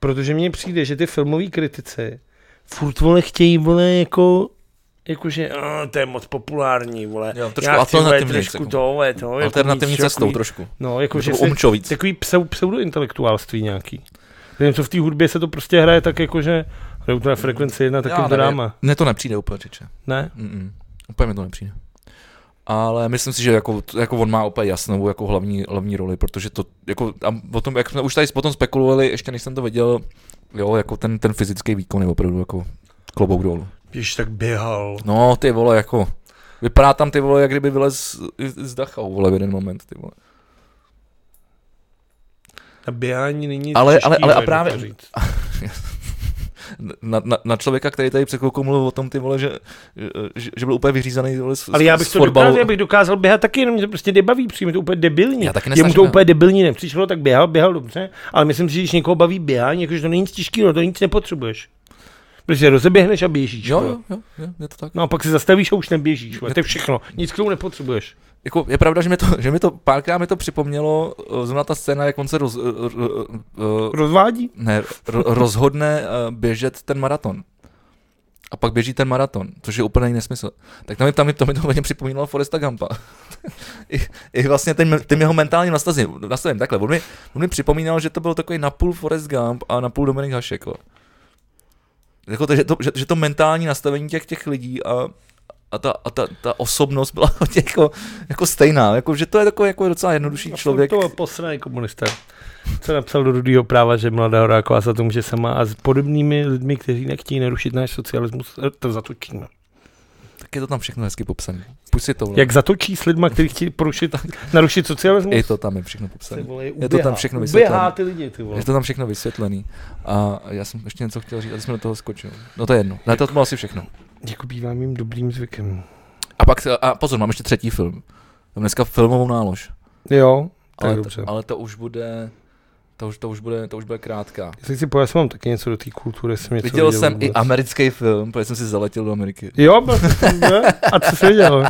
protože mně přijde, že ty filmoví kritici furt vole chtějí vole jako jakože "Ah, to je moc populární, vole. Jo, trošku Já chci, vole, alternativní trošku jako. to, vole, to, jako Alternativní víc, cestou jako trošku. No, jako, že Jako se, umčo víc. takový pseu, pseudointelektuálství nějaký. Nevím, co v té hudbě se to prostě hraje tak jako, že hrajou to na frekvenci jedna, tak Já jim to nevím. dáme. Mně to nepřijde úplně, čiče. Ne? Mm-mm. Úplně mi to nepřijde. Ale myslím si, že jako, jako on má úplně jasnou jako hlavní, hlavní roli, protože to jako, a o tom, jak jsme už tady potom spekulovali, ještě než jsem to viděl, jo, jako ten, ten fyzický výkon je opravdu jako klobouk dolů. Když tak běhal. No, ty vole, jako, vypadá tam ty vole, jak kdyby vylez z, z Dachau, vole, v jeden moment, ty vole. A běhání není Ale- těžký, ale- ale a nejde to právě- říct. Na, na, na, člověka, který tady před chvilkou mluvil o tom, ty vole, že, že, že byl úplně vyřízený, ty vole, z, Ale já bych z to fotbalu. dokázal, já bych dokázal běhat taky, jenom mě to prostě nebaví, přijme to úplně debilní. Já taky no. Je mu nesnažím, to já. úplně debilní nepřišlo, tak běhal, běhal dobře, ale myslím si, že když někoho baví běhání, jakože to není nic těžkého, to nic nepotřebuješ. Protože rozeběhneš a běžíš. Jo, vole. jo, jo, jo, je to tak. No a pak se zastavíš a už neběžíš. Vole. To je všechno. Nic k tomu nepotřebuješ. Jako, je pravda, že mi to, že mi to párkrát mi to připomnělo eh, zrovna ta scéna, jak on se roz, eh, ro, ro, ro, Rozvádí? ne, ro, rozhodne eh, běžet ten maraton. A pak běží ten maraton, což je úplně nesmysl. Tak tam, mi- tam, mi- to mi to hodně připomínalo Foresta Gumpa. *laughs* I, I, vlastně ten, ten jeho mentální nastavení, nastavení takhle. On mi, on mi připomínal, že to byl takový napůl Forest Gump a napůl Dominik Hašek. jo. Jako to, že, to, že, že, to mentální nastavení těch, těch lidí a, a ta, a ta, ta osobnost byla *laughs* hodně jako, jako stejná, jako, že to je takový jako docela jednodušší A furt člověk. To posraný komunista. Co napsal do Rudýho práva, že mladá Horáková za to může sama a s podobnými lidmi, kteří nechtějí narušit náš socialismus, eh, to No. zatočíme. Tak je to tam všechno hezky popsané. Pust si to. vole. Jak zatočí s lidma, kteří chtějí porušit, *laughs* narušit socialismus? I to tam je všechno popsané. Ty vole, Je to tam všechno Uběhá vysvětlené. ty lidi, ty vole. Je to tam všechno vysvětlený. A já jsem ještě něco chtěl říct, ale jsme do toho skočil. No to je jedno. Ne, to bylo asi všechno. Jako bývá mým dobrým zvykem. A pak, se- a pozor, mám ještě třetí film. Mám dneska filmovou nálož. Jo, tak Ale, dobře. to, ale to už bude, to už, to už bude, to už bude krátká. Jestli si pojď, mám taky něco do té kultury, jsem něco Viděl jsem vůbec. i americký film, protože jsem si zaletěl do Ameriky. Jo, byl jsi tam, ne? a co *laughs* jsi viděl?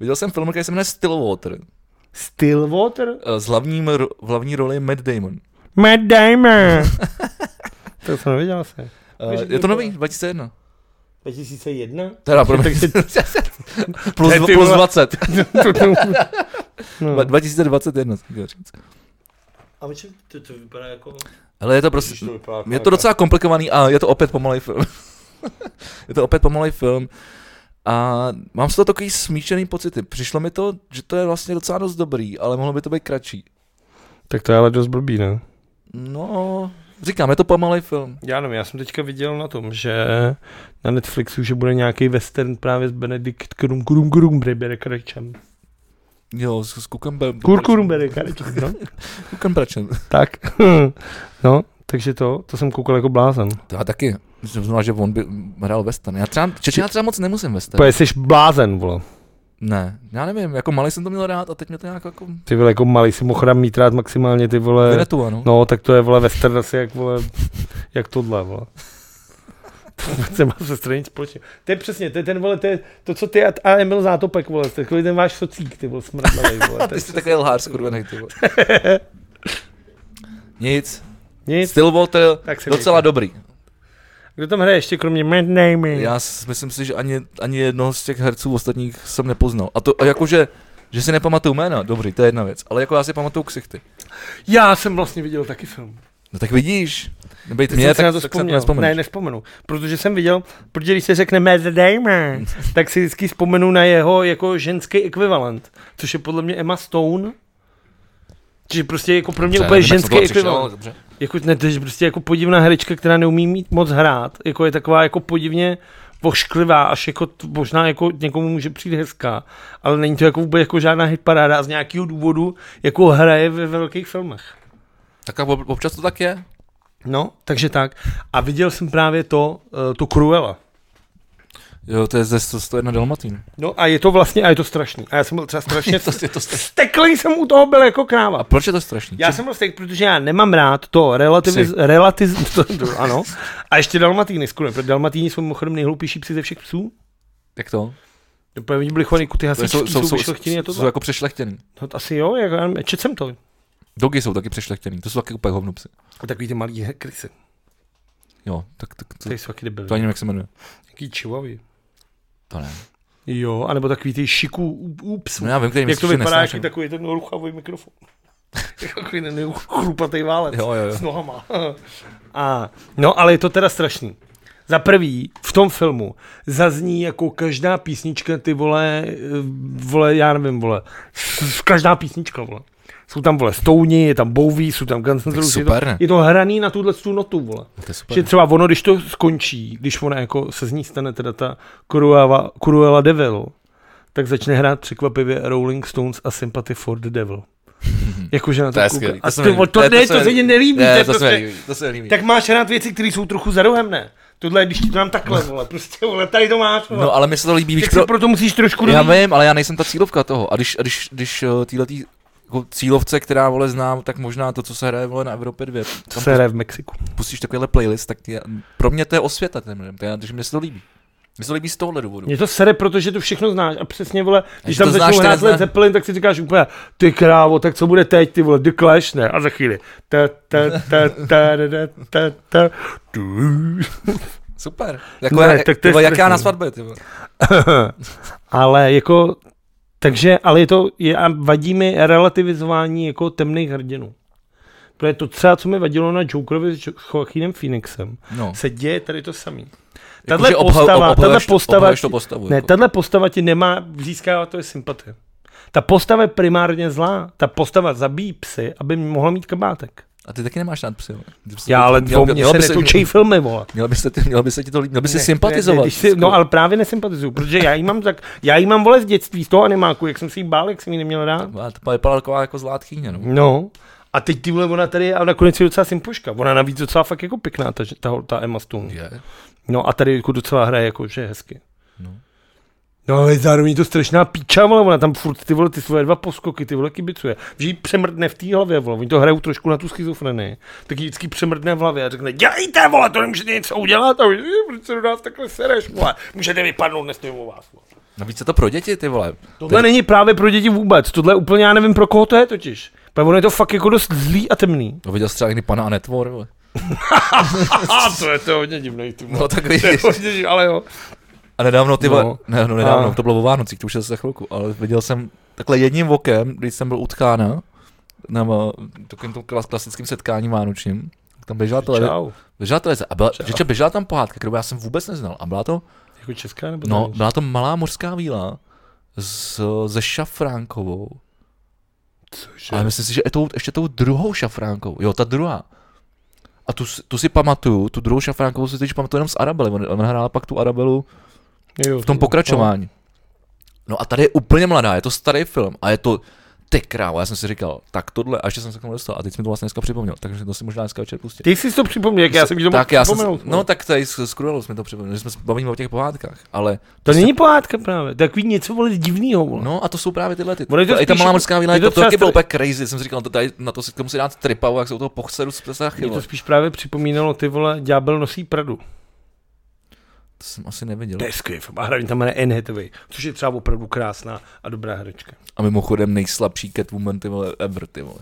Viděl jsem film, který se jmenuje Stillwater. Stillwater? eh, S hlavním, ro- v hlavní roli je Matt Damon. Matt Damon. to jsem neviděl asi. Eh, Víš, jak Je to to nový, *laughs* bylo? 2001. 2001? Teda, *laughs* pro Tak si- *laughs* plus, ty plus vole. 20. no. 2021, jsem chtěl říct. A myslím, to, to vypadá jako... Ale je to prostě, Je to docela komplikovaný a je to opět pomalej film. *laughs* je to opět pomalej film. A mám z toho takový smíšený pocity. Přišlo mi to, že to je vlastně docela dost dobrý, ale mohlo by to být kratší. Tak to je ale dost blbý, ne? No, říkám, je to pomalej film. Já nevím, já jsem teďka viděl na tom, že na Netflixu, že bude nějaký western právě s Benedikt Krum Krum Krum Breberekrečem. Jo, s, s Kukem Kurkurum Breberekrečem, no? Kukem Bračem. *laughs* Tak, *laughs* no, takže to, to jsem koukal jako blázen. To já taky. Jsem znal, že on by hrál western. Já třeba, Čeče, já třeba moc nemusím western. Pojď, jsi blázen, vole. Ne, já nevím, jako malý jsem to měl rád a teď mě to nějak jako Ty vole, jako malý si mohl mít rád maximálně ty vole. vynetu, ano. No, tak to je vole western asi jak vole, jak tohle vole. *laughs* To vůbec nemá se stranit společně. To je přesně, to je ten vole, to je to, co ty a, a Emil Zátopek vole, takový ten váš socík, ty vole, smrdlavej *laughs* vole. To Ty je jsi takový lhář, skurvenej, ty vole. Nic. Nic, Stillwater, tak se docela Hmm. docela... dobrý. Kdo tam hraje ještě kromě Mad Namey? Já s- myslím si, že ani, ani jednoho z těch herců ostatních jsem nepoznal. A to a jakože, že si nepamatuju jména, dobrý, to je jedna věc. Ale jako já si pamatuju ksichty. já jsem vlastně viděl taky film. No tak vidíš, nebejt Teď mě, jsem si na tak, to tak se na to vzpomněl. nespomeneš. ne, nespomenu. Protože jsem viděl, protože když se řekne Matt *laughs* Damon, tak si vždycky vzpomenu na jeho jako ženský ekvivalent, což je podle mě Emma Stone. Čiže prostě jako pro mě Dobře, úplně nevím, jak jsem ženský tohle přišel, ale ekvivalent. dobře. Jako, ne, to je prostě jako podivná herečka, která neumí mít moc hrát. Jako je taková jako podivně vošklivá, až jako t- možná jako někomu může přijít hezká, ale není to jako vůbec jako žádná hitparáda a z nějakého důvodu jako hraje ve velkých filmech. Tak a ob- občas to tak je. No, takže tak. A viděl jsem právě to, eh, tu Cruella. Jo, to je ze 101 *laughs* Dalmatín. No a je to vlastně, a je to strašný. A já jsem byl *laughs* třeba strašně... To, je to strašný. Steklý jsem u toho byl jako kráva. Proč je to strašný? Já jsem byl steklý, protože já nemám rád to relativiz... relatiz *laughs* to, to, ano. A ještě dalmatíny, skurve, protože dalmatíni jsou mimochodem nejhloupější psi ze všech psů. Jak to? No, protože oni byli chovaný kuty hasičský, jsou, jsou, jsou, a jsou to. jako přešlechtěný. No, to asi jo, jak, já nevím, čet jsem to. Dogy jsou taky přešlechtěný, to jsou taky úplně hovno psy. A takový ty malý he- krysy, Jo, tak, tak to, to jsou taky to debilní. ani nevím, jak se jmenuje. Jaký čivavy. To ne. Jo, anebo takový ty šiků u, u psů. No já vím, který Jak to myslíš, že vypadá, jak nesnáším. je takový ten ruchavý mikrofon. *laughs* takový ten chrupatý válec Jo, jo, jo. s nohama. *laughs* A, no, ale je to teda strašný. Za prvý, v tom filmu zazní jako každá písnička, ty vole, eh, vole, já nevím, vole, s- každá písnička, vole. Jsou tam, vole, Stouny, je tam Bowie, jsou tam Guns N' Roses, je to, super, ne? je to hraný na tuhle tu notu, vole. To je Že super. třeba ono, když to skončí, když ona jako se z ní stane teda ta Cruella, Cruella Devil, tak začne hrát překvapivě Rolling Stones a Sympathy for *laughs* the Devil. Jakože na to, To je kouká. skvělý. A se to, mi líbí. to, to, ne, to se mi- mně nelíbí. to Ne, je to se mi prostě, líbí, to se mi líbí. tak máš rád věci, které jsou trochu za rohem, ne? Tohle, když ti to dám takhle, vole, prostě, vole, tady to máš, vole. No ale mi se to líbí, víš, tak se pro... proto musíš trošku Já dobít. vím, ale já nejsem ta cílovka toho. A když, a když, když eh, týhletý jako cílovce, která vole znám, tak možná to, co se hraje vole na Evropě 2. Co se hraje v Mexiku. pustíš takovýhle playlist, tak je, pro mě to je osvěta, ten, já, takže mě se to líbí. Mně se to líbí z tohohle důvodu. Mě to sere, protože to všechno znáš a přesně, vole, když to tam znáš, začnou to hrát neznáš. Led Zeppelin, tak si říkáš úplně, ty krávo, tak co bude teď, ty vole, The Clash, ne, a za chvíli. Ta, ta, ta, ta, da, da, ta, ta, tu. Super. Jako, Ne, ne, tak tak to ty je vole, jak já strašný. na svatbě, ty vole. *laughs* ale jako, takže, ale je to, je, a vadí mi relativizování jako temných hrdinů. Protože to třeba, co mi vadilo na Jokerovi s Jo- Joaquinem Phoenixem, No. se děje tady to samý. Jako, Tahle že obha- postava, tahle obhajuješ to- postava, obhajuješ to postavu. ne, jako. tahle postava ti nemá, získává to je sympatie. Ta postava je primárně zlá. Ta postava zabíjí psy, aby mohla mít kabátek. A ty taky nemáš rád psy. vole. Ty bys- Já ale měl- dvou mě měl se bys- netučej filmy, vole. Měl by se, ty, měl by se ti to líbit, měl by si Ne, sympatizovat. ne, když si, no ale právě nesympatizuju, protože já jí mám, tak, já jí mám vole z dětství, z toho animáku, jak jsem si jí bál, jak jsem jí neměl rád. A to vypadá taková jako zlá tchýně, no. No. A teď ty vole, ona tady je a nakonec je docela sympoška. Ona navíc docela fakt jako pěkná, ta, ta, ta Emma Stone. Je. No a tady jako docela hraje jako, že je hezky. No. No ale zároveň je to strašná píča, vole, ona tam furt ty vole, ty svoje dva poskoky, ty vole kibicuje. Že jí přemrdne v té hlavě, vole, oni to hrajou trošku na tu schizofrenii. Tak jí vždycky přemrdne v hlavě a řekne, dělejte, vole, to nemůžete nic udělat, a vy, proč se do nás takhle sereš, vole, můžete vypadnout, nestojím u vás, vole. Navíc je to pro děti, ty vole. Tohle není právě pro děti vůbec, tohle je úplně, já nevím, pro koho to je totiž. Protože ono je to fakt jako dost zlý a temný. To No, viděl jsi třeba někdy pana Anetvor, vole. A to je to je hodně divný, ty vole. No tak To je vidíš. hodně divný, ale jo. A nedávno ty vole, No. no. ne, no nedávno, A- a... to bylo o Vánocích, to už je za chvilku, ale viděl jsem takhle jedním okem, když jsem byl utkána, na eh, takovém tom klas- klasickém setkání vánočním, tak tam běžela televize, Čau. běžela televize a byla, že, běžela tam pohádka, kterou já jsem vůbec neznal a byla to, Jako česká nebo no, zahraniční? byla to malá mořská víla s, se Šafránkovou Cože? Ale myslím si, že je tou, ještě tou druhou šafránkou. Jo, ta druhá. A tu, s- tu si pamatuju, tu druhou šafránkovou si teď pamatuju jenom z Arabely. On, on hrál pak tu Arabelu Jo, v tom pokračování. No a tady je úplně mladá, je to starý film a je to ty krávo, já jsem si říkal, tak tohle, a ještě jsem se k tomu dostal, a teď jsem to vlastně dneska připomněl, takže to si možná dneska večer pustí. Ty jsi si to připomněl, jak já jsem ti to tak mohl já jsem, si- připomenout, no vole. tak tady s Krudalou jsme to připomněli, že jsme se bavíme o těch pohádkách, ale to není pohádka právě, to je takový něco vole divnýho, vole. No a to jsou právě tyhle ty. Ono je to I ta spíš- malá morská víla, je to, to to třeba taky bylo str- úplně crazy, jsem si říkal, no, to tady, na to si to musí dát tripavu, jak se u toho pochcedu z přesachy. Mě to spíš právě připomínalo ty vole, ďábel nosí pradu. No. To jsem asi neviděl. To je skvělý film. A hlavně tam hraje Anne Hathaway, což je třeba opravdu krásná a dobrá herečka. A mimochodem nejslabší Catwoman, ty vole, ever, ty vole.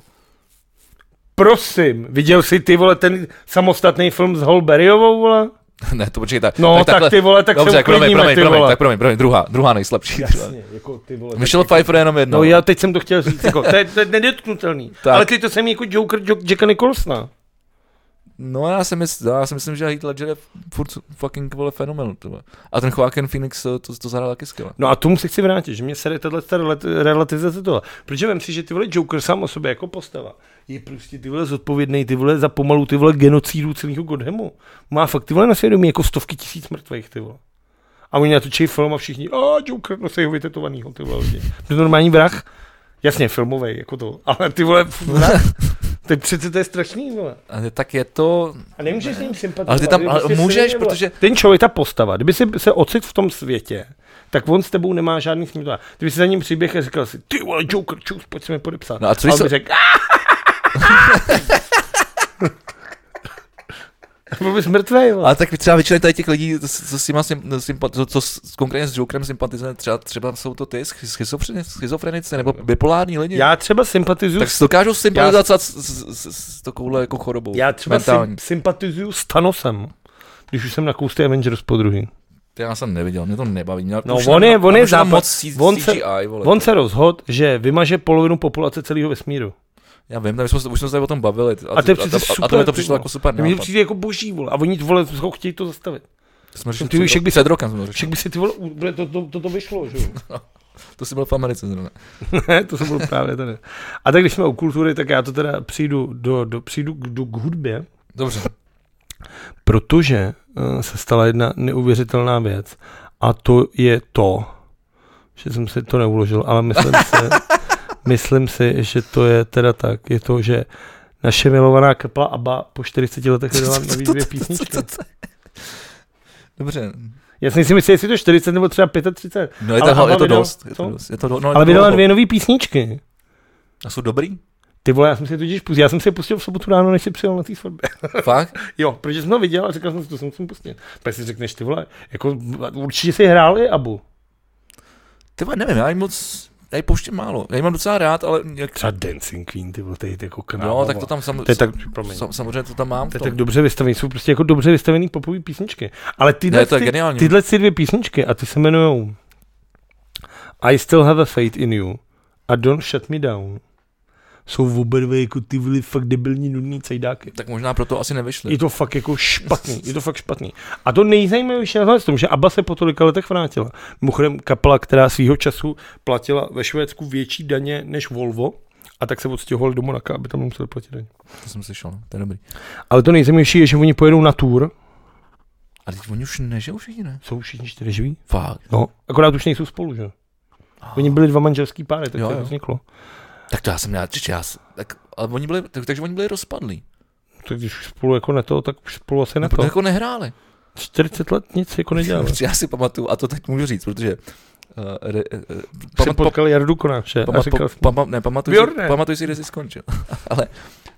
*laughs* Prosím, viděl jsi ty vole ten samostatný film s Holberyovou, vole? ne, to počkej, tak. No, tak, takhle- ty vole, tak se Dobře, promiň, uklidníme, promiň, ty promiň, vole. tak promiň, promiň, druhá, druhá nejslabší. ty vole. Jasně, jako ty vole. Michelle Pfeiffer je jenom jedno. No, já teď jsem to chtěl říct, jako, to, je, to je nedotknutelný. Tak. Ale ty to jsem jako Joker jo, Jacka Nicholsona. no já, si myslím, já si myslím, že Heath Ledger je furt fucking vole fenomen. ty vole. A ten Joaquin Phoenix eh, to, to zahrál taky skvěle. No a tomu se chci vrátit, že mě sere tahle relativizace tohle. Protože vím si, že ty vole Joker sám o sobě jako postava je prostě ty vole zodpovědný, ty vole za pomalu ty vole genocídu celého Godhemu. Má fakt ty vole na svědomí jako stovky tisíc mrtvých ty vole. A oni natočí film a všichni, a Joker, no se jeho vytetovanýho, ty vole lidi. To je normální vrah. Jasně, filmový, jako to. Ale ty vole, vrah. Teď přece to je strašný, vole. A tak je to, A nemůžeš s ním sympatizovat. Ale ty tam- je ale můžeš, silný, vole. protože- Ten člověk, ta postava, kdyby si se ocit v tom světě, tak on s tebou nemá žádný smysl. Kdyby si za ním příběh a říkal si, ty vole, Joker, čus, pojď se mi podepsat. No a co a on jsi- by řekl, *laughs* "Ah!" Byl bys mrtvej, vole. Ale tak třeba většina tady těch lidí, co, co s nima sym, sympa, co, co s, konkrétně s Jokerem sympatizuje, třeba, třeba jsou to ty schi- schizofreni- schizofrenici nebo bipolární lidi. Já třeba sympatizuju tak s- si dokážou sympatizovat s, s, s, s takovouhle jako chorobou. já třeba mentální. sym, sympatizuju s Thanosem, když už jsem na kousty Avengers po druhý. To Já jsem neviděl, mě to nebaví. Mě, No, už on na- je- on na- je už na západ- moc C, on on se- CGI, vole. On se rozhodl, že vymaže polovinu populace celého vesmíru. Já vím, tam jsme, se- už jsme se o tom bavili. A to je přece a, super. a, a to mi to ty přišlo vole. jako super Mně to nápad. přijde jako boží, vole. A oni, vole, ho chtějí to zastavit. Jsme řešili ty už jak před, by- před rokem, jsme to řešili. Však by si ty vole, u- bude to, to, to, to vyšlo, že jo? To jsi byl v Americe zrovna. *laughs* ne, to jsem byl právě tady. A tak když jsme u kultury, tak já to teda přijdu, do, do, přijdu k, do, k hudbě, Dobře. protože uh, se stala jedna neuvěřitelná věc. A to je to, že jsem si to neuložil, ale myslím *laughs* si, myslím si, že to je teda tak. Je to, že naše milovaná kapla ABBA po 40 letech vydala nový dvě *laughs* písničky. Dobře. Já si myslím, jestli je to 40 nebo třeba 35, No je, Ale to, Hava je to vydal- dost. Je co? to dost. Je to, no, je to ale vydala dlouho. dvě nové písničky. A jsou dobrý? Ty vole, já jsem si totiž pustil, já jsem si je pustil v sobotu ráno, než si přijel na té svatbě. Fakt? *laughs* Jo, protože jsem to viděl a říkal jsem si, to jsem musím pustit. Pak si řekneš, ty vole, jako určitě si hrál i Abu. Ty vole, nevím, já jim moc, já ji pouštím málo. Já ji mám docela rád, ale jak... Třeba Dancing Queen, ty vole, to je jako kanál. No, tak to tam sam... To je tak, promiň. sam, samozřejmě to tam mám. v To je tom. tak dobře vystavený, jsou prostě jako dobře vystavený popové písničky. Ale tyhle, Ne, to je ty, geniální. tyhle ty dvě písničky, a ty se jmenují I Still Have a Faith in You a Don't Shut Me Down, jsou oba dvě jako ty vole fakt debilní nudný cejdáky. Tak možná proto asi nevyšly. Je to fakt jako špatný, je to fakt špatný. A to nejzajímavější na tomhle tom, že ABBA se po tolika letech vrátila. Mimochodem kapela, která svýho času platila ve Švédsku větší daně než Volvo, a tak se odstěhovali do Monaka, aby tam nemuseli platit daně. To jsem slyšel, no. to je dobrý. Ale to nejzajímavější je, že oni pojedou na tour, A teď oni už nežijou všichni, ne? jsou všichni čtyři živí, Fakt. no, akorát už nejsou spolu, že? Oni byli dva manželský páry, tak Jo, to jo. vzniklo. Tak to já jsem rád, že já... s- Tak, ale oni byli, tak, takže oni byli rozpadlí. Tak když už spolu jako na to, tak už spolu asi na to. Proto jako nehráli. 40 let nic *laughs* jako nedělali. Protože já si pamatuju, a to teď můžu říct, protože... Uh, re, uh, Jsem potkal Jardu Konáče a Pamat, říkal, po, pama, ne, pamatuj, Bjorne. si, pamatuj si, kde jsi skončil. *laughs* Ale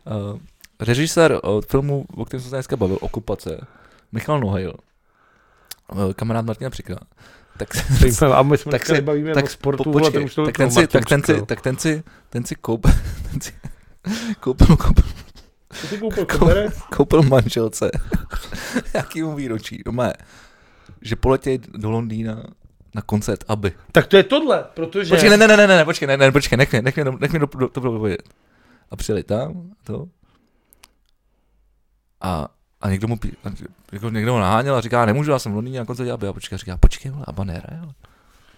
uh, režisér od filmu, o kterém jsem se dneska bavil, Okupace, Michal Nohajl, uh, kamarád Martina Přika, tak, a my jsme Tak tak se- se bavíme tak tak o sportu, po- po, počkej, už to tak, ten si, tak, ten si, tak ten si, ten si koupil, *laughs* ten si koupil, koupil, Ty *laughs* koupil Ko- koberec? koupil manželce *laughs* nějakýmu výročí, doma že poletěj do Londýna na koncert Aby. Tak to je tohle, protože... Počkej, ne, ne, ne, ne, ne, počkej, ne, ne, počkej, nech mě, nech mě, dom- nech mě do, do, to dopovědět. A přijeli tam, to. A, a někdo mu, pí- a, jako někdo ho naháněl a říká, nemůžu, já jsem v Londýně na koncertě Aby. A počkej, a říká, počkej, vole, Abba nehraje, vole.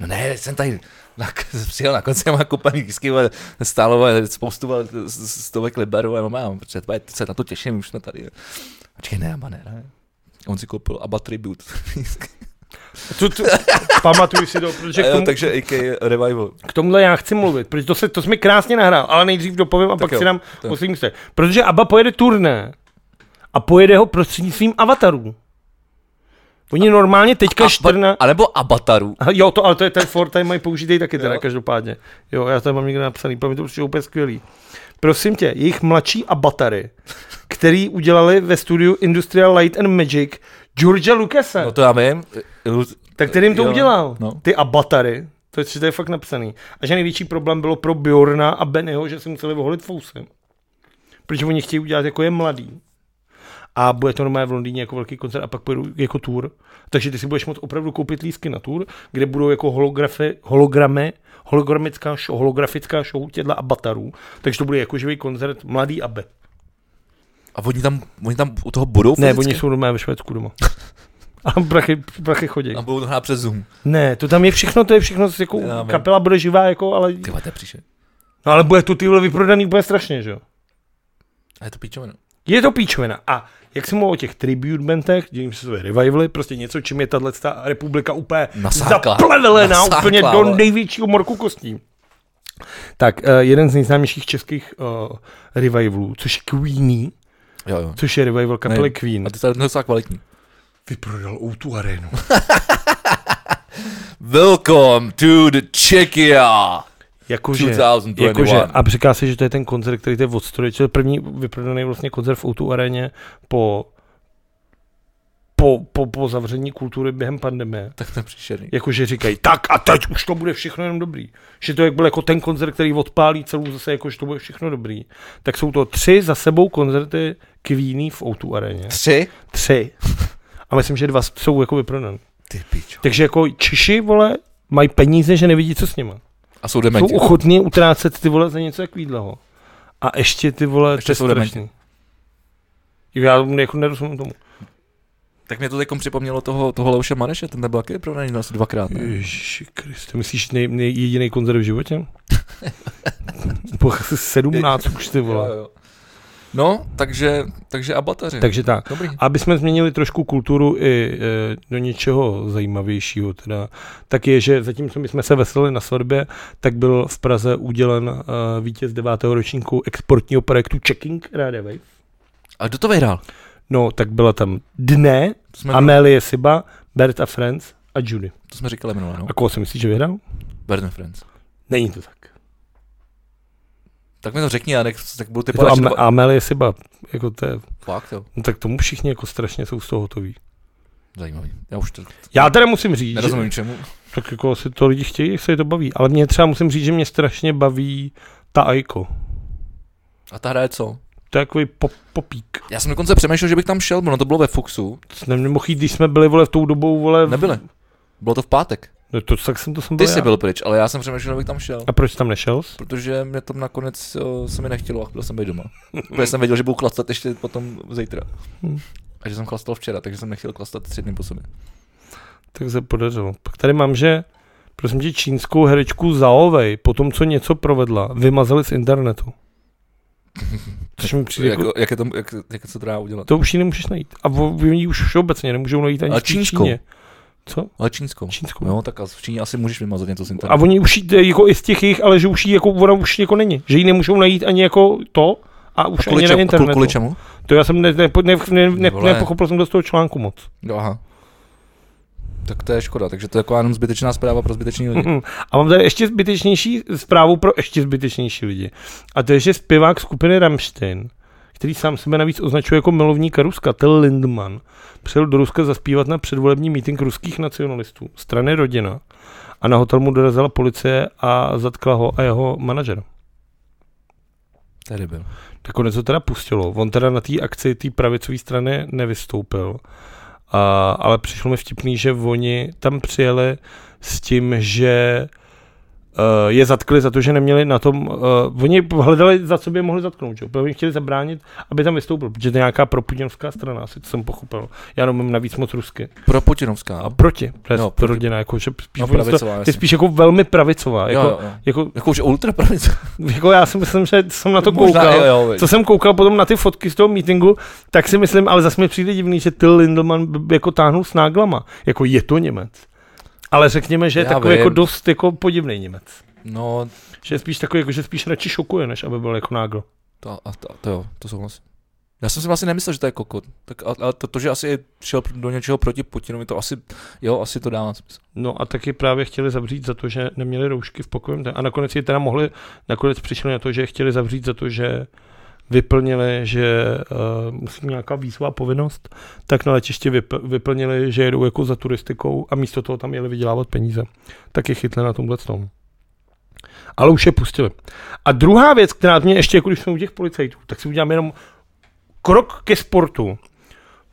No ne, jsem tady na, *laughs* přijel na konci, mám koupený disky, vole, stálo vole, spoustu vole, s- s- stovek liberů, já mám, protože vole, se na to těším, už jsme tady. A Počkej, ne, Abba nehraje. On si koupil Abba Tribute. Tu, tu, pamatuju si to, *laughs* protože A k, jo, tomu, takže AK Revival. k tomuhle já chci mluvit, protože to, se, to jsi mi krásně nahrál, ale nejdřív dopovím a pak jo, jo, si dám to jo. poslední místo. Protože ABBA pojede turné a pojede ho prostřednictvím avatarů. Oni normálně teďka 14... A nebo Abataru. Aha, Jo, to, ale to je ten for, tady mají použitý taky teda, Jo. každopádně. Jo, já tam mám někde napsaný, pro mě to určitě úplně skvělý. Prosím tě, jejich mladší abatary, který udělali ve studiu Industrial Light and Magic Georgia Lucasa, No no to já vím. Ilu- tak kterým to jo, udělal, no. no. ty abatary, to je, to je fakt napsaný. A že největší problém bylo pro Bjorna a Bennyho, že si museli voholit fousy. Protože oni chtějí udělat, jako je mladý. A bude to normálně v Londýně jako velký koncert a pak pojedu jako tour. Takže ty si budeš moct opravdu koupit lístky na tour, kde budou jako holografy, hologramy, hologramická show, holografická show těchto abatarů. Takže to bude jako živý koncert Mladý Abe. A oni tam, oni tam u toho budou Ne, fyzicky? oni jsou normálně ve Švédsku doma. *laughs* A prachy, prachy chodí. A budou to hrát přes Zoom. Ne, to tam je všechno, to je všechno, jako Já vím. kapela bude živá, jako, ale, Ty vole, to je příšer. no, ale bude to tyhle vyprodaný úplně strašně, že jo. A je to píčovina. Je to píčovina. A jak jsem mluvil o těch tribute bandech, dělím se své revivaly, prostě něco, čím je tahle republika úplně Nasáklá. zaplevená, Nasáklá, úplně do vole. největšího morku kostí. Tak, eh, jeden z nejznámějších českých uh, revivalů, což je Queenie, Jo, jo. což je revival kapely Ne, Queen, A ty tady docela kvalitní. vyprodal o arénu. Welcome to the Czechia. Jakože, 2021. jakože, a říká se, že to je ten koncert, který to je od studia, to je první vyprodaný vlastně koncert v O2 aréně po, po, po, po zavření kultury během pandemie. Tak to je příšerný. Jakože říkají, tak a teď už to bude všechno jenom dobrý. Že to jak byl jako ten koncert, který odpálí celou zase, jakože to bude všechno dobrý. Tak jsou to tři za sebou koncerty Queeny v O2 aréně. Tři? Tři. A myslím, že dva jsou jako vyprodaný. Ty pičo. Takže jako Češi, vole, mají peníze, že nevidí, co s nima A jsou jsou dementi. ochotní utrácet ty vole za něco takového. A ještě ty vole, Ještě to je jsou dementi. strašný. Jo, Já tomu jako nerozumím tomu. Tak mě to teď připomnělo toho, toho Leoše Mareše, ten nebyl taky prodaný asi dvakrát, ne? Ježiši Kriste, myslíš nej, nej, jediný koncert v *laughs* životě? po 17 už ty vole. jo. No, takže, takže abataři. Takže tak. Dobrý. Aby jsme změnili trošku kulturu i e, do něčeho zajímavějšího, teda, tak je, že zatímco my jsme se veselili na svatbě, tak byl v Praze udělen e, vítěz devátého ročníku exportního projektu Checking Radio Wave. A kdo to vyhrál? No, tak byla tam Dne, To jsme, Amélie Siba, Berta Friends a Judy. Jako to jsme říkali minule, no. A koho si myslíš, že vyhrál? Burden Friends. Není to tak. Tak mi to řekni, já nech, tak budu Je to typovat. že Am- to- Amelie Siba, jako to je, Fakt, jo. no tak tomu všichni jako strašně jsou z toho hotoví. Zajímavý. Já už to Já teda musím říct, že, Hmm. nerozumím čemu. tak jako asi to lidi chtějí, jak se je to baví, ale mě třeba musím říct, že mě strašně baví ta Aiko. A ta hra je co? To je takový pop, popík. Já jsem dokonce přemýšlel, že bych tam šel, no to bylo ve Fuxu. To jsem nemohl jít, když jsme byli, vole, v tou dobou, vole. v- Nebyli. Bylo to v pátek. No to, tak jsem to jsem Ty byl jsi já. byl pryč, ale já jsem přemýšlel, že bych tam šel. A proč tam nešel? jsi? Protože mě tam nakonec o, se mi nechtělo a chtěl jsem být *laughs* doma. Protože jsem věděl, že budu klastat ještě potom zítra. Hm. A že jsem chlastal včera, takže jsem nechtěl klastat tři dny po sobě. Tak se podařilo. Pak tady mám, že prosím tě, čínskou herečku Zaovej, po tom, co něco provedla, vymazali *laughs* z internetu. Což mi přijde jako, Jako, jak, je to, jak, jak se to dá udělat? To už ji nemůžeš najít. A vo- ji už všeobecně nemůžou najít ani A v té čínskou. Číně. Co? Ale čínskou. Čínskou. No, tak a v Číně asi můžeš vymazat něco z A internetu. oni už jí, jako i z těch jejich, ale že už jí, jako ona už jako není. Že ji nemůžou najít ani jako to a už Kvůli ani na čemu- kvůli- internetu. kvůli čemu? To já jsem ne, ne, ne, ne, ne, Vole. nepochopil jsem to z toho článku moc. No, aha. Tak to je škoda, takže to je jako jenom zbytečná zpráva pro zbytečný *laughs* lidi. Mm-mm. A mám tady ještě zbytečnější zprávu pro ještě zbytečnější lidi. A to je, že zpěvák skupiny Rammstein, který sám sebe navíc označuje jako milovníka Ruska, Till Lindman, přijel do Ruska zaspívat na předvolební mítink ruských nacionalistů, strany rodina. A na hotel mu dorazila policie a zatkla ho a jeho manažera. Tady byl. Nakonec ho teda pustilo. On teda na té akci té pravicové strany nevystoupil. A, ale přišlo mi vtipný, že oni tam přijeli s tím, že uh, je zatkli za to, že neměli na tom, uh, oni hledali, za co by je mohli zatknout, že? jo, protože oni chtěli zabránit, aby tam vystoupil, protože to je nějaká proputinovská strana, asi to jsem pochopil. Já nemám navíc moc rusky. Pro Putinovská. A proti, to je No, no, proti. rodina, jako, že spíš, No, oni to, pravicová, je jasně. spíš jako velmi pravicová. Jako, jo, jo. Jako, Jako už ultrapravice. jako, já si myslím, že *laughs* jsem na to koukal. Možná, jo, jo, Co co? jsem koukal potom na ty fotky z toho meetingu, tak si myslím, ale zase mi přijde divný, že Till Lindemann b- jako táhnul s náglama. Jako je to Němec. Ale řekněme, že je Já takový jako vím. dost jako podivný Němec. No, Že je spíš takový, jako, že spíš radši šokuje, než aby byl jako nágl. to, a, to, to jo, to souhlasím. Já jsem si vlastně nemyslel, že to je kokot. Tak, a, a to, to, že asi šel do něčeho proti Putinovi, to asi, jo, asi to dává smysl. No a taky právě chtěli zavřít za to, že neměli roušky v pokojem. A nakonec je teda mohli, nakonec přišli na to, že je chtěli zavřít za to, že vyplnili, že uh, musí mít nějaká výzva povinnost, tak na letišti vyp- vyplnili, že jedou jako za turistikou a místo toho tam jeli vydělávat peníze. Tak je chytli na tomhle tom. Ale už je pustili. A druhá věc, která mě ještě, jako když jsme u těch policajtů, tak si udělám jenom krok ke sportu.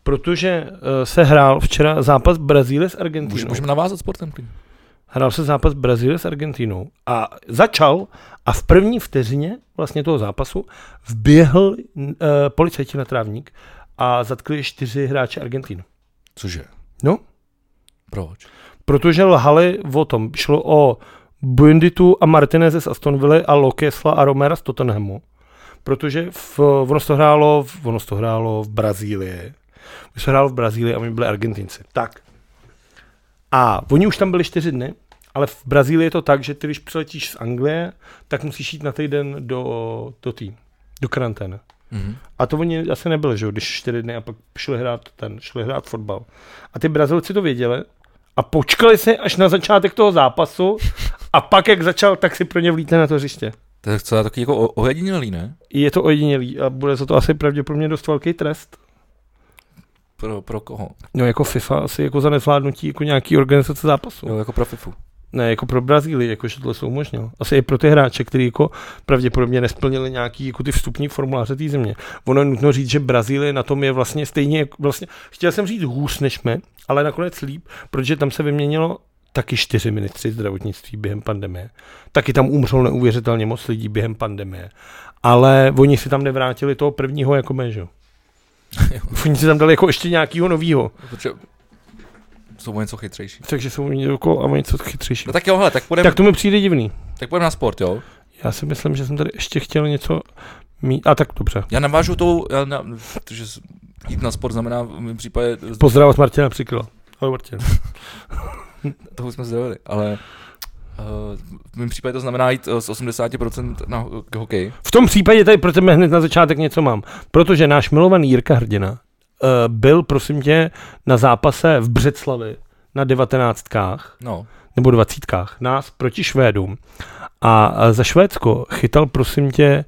Protože uh, se hrál včera zápas Brazílie s Může, Argentinou. můžeme navázat sportem klidně. Hrál se zápas Brazílie s Argentinou a začal a v první vteřině vlastně toho zápasu vběhl uh, policajti na trávník a zatkli čtyři hráče Argentínu. Cože? No, Proč? protože lhali o tom. Šlo o Buenditu a Martineze z Astonville a Lokesla a Romera z Tottenhamu. Protože v, ono, se to hrálo, v- ono se to hrálo v Brazílii. My jsme hráli v Brazílii a my byli Argentinci. Tak. A oni už tam byli čtyři dny, ale v Brazílii je to tak, že ty, když přiletíš z Anglie, tak musíš jít na týden do, do tým, do karantény. Mhm. A to oni asi nebyli, že jo, když čtyři dny a pak šli hrát ten, šli hrát fotbal. A ty Brazilci to věděli a počkali si až na začátek toho zápasu a pak, jak začal, tak si pro ně vlítne na to hřiště. To je celá taky jako o- ojedinělý, ne? Je to ojedinělý a bude za to asi pravděpodobně dost velký trest. Pro, pro koho? No jako FIFA asi jako za nezvládnutí jako nějaký organizace zápasu. Jo, jako pro FIFU. Ne, jako pro Brazílii, jako že tohle se umožnilo. Asi i pro ty hráče, kteří jako pravděpodobně nesplnili nějaký jako ty vstupní formuláře té země. Ono je nutno říct, že Brazílie na tom je vlastně stejně, jak- vlastně, chtěl jsem říct hůř než my, ale nakonec líp, protože tam se vyměnilo taky čtyři ministři zdravotnictví během pandemie. Taky tam umřelo neuvěřitelně moc lidí během pandemie. Ale oni si tam nevrátili toho prvního jako my, že? jo? Oni si tam dali jako ještě nějakého novýho, Protože jsou o něco chytřejší. takže jsou oni jako a něco chytřejší. No tak jo, hele, tak půjdeme Tak to mi přijde divný. tak půjdem na sport, jo? Já si myslím, že jsem tady ještě chtěl něco mít. A tak dobře. Já navážu tou, já na, protože s- jít na sport znamená v mém případě, z- Pozdrav od Martina Přikla. Ahoj Martin. toho jsme zdravili, ale eh, v mém případě to znamená jít eh, z 80% na ho- k hokeji. V tom případě tady pro tebe hned na začátek něco mám. Protože náš milovaný Jirka Hrdina uh, byl, prosím tě, na zápase v Břeclavi na 19. No, nebo dvacítkách nás proti Švédům. A eh, za Švédsko chytal, prosím tě,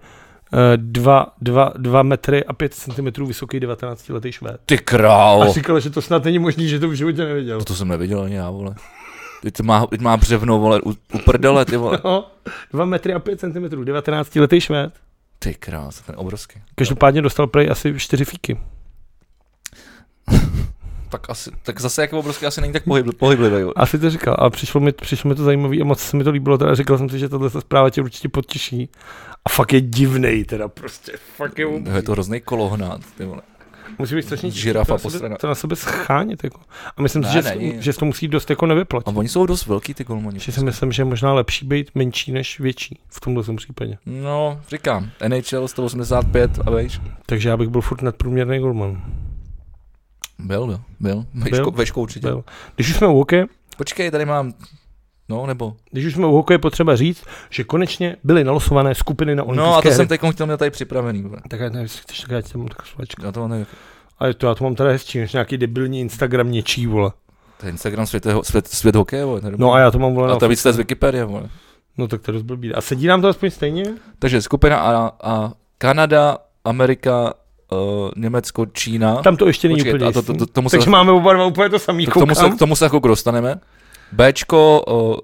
eh, 2, 2, 2 metry a 5 cm vysoký 19-letý Švéd. Ty král. A říkal, že to snad není možný, že to v životě neviděl. No to jsem neviděl ani já, vole. Teď má, teď má břevno, vole, u, u prdele, ty vole. No, 2 metry a 5 cm, 19-letý Švéd. Ty krás, ten je obrovský. Každopádně dostal prej asi 4 fíky. Tak, asi, tak zase jako obrovský asi není tak pohybl, pohyblivý. vole. Asi to říkal. A přišlo mi, přišlo mi to zajímavé a moc se mi to líbilo. Teda říkal jsem si, že tahle zpráva tě určitě potěší. A fakt je divnej teda prostě. Fakt je, No, je to hrozný kolohnát, ty vole. musí být strašně těžký žirafa to na sebe- postrana. To na sebe schánět jako. A myslím Ne, si, že, není. že to musí dost jako nevyplat. A oni jsou dost velký, ty golmani. Že si myslím, že je možná lepší být menší než větší v tomhle tom případě. No, říkám, NHL 185 a vejš. Takže já bych byl furt nadprůměrný golman. Byl, byl, byl. Byl? Vejško, vejško určitě. Byl. Když už jsme u hokeje, Počkej, tady mám, no nebo. když už jsme u hokeje, potřeba říct, že konečně byly nalosované skupiny na olympijské No a to hry. jsem teď chtěl měl tady připravený. vole. Tak já nevím, jestli chceš, tak já ti tam dám takovou slovačku. Já to nevím. A je to, já to mám teda hezčí, než nějaký debilní Instagram něčí, vole. To je Instagram svět, svět, svět hokeje, vole. tady- No a já to mám, vole, a na... to je víc z Wikipedie, vole. no tak to je dost blbý. A sedí nám to aspoň stejně? Takže skupina A, a Kanada, Amerika, uh, Německo, Čína. Tam to ještě není Počkej, úplně a to- jistý. to- to- tomu se- Takže máme oba dva úplně to samý, k, to, tomu se, *laughs* koukám. k tomu se jako dostaneme. Bčko, uh,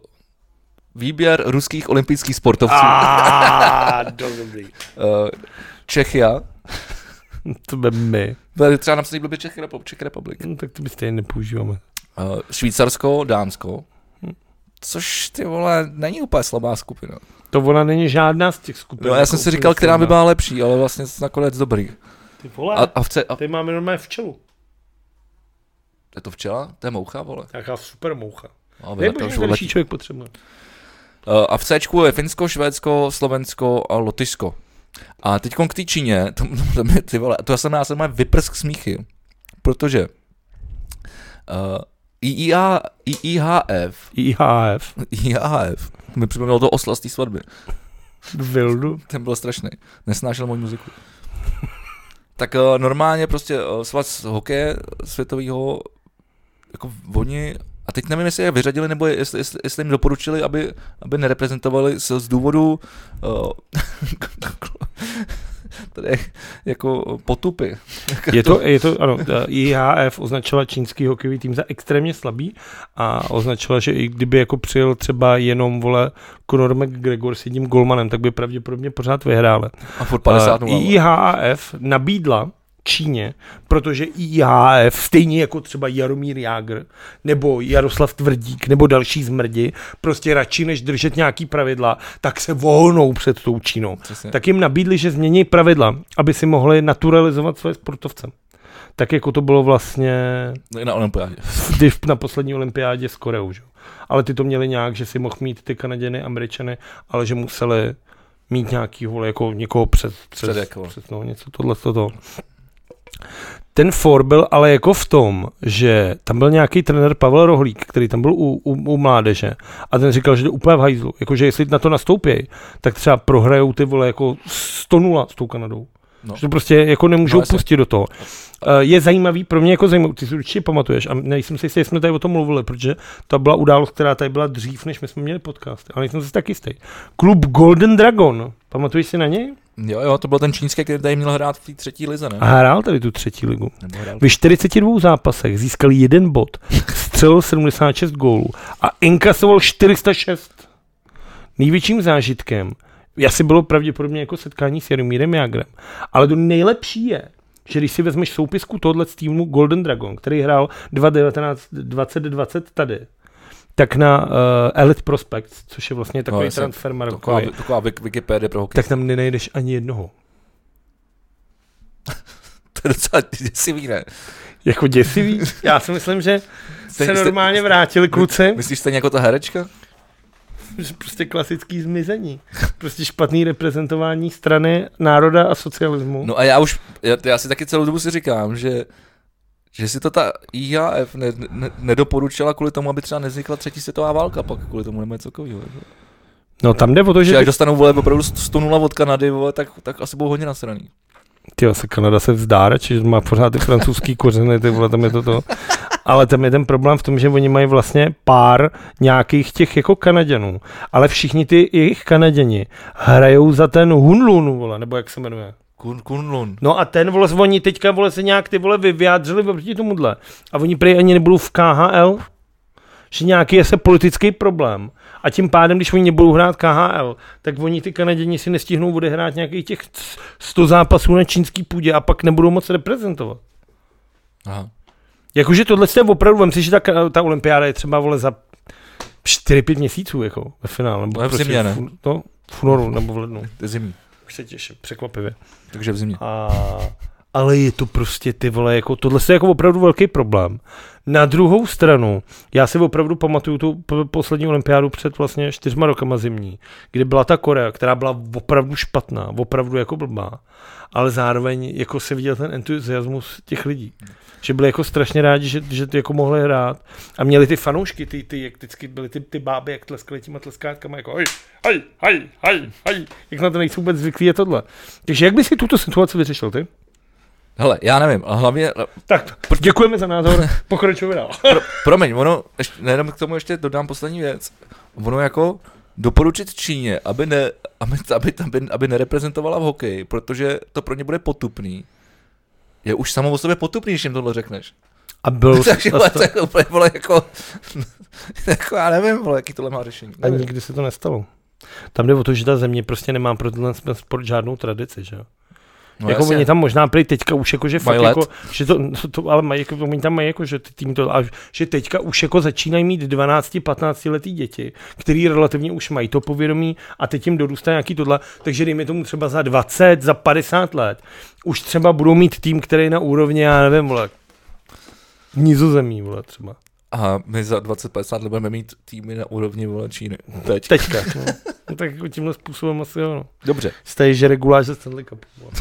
výběr ruských olympijských sportovců. Ah, dost dobrý. Uh, Čechia. To by my. Tady třeba napsaný blbě Czech, Repu- Czech Republic. No, tak to by stejně nepoužíváme. Uh, Švýcarsko, Dánsko. Hm. Což ty vole, není úplně slabá skupina. To ona není žádná z těch skupin. No, já jako jsem si úplně říkal, která by stejná. byla lepší, ale vlastně nakonec dobrý. Ty vole, A, a... a, v ce, a tady máme normálně včelu. je to včela? To je moucha, vole. Nějaká super moucha. A, Nebo že další člověk potřebuje. Uh, A v C je Finsko, Švédsko, Slovensko a Lotyšsko. A teď k té Číně, *laughs* to, to, to, ty vole, to já jsem, já jsem mám vyprsk smíchy, protože uh, IIA, *laughs* IIHF, IHF. IIHF, mi připomnělo to osla z té svatby, Vildu. ten byl strašný, nesnášel moji muziku. *laughs* tak uh, normálně prostě uh, svaz hokeje světového, jako oni, a teď nevím, jestli je vyřadili, nebo je- jestli, jestli, jestli jim doporučili, aby, aby nereprezentovali z, z důvodu uh, *laughs* tady je jako potupy. *laughs* Je to, je to, ano, eh, ta IHF označila čínský hokejový tým za extrémně slabý a označila, že i kdyby jako přijel třeba jenom, vole, Conor McGregor s jedním golmanem, tak by pravděpodobně pořád vyhráli. A furt 50 Eh, nula, vole. IHF nabídla Číně, protože IHF, stejně jako třeba Jaromír Jágr, nebo Jaroslav Tvrdík, nebo další zmrdi, prostě radši než držet nějaký pravidla, tak se vohnou před tou Čínou. Přesně. Tak jim nabídli, že změní pravidla, aby si mohli naturalizovat své sportovce. Tak jako to bylo vlastně No i na olympiádě. když na poslední olympiádě s Koreou. Že? jo. Ale ty to měli nějak, že si mohl mít ty Kanaděny, Američany, ale že museli mít nějaký vole, jako někoho před, přes, Před jako. před no, něco tohle, toto. Ten for byl ale jako v tom, že tam byl nějaký trenér Pavel Rohlík, který tam byl u, u, u mládeže a ten říkal, že to je úplně v hajzlu. Jakože jestli na to nastoupějí, tak třeba prohrajou ty vole jako 100 nula s tou Kanadou. No. Že to prostě jako nemůžou No, no, jasně. pustit do toho. Eh, Je zajímavý, pro mě jako zajímavý, ty si určitě pamatuješ, a nejsem si jistý, jestli jsme tady o tom mluvili, protože to byla událost, která tady byla dřív, než my jsme měli podcast, ale nejsem si tak jistý. Klub Golden Dragon, pamatuješ si na něj? Jo, jo, to byl ten čínský, který tady měl hrát v té třetí lize, ne? A hrál tady tu třetí ligu. Nebo hrál. Ve 42 zápasech získal jeden bod, střelil 76 gólů a inkasoval 406. Největším zážitkem asi bylo pravděpodobně jako setkání s Jaromírem Jagrem. Ale to nejlepší je, že když si vezmeš soupisku tohle z týmu Golden Dragon, který hrál 2019, 2020 tady, tak na uh, Elite Prospects, což je vlastně takový no, jasně, transfer Taková, Marokový, taková Wik- Wikipedie pro hokej. tak tam nenajdeš ani jednoho. *laughs* To je docela *laughs* děsivý, ne? Jako děsivý. Já si myslím, že se jste- normálně vrátili kluci. Myslíš stejně jako ta herečka? Prostě klasický zmizení. Prostě špatný reprezentování strany, národa a socialismu. No. No a já už, já, já si taky celou dobu si říkám, že že si to ta IHF ne, ne, nedoporučila kvůli tomu, aby třeba nevznikla třetí světová válka, pak kvůli tomu nemáme celkovýho. jako. no tam jde o to, Že že... až dostanou vole opravdu 100 nula od Kanady, vole, tak, tak asi budou hodně nasraný. Ty se Kanada se vzdá, čiže má pořád ty francouzský kořeny, ty vole, tam je to to. ale tam je ten problém v tom, že oni mají vlastně pár nějakých těch jako Kanaděnů, ale všichni ty jejich Kanaděni hrajou za ten Hunlun, vole, nebo jak se jmenuje. Kun, kunlun. No a ten, vole, oni teďka, vole, se nějak ty, vole, vyjádřili proti tomuhle. A oni prej ani nebudou v KHL, že nějaký je se politický problém. A tím pádem, když oni nebudou hrát KHL, tak oni ty Kanaděni si nestihnou odehrát nějakých těch 100 zápasů na čínský půdě a pak nebudou moc reprezentovat. Aha. Jakože tohle je opravdu, vem si, že ta, ta olympiáda je třeba vole za 4-5 měsíců jako ve finále. Nebo Ale v zimě, ne? v, no, v únoru nebo v lednu. To je zimní. Už se těším, překvapivě. Takže v zimě. A, *laughs* ale je to prostě ty vole, jako, tohle je jako opravdu velký problém. Na druhou stranu, já si opravdu pamatuju tu p- poslední olympiádu před vlastně čtyřma rokama zimní, kdy byla ta Korea, která byla opravdu špatná, opravdu jako blbá, ale zároveň jako se viděl ten entuziasmus těch lidí, že byli jako strašně rádi, že, že ty jako mohli hrát a měli ty fanoušky, ty, ty jak vždycky byly ty, ty báby, jak tleskaly těma tleskátkama, jako hej, hej, hej, hej, hej, jak na to nejsou vůbec zvyklí je tohle. Takže jak by si tuto situaci vyřešil ty? Hele, já nevím, a hlavně, Tak, děkujeme za *laughs* názor, pokračujeme dál. pro, promiň, ono, ještě, nejenom k tomu ještě dodám poslední věc. Ono jako doporučit Číně, aby, ne, aby, aby, aby, aby nereprezentovala v hokeji, protože to pro ně bude potupný. Je už samo o sobě potupný, když jim tohle řekneš. A *laughs* *laughs* byl Takže vole, vlastně- to je úplně, vole, jako, *laughs* jako, já nevím, vole, jaký tohle má řešení. A Nevím. nikdy se to nestalo. Tam jde o to, že ta země prostě nemá pro tenhle sport žádnou tradici, že jo. No, jako jasně. oni tam možná prý teďka už jako, že fakt Mají let. jako, že to, no to, ale mají, jako, oni tam mají jako, že ty tým to, a že teďka už jako začínají mít 12-15 letý děti, který relativně už mají to povědomí a teď jim dorůstá nějaký tohle, takže dejme tomu třeba za 20, za 50 let, už třeba budou mít tým, který je na úrovni, já nevím, vole, nizozemí, vole, třeba. A my za 20-50 let budeme mít týmy na úrovni vole Číny. Teď. Teďka. No. *laughs* no tak jako tímhle způsobem asi jo. No. Dobře. Stejně, že regulář ze Stanley Cupu. vole.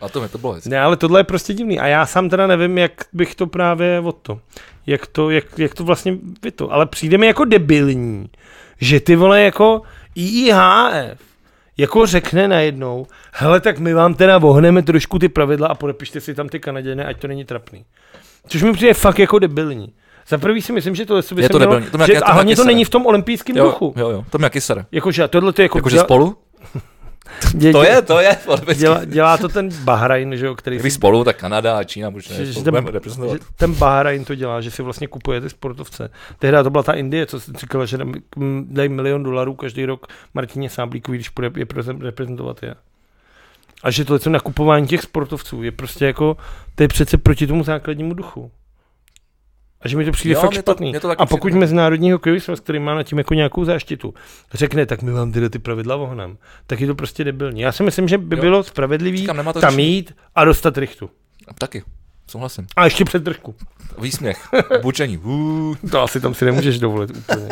A to mi to bylo hezky. Ne, ale tohle je prostě divný. A já sám teda nevím, jak bych to právě o to. Jak to, jak, jak to vlastně vy to. Ale přijde mi jako debilní, že ty vole jako IIHF jako řekne najednou, hele, tak my vám teda vohneme trošku ty pravidla a podepište si tam ty Kanaděny, ať to není trapný. Což mi přijde fakt jako debilní. Za prvý si myslím, že tohle by Je se to mělo, debilní. To mě- že, já to a hlavně taky to sere. není v tom olympijském Jo, duchu. jo, jo, to mě jaký sere. Jakože a tohle to je jako... Jakože děla- spolu? Dě, To je, to je. vole, bez- Dělá, dělá to ten Bahrajn, že jo, který Kdyby si, spolu, tak Kanada a Čína už ne, že, že, spolu ten, budeme reprezentovat. že ten Bahrajn to dělá, že si vlastně kupuje ty sportovce. Tehdy to byla ta Indie, co si říkala, že dám- m, dají milion dolarů každý rok Martině Sáblíkový, když půjde je prezent- reprezentovat je. A že tohle co nakupování těch sportovců je prostě jako, to je přece proti tomu základnímu duchu. A že mi to přijde Jo, fakt mně to- špatný. mně to taky a pokud přijde. Mezinárodní hokejový svaz, který má nad tím jako nějakou záštitu, řekne, tak my vám tyhle ty pravidla ohnem, tak je to prostě debilní. Já si myslím, že by Jo. bylo spravedlivý Říkám, nemá to tam řešení. jít a dostat rychtu. Taky, souhlasím. A ještě před držku. Výsměch, *laughs* bučení. hů. To asi tam si nemůžeš dovolit úplně.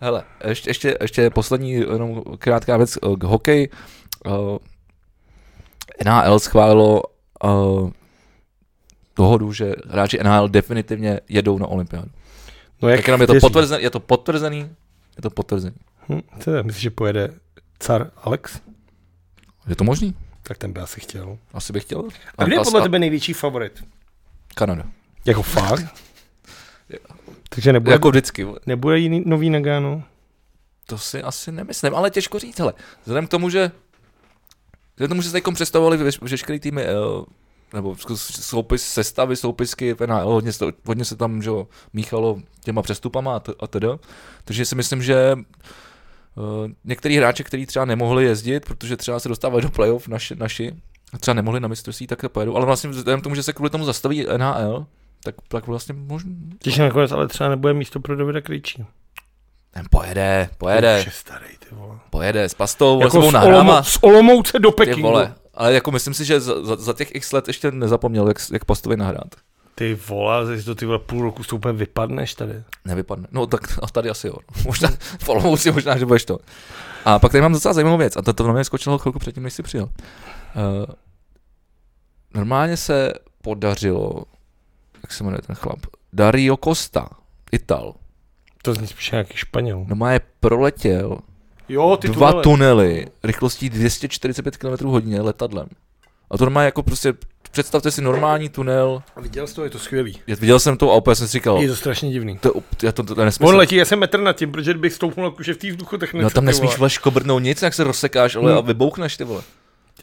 Hele, ještě, ještě, ještě poslední jenom krátká věc eh, k hokeji. Eh, NHL schválilo eh, dohodu, že hráči NHL definitivně jedou na olympiádu. No Tak jenom je to kteří? potvrzený, je to potvrzený, je to potvrzený. Hm, co je, myslíš, že pojede car Alex? Je to možný? Tak ten by asi chtěl. Asi bych chtěl. A kde je As- podle tebe největší favorit? Kanada. *laughs* Jako fakt? Takže nebude, jako... Jako vždycky. vole. nebude jiný nový Nagano? To si asi nemyslím, ale těžko říct, hele. Vzhledem k tomu, že vzhledem k tomu, že se teďkom představovali veš- veškerý týmy, eh, nebo skou- soupis sestavy, soupisky v NHL, hodně se, to- hodně se tam že, jo, míchalo těma přestupama a, t- a teda. Takže si myslím, že eh, některý hráči, kteří třeba nemohli jezdit, protože třeba se dostávají do playoff naši, naši a třeba nemohli na mistrovství, tak pojedu. Ale vlastně vzhledem k tomu, že se kvůli tomu zastaví NHL, tak, tak vlastně možná... Těž nakonec ale třeba nebude místo pro Davida Krejčí. Ten pojede, To pojede, už je starý, ty vole. pojede s pastou, jako Jako s z, náhrama. Olomou, z Olomouce do Pekingu. Ty vole, ale jako myslím si, že za, za, za těch x let ještě nezapomněl, jak, jak Pastovi nahrát. Ty vole, zase do ty vole půl roku z toho úplně vypadneš tady. Nevypadne. No tak a tady asi jo. *laughs* Možná, v Olomouci možná, že budeš to. A pak tady mám docela zajímavou věc. A to, to na mě skočilo chvilku předtím, než jsi přijel. Uh, normálně se podařilo, jak se jmenuje ten chlap, Dario Costa, Ital. To zní spíš nějaký Španěl. Normálně proletěl Jo, ty dva tunely rychlostí 245 km hodině letadlem. A to má jako prostě představte si normální tunel, Viděl jsi to, je to skvělý. já viděl jsem to a úplně jsem si říkal, Je to strašně divný. to, je up- já to, to, to je nesmysl. On letí, já jsem metr nad tím, protože bych stoupnul kuže v té vzduchotechnice. No tam ty nesmíš vole. vleško brnout nic, jak se rozsekáš, ale Hmm. a vybouchneš ty vole.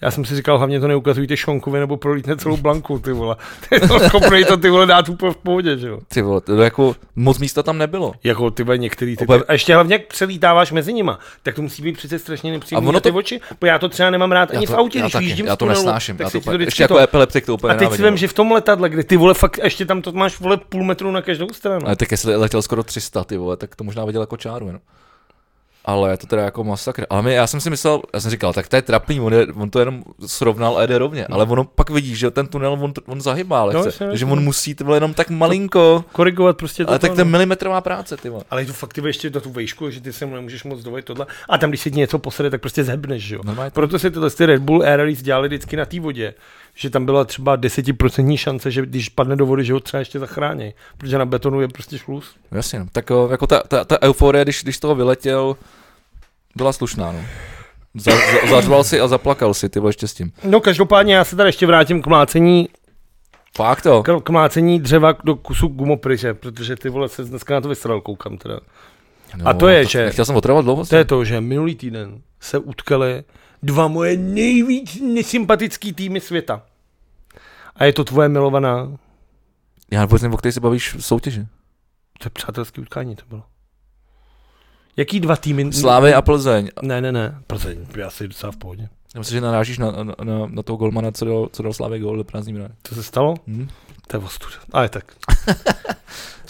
Já jsem si říkal, hlavně to neukazujte Šonkovi, nebo prolítne celou blanku, ty vole. *laughs* Ty to schopnej to, ty vole, dát úplně v pohodě, že jo. Ty vole, to jako moc místa tam nebylo. Jako ty vole, některý ty, Obe- A ještě hlavně, jak přelítáváš mezi nima, tak to musí být přece strašně nepříjemné. A ono na ty to- oči, bo já to třeba nemám rád Já ani to, v autě, já, když taky, jíždím já v to tunelu, nesnáším, tak já se to, ti to úplně- vždycky ještě jako epileptik to úplně A teď si nenávidím. no. vím, že v tom letadle, kdy ty vole fakt ještě tam to máš vole půl metru na každou stranu. Ale tak jestli letěl skoro 300, ty vole, tak to možná viděl jako čáru jenom. Ale je to teda jako masakr. Ale my, já jsem si myslel, já jsem říkal, tak to je trapný, on, je, on to jenom srovnal a jede rovně. Ale ono pak vidí, že ten tunel on, on zahybá Hmm. No, lehce, jasně, no, že jasně. on musí ty vole, jenom tak malinko. Korigovat prostě to. Ale tak no. to je milimetrová práce, ty vole. Ale je to fakt ty vole, ještě na tu vejšku, že ty se mu nemůžeš moc dovolit tohle. A tam, když se ti něco posede, tak prostě zhebneš, že jo. Normálně to- Proto se tyhle ty Red Bull Air Release dělali vždycky na té vodě. Že tam byla třeba 10% šance, že když padne do vody, že ho třeba ještě zachrání. Protože na betonu je prostě šluz. Jasně, no. tak o, jako ta, ta, ta euforie, když, když toho vyletěl, byla slušná, no. Za, za, zařval si a zaplakal si, ty vole, ještě s tím. No každopádně já se tady ještě vrátím k mlácení, Fakt to. k, k mlácení dřeva do kusu gumopryže, protože ty vole se dneska na to vystral, koukám teda. No, a to je, že- Chtěl jsem otrvat dlouho. To je to, že minulý týden se utkali dva moje nejvíc nesympatický týmy světa. A je to tvoje milovaná Já vůbec nevím, o který se bavíš v soutěži. To je přátelské utkání to bylo. Jaký dva týmy? Slávy a Plzeň. Ne, ne, ne. Plzeň, já si docela v pohodě. Já myslím, že narážíš na, na, na, na toho golmana, co dal, co dal Slávě gol do prázdní brány. To se stalo? Hm? To je ostuda. Ale tak.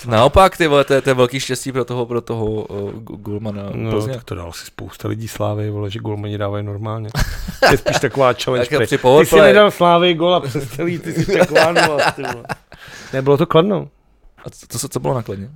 Naopak, ty vole, to je, to je velký štěstí pro toho, pro toho uh, golmana no, No, Plzně. tak to dalo si spousta lidí slávy, vole, že golmani dávají normálně. To je spíš taková challenge. *laughs* Tak jo, play. při ty si powerplay. nedal slávy gol a přes celý, ty si *laughs* taková nula, ty vole. Ne, bylo to kladno. A co, co, se- co bylo nakladně?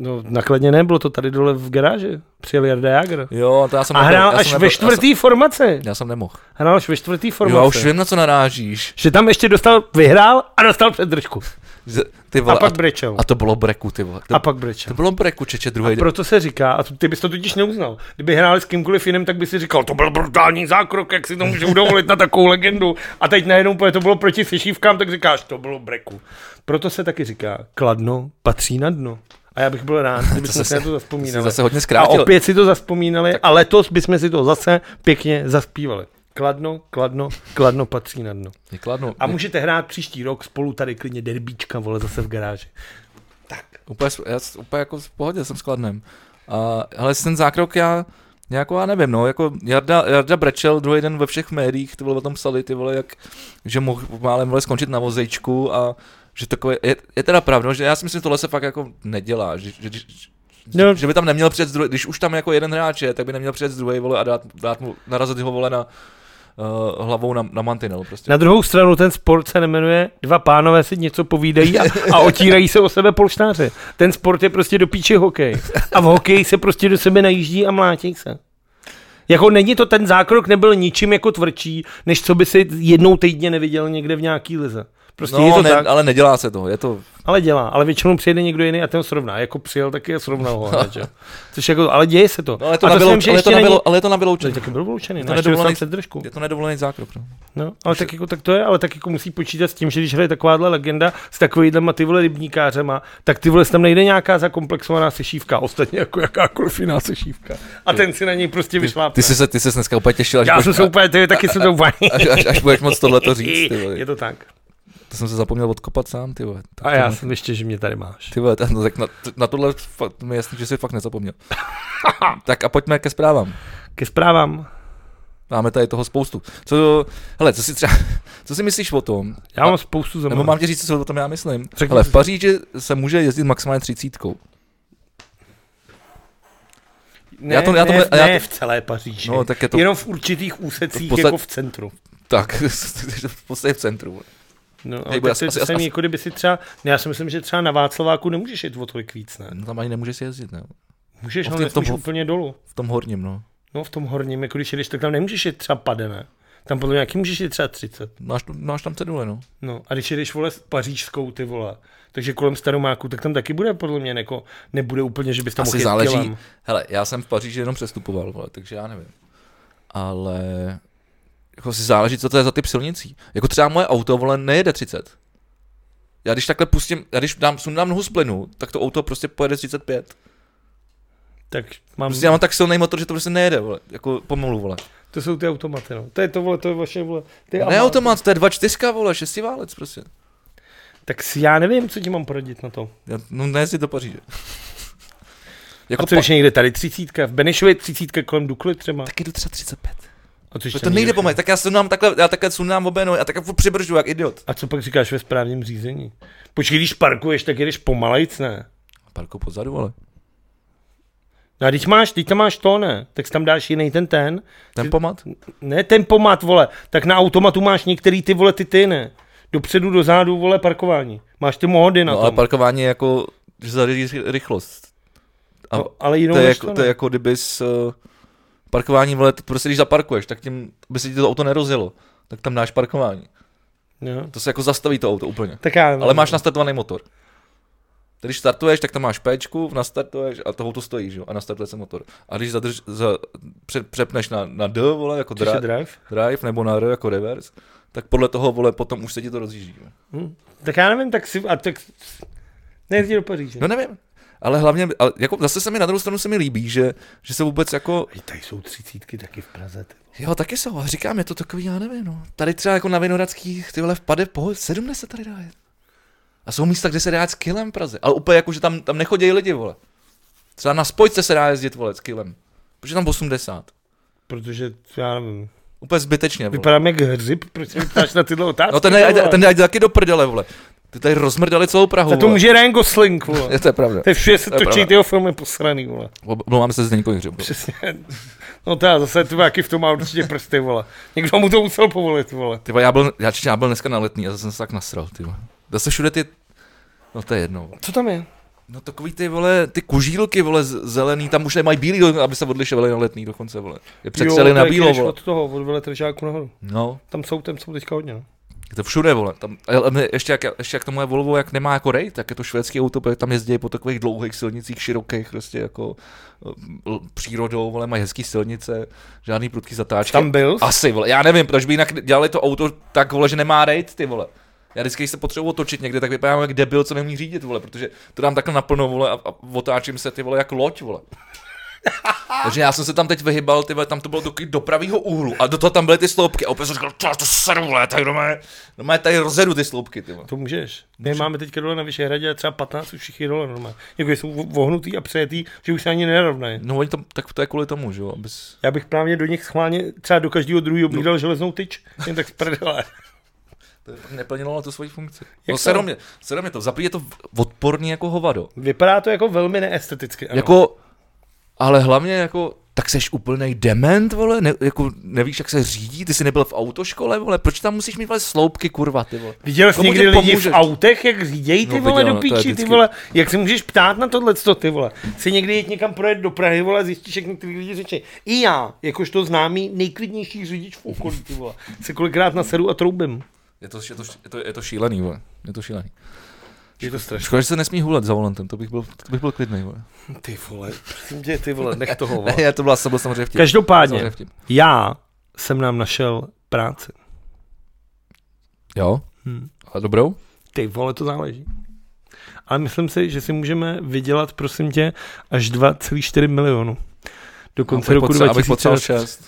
No, nakladně ne, bylo to tady dole v garáži. Přijel Jarda Jager. Jo, to já jsem A nebyl- hrál já až jsem ve nebyl- Já čtvrtý formaci. jsem, já jsem nemohl. Hrál až ve čtvrtý Jo, já už formaci. vím, na co narážíš. Že tam ještě dostal, vyhrál a dostal předržku. Z- Ty A vole, a, pak brečel. a to bylo breku, ty vole. To, A pak brečel. to bylo breku, čeče, druhý den. Proto se říká, a tu- ty bys to totiž neuznal. Kdyby hráli s kýmkoliv jiným, tak by si říkal, to byl brutální zákrok, jak si to můžou dovolit na takovou legendu. A teď najednou, protože to bylo proti sešívkám, tak říkáš, to bylo breku. Proto se taky říká, kladno patří na dno. A já bych *laughs* byl rád, kdyby jsme si zase- na to Jsi zaspomínali. zase hodně a zkrátil. opět si to zaspomínali a letos bychom si to zase pěkně zaspívali. Kladno, kladno, kladno patří na dno. Nekladnu. A můžete hrát příští rok spolu tady klidně derbíčka, vole, zase v garáži. Úplně, s- já, s- úplně jako v pohodě jsem s Kladnem. A, ale ten zákrok já, jako já nevím, no, jako Jarda, Jarda Brečel druhý den ve všech médiích, ty vole o tom psali, ty vole, jak, že mohl málem vole skončit na vozejčku a že takové, je, je teda pravda, že já si myslím, že tohle se fakt jako nedělá, že, že, že No. No. Že by tam neměl přijet z druhé, když už tam jako jeden hráč je, tak by neměl přijet z druhé vole a dát, dát mu, narazit ho vole na uh, hlavou na, na mantinel prostě. Na druhou stranu ten sport se jmenuje Dva pánové si něco povídají a, a otírají se o sebe polštáře. Ten sport je prostě do píči hokej. A v hokeji se prostě do sebe najíždí a mlátí se. Jako není to, ten zákrok nebyl ničím jako tvrdší, než co by si jednou týdně neviděl někde v nějaký lize. Prostě no, je to no, ne, tak, ale nedělá se to, je to, ale dělá. Ale většinou přijede někdo jiný a ten ho srovná. Jako přijel taky a srovnal ho. hned, že? Což jako, ale děje se to. no, ale je to, a na, to bylo, jsem, že ale je to ještě na, není... bylo, ale je to na vyloučení. Taky byl vloučený, To no, ještě nedovolený- dostal předržku. Je to nedovolený zákrok. No. No, ale tak jako tak to je, ale tak jako musí počítat s tím, že když hraje takováhle legenda s takovýhlema ty vole rybníkářema, tak ty vole tam nejde nějaká zakomplexovaná sešívka, ostatně jako jakákoliv jiná sešívka. A ten si na něj prostě vyšlápne. Ty jsi, se, ty jsi se dneska úplně těšil, až, Já budeš, jsem se úplně, ty, *laughs* taky jsem to úplně. až, až, až budeš moc *laughs* tohleto říct. Ty vole. Je to tak. To jsem se zapomněl odkopat sám, ty vole. Tak A to já ne- jsem ještě, že mě tady máš. Ty vole, tak- no, tak na, na tohle fakt, mi je jasný, že jsi fakt *laughs* nezapomněl. tak a pojďme ke zprávám. Ke zprávám. Máme tady toho spoustu. Co, hele, co si třeba, co si myslíš o tom? Já mám spoustu No. Nebo zajímavých. mám ti říct, co o tom já myslím? Řekni Hele, si. v Paříži se může jezdit maximálně třicítkou. Ne, já to- já to- ne, já to- ne v celé Paříži. No, tak je to- Jenom v určitých úsecích, To v podstatě- jako v centru. Tak, *laughs* v podstatě v centru. No, ale Hej, tak asi- to asi- je to samý, asi- jako kdyby si třeba, ne, já si myslím, že třeba na Václaváku nemůžeš jít o tolik víc, ne? No, tam ani nemůžeš si jezdit, ne? Můžeš, No, v ale tom- v tom- nesmíš úplně dolů. V tom horním, no. No v tom horním, jako když jedeš, tak tam nemůžeš jít třeba padené. Tam podle mě jaký můžeš jít třeba 30. Máš, máš tam cedule, no. No a když jedeš, vole, s pařížskou, ty vole, takže kolem staromáku, tak tam taky bude podle mě, jako, nebude úplně, že bys tam mohl Asi jet záleží. kilem. Hele, já jsem v Paříži jenom přestupoval, vole, takže já nevím. Ale jako si záleží, co to je za typ silnicí. Jako třeba moje auto, vole, nejede 30. Já když takhle pustím, já když dám, sundám nohu z plynu, tak to auto prostě pojede 35. Tak mám, Prostě já mám tak silný motor, že to prostě nejede, vole. Jako pomalu, vole. to jsou ty automaty, no. To je to, vole, to je vaše, vole. Ty Ne ama- automat, to je 2.4, vole, šestiválec prostě. Tak si, já nevím, co ti mám poradit na to. Já, no ne, si do *laughs* Paříže. A jako co pa- ještě někde tady třicítka, v Benešově třicítka kolem Dukly třeba. tak jdu třeba 35. A co ještě No To tam nejde někde? pomalu, tak já sundám takhle, já takhle sundám obě nohy a takhle furt přibrždu jak idiot. A co pak říkáš ve správním řízení? Počkej, když parkuješ, tak jedeš pomalejc, ne? Parku pozadu, vole. No a když máš, teď tam máš to, ne? Tak si tam dáš jiný ten ten. Tempomat? Ne tempomat, vole. Tak na automatu máš některý ty, vole, ty ty, ne? Dopředu, dozadu, vole, parkování. Máš ty mohody na No no, ale tom. parkování je jako, že zařídíš rychlost. A no, ale jinou to, je než jako, to je ne? jako kdyby s eh, parkování, vole, to prostě když zaparkuješ, tak tím, aby se ti to auto nerozjelo, tak tam dáš parkování. No. To se jako zastaví to auto úplně. Tak já nevím. Ale máš nastartovaný motor. Když startuješ, tak tam máš péčku, nastartuješ a to auto stojí, že jo, a nastartuje se motor. A když zadrž, za, pře, přepneš na, na D, vole, jako Což dra, je drive? drive, nebo na R jako reverse, tak podle toho, vole, potom už se ti to rozjíždí. jo. Hm. Tak já nevím, tak si... A tak... Nejdi do Paříže. No nevím, ale hlavně, ale jako zase se mi na druhou stranu se mi líbí, že, že se vůbec jako, Ej, tady jsou třicítky taky v Praze. Ty. jo, taky jsou, a říkám, je to takový, já nevím, no. Tady třeba jako na Vinohradských, ty vole, v pade po 70 tady dá jet. A jsou místa, kde se dá jet s kilem v Praze, ale úplně jako, že tam, tam nechodí lidi, vole. Třeba na spojce se dá jezdit, vole, s kilem, protože tam 80. Protože, já nevím, Úplně zbytečně, vole. vypadám jak hřib, proč se mě ptáš na tyhle otázky? No ten, ty ať- vole? ten, ten taky do prdele, vole. Ty tady rozmrdali celou Prahu, Za to vole. může Ryan *laughs* Gosling, vole. Je to je pravda. To je všude se To je točí pravda. tyho filmy posraný, vole. Omlouvám se z Zdeňkovi Hřibu. Přesně. No to já zase tu jaký v tom má určitě prsty, vole. Někdo mu to musel povolit, vole. Ty vole, já byl, já, já byl dneska na letní a zase jsem se tak nasral, ty vole. Zase všude ty, no to je jedno. vole. Co tam je? No takový ty vole, ty kužílky vole z- zelený, tam už nemají bílý, do- aby se odlišovali na letní dokonce vole. Je přestřeli Jo, na tak bílo jdeš vole. Od toho, od veletržáku nahoru. No, Tam jsou, tam jsou teďka hodně. no. je to všude vole. Tam, ale my- ještě, jak, ještě jak to moje Volvo, jak nemá jako rej, tak je to švédský auto, protože tam jezdí po takových dlouhých silnicích, širokých, prostě jako mm, l- přírodou, vole, mají hezký silnice, žádný prudký zatáčky. Tam byl? Asi, vole, já nevím, proč by jinak dělali to auto tak, vole, že nemá rejt, ty vole. Já vždycky, když se potřebuji otočit někde, tak vypadám jak debil, co nemí řídit, vole, protože to dám takhle naplno, vole, a, a otáčím se, ty vole, jak loď, vole. Takže já jsem se tam teď vyhybal, ty vole, tam to bylo do, do pravýho úhlu a do toho tam byly ty sloupky a opět jsem říkal, "Tyhle, to seru, vole, tady doma, doma tady rozjedu ty sloupky, ty vole. To můžeš. My Může. máme teďka dole na Vyšehradě třeba 15 už všichni dole normálně. Jako jsou vo- vohnutý a přejetý, že už se ani nenarovnají. No oni to, tak to je kvůli tomu, že jo, abys... Já bych právě do nich schválně třeba do každého druhého obídal no. železnou tyč, jen tak z prdele. *laughs* To neplnilo to svoji funkci. Jak No to? serem je, serem je to, zaprý je to odporný jako hovado. Vypadá to jako velmi neesteticky. Ano. Jako, ale hlavně jako, tak seš úplnej dement, vole, ne, jako nevíš, jak se řídí, ty jsi nebyl v autoškole, vole, proč tam musíš mít, vole, sloupky, kurva, ty vole. Viděl jsi Komu někdy ty lidi pomůžeš? v autech, jak řídějí ty No, vole viděl, do no, to je píči, ty vždycky. vole, jak se můžeš ptát na tohle, co ty vole. Chci někdy jít někam projet do Prahy, vole, a zjistíš, jak některý lidi řeče. I já, jakožto známý nejklidnější řidič v okolí, ty vole, se kolikrát nasedu a troubím. Je to, je to, je to, je to šílený, vole, je to šílený. Je to strašné. Škoda, že se nesmí hulet za volantem, to bych byl, to bych byl klidný, vole. Ty vole, prosím tě, ty vole, nech toho, vole. Ne, já to byla, jsem byl samozřejmě vtip. Samozřejmě *laughs* Každopádně, vtip. já jsem nám našel práci. Jo, Hmm. ale dobrou? Ty vole, to záleží. Ale myslím si, že si můžeme vydělat, prosím tě, až 2,4 milionu. Do No, konce Abych roku potřeba- abych potřeboval 2020. šest.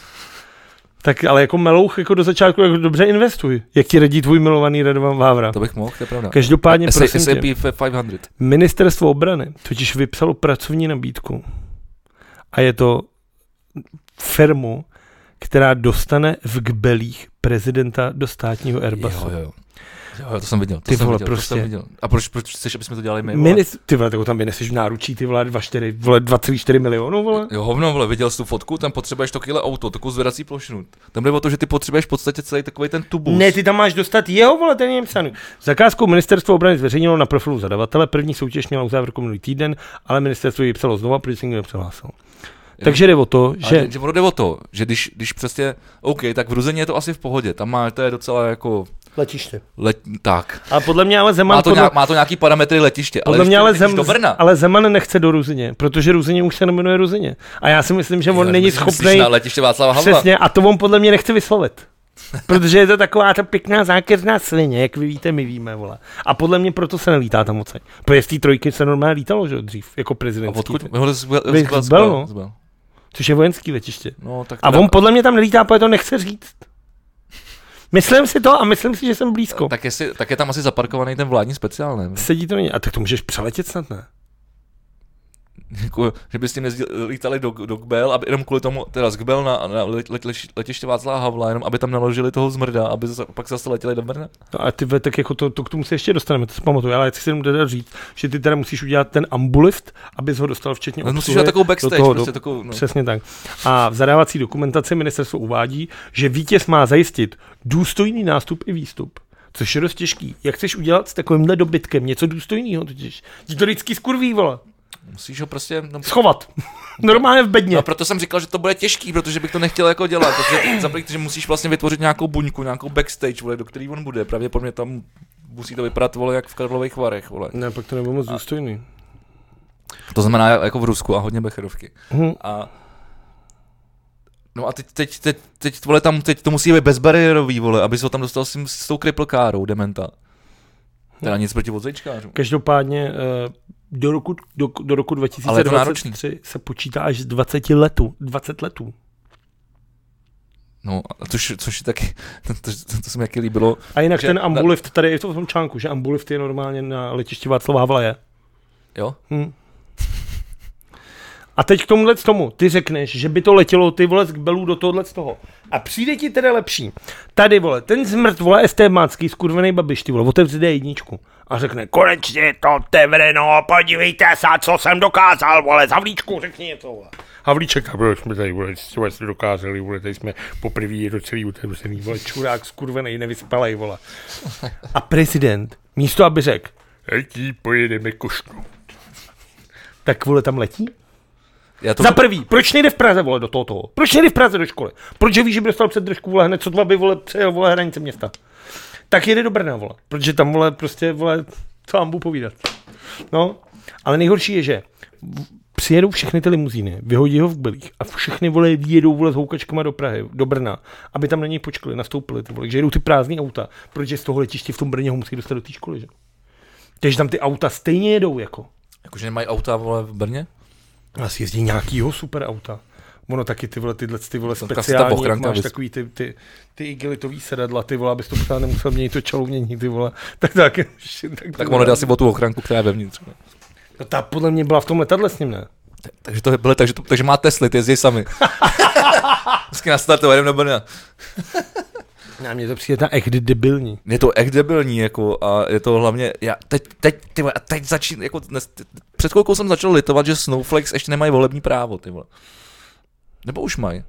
Tak ale jako melouch jako do začátku jako dobře investuj, jak ti radí tvůj milovaný Radovan Vávra. To bych mohl, to je pravda. Každopádně, S- prosím tě, SAP 500. ministerstvo obrany totiž vypsalo pracovní nabídku a je to firmu, která dostane v Kbelích prezidenta do státního Airbusu. Jo, jo, jo. Jo, jo, to jsem viděl, to Ty jsem vole, viděl, to jsem prostě. viděl. A proč, proč chceš, aby jsme to dělali my? vole? Minis- ty vole, tak ho tam vyneseš v náručí, ty vole, 2,4, vole, 2,4 milionů, vole. Jo, hovno, vole, viděl jsi tu fotku, tam potřebuješ to kilo auto, takovou zvedací plošinu. Tam jde o to, že ty potřebuješ v podstatě celý takový ten tubus. Ne, ty tam máš dostat jeho, vole, ten je psaný. Zakázku ministerstvo obrany zveřejnilo na profilu zadavatele, první soutěž měla uzávěrku minulý týden, ale ministerstvo ji psalo znova, protože se nikdo nepřihlásil. Takže jde o to, Ale že že ono jde o to, že když, když přesně, OK, tak v Ruzeně je to asi v pohodě, tam má, to je docela jako, letíš ty. let, tak. Ale podle mě ale Zeman, Má to, podle, nějak, má to nějaký parametry letiště, ale podle mě když ale, ty letíš Zem, do Brna. ale Zeman nechce do Ruzině, protože Ruzině už se nemenuje Ruzině. A já si myslím, že on Jo, není myslíš schopný. na letiště Václava Havla. *laughs* Přesně, a to on podle mě nechce vyslovit. Protože je to taková ta pěkná zákeřná svině, jak vy víte, my víme, vole. A podle mě proto se nelítá tam moc. Protože z té trojky se normálně lítalo, že jo, dřív, jako A prezidentský. odkud? ty- Ho zbyl, Bych zbyl, zbyl, zbyl, no. zbyl. Což je vojenský letiště. No, tak A teda- on podle mě tam nelítá, protože to nechce říct. Myslím si to a myslím si, že jsem blízko. Tak. tak, jestli, tak je tam asi zaparkovaný ten vládní speciál, ne? *laughs* Sedí to na ně. A tak to můžeš přeletět snad, ne? Jako, že by s tím lítali do, do Gbel, aby jenom kvůli tomu, teda z Gbel na, na let, let, letiště Václava Havla, jenom aby tam naložili toho zmrda, aby zase, pak zase letěli do Brna. No a ty ve- tak jako to, to, k tomu se ještě dostaneme, to si pamatuju, ale já chci jenom teda říct, že ty teda musíš udělat ten ambulift, abys ho dostal včetně No, musíš obsluhy dát takovou do backstage, toho prostě do- takovou, no. Přesně tak. A v zadávací dokumentaci ministerstvo uvádí, že vítěz má zajistit důstojný nástup i výstup. Což je dost těžký. Jak chceš udělat s takovýmhle dobytkem něco důstojného totiž? Ti to vždycky skurví, vole. Musíš ho prostě, no, Schovat. Normálně v bedně. No proto jsem říkal, že to bude těžký, protože bych to nechtěl jako dělat, protože za první, že musíš vlastně vytvořit nějakou buňku, nějakou backstage, vole, do který on bude, pravděpodobně tam musí to vypadat, vole, jak v Karlových varech, vole. Ne, pak to nebylo moc důstojný. To znamená jako v Rusku a hodně becherovky. Mhm. A No a teď, teď, teď, teď, vole, tam, teď to musí být bezbariérový, vole, aby se ho tam dostal s, tím, s tou cripple károu, dementa. Teda nic proti vodzejčkářům. Každopádně eh, do roku, do, do roku Ale je to náročný. 2023 se počítá až z 20 letů. 20 letů. No, a což, což je taky, *laughs* to, to, to, to se mi taky líbilo. A jinak Že- že, ten ambulift, tady je to v tom článku, že ambulift je normálně na letišti Václava Havla je. Jo? Hm. A teď k tomuhle z tomu, ty řekneš, že by to letělo ty vole z belů do tohohle z toho. A přijde ti teda lepší. Tady vole, ten zmrt vole STMácký, skurvený babiš, ty vole, otevře D1 a řekne, konečně je to otevřeno, podívejte se, co jsem dokázal, vole, zavlíčku, řekni něco, vole. Havlíček, a bylo jsme tady, vole, co jsme dokázali, vole, tady jsme poprvé je docela otevřený, vole, čurák, skurvený, nevyspalej, vole. A prezident, místo aby řekl, jaký pojedeme košnou, tak vole tam letí? Já to, Za prvý, proč nejde v Praze vole do toho toho? Proč nejde v Praze do školy? Proč je víš, že by dostal předdržku vole hned co dva by vole přejel vole hranice města? Tak jede do Brna vole, protože tam vole prostě vole, co vám budu povídat. No, ale nejhorší je, že v- přijedou všechny ty limuzíny, vyhodí ho v kbelích a všechny vole vyjedou vole s houkačkama do Prahy, do Brna, aby tam na něj počkali, nastoupili ty vole, že jedou ty prázdné auta, protože z toho letiště v tom Brně ho musí dostat do té školy, že? Takže tam ty auta stejně jedou jako. jakože nemají auta, vole, v Brně? Asi jezdí nějakýho super auta. Ono taky ty vole, tyhle ty vole Tam ta speciální, jak ochranka máš vys- takový ty, ty, ty igelitový sedadla, ty vole, abys to pořád nemusel měnit to čalounění, ty vole. *laughs* Tak tak, tak, Tak ono jde asi o tu ochranku, která je vevnitř. Ne? No, ta podle mě byla v tom letadle s ním, ne? Takže to bylo, takže, to, takže má Tesly, ty jezdí sami. Vždycky nastartovat, jdem do Brna. Na mě to přijde ta echt debilní. Je to echt debilní, jako, a je to hlavně, já teď, teď, ty vole, a teď začín, jako, dnes, t- před chvilkou jsem začal litovat, že Snowflakes ještě nemají volební právo, ty vole. Nebo už mají.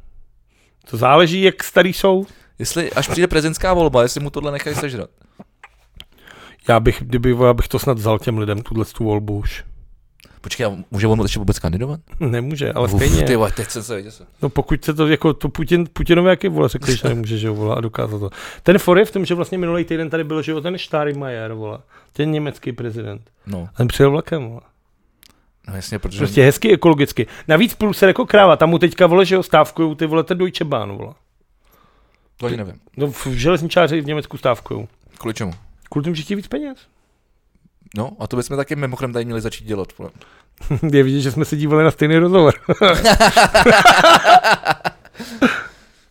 To záleží, jak starý jsou. Jestli, až přijde prezidentská volba, jestli mu tohle nechají sežrat. Já bych, kdyby, vole, já bych to snad vzal těm lidem, tuhle tu volbu už. Počkej, a může on ještě vůbec kandidovat? Nemůže, ale stejně. Uf, ty vole, teď jsem se viděl. No pokud se to jako to Putin, Putinovi jaký vole řekli, že nemůže, že jo, vole, a dokázal to. Ten for je v tom, že vlastně minulý týden tady byl, že jo, ten Steinmeier, vole, ten německý prezident. No, A ten přijel vlakem, vole. no jasně, protože... Prostě hezky ekologicky. Navíc průser jako kráva, tam mu teďka, vole, že jo, stávkujou ty, vole, ten Deutsche Bahn, vole. To ani nevím. No v železničáři v Německu stávkujou. Kvůli čemu? Kvůli tomu, že chtějí víc peněz. No, a to bychom taky mimochodem tady měli začít dělat. Vole. *laughs* Je vidět, že jsme se dívali na *laughs* stejný rozhovor.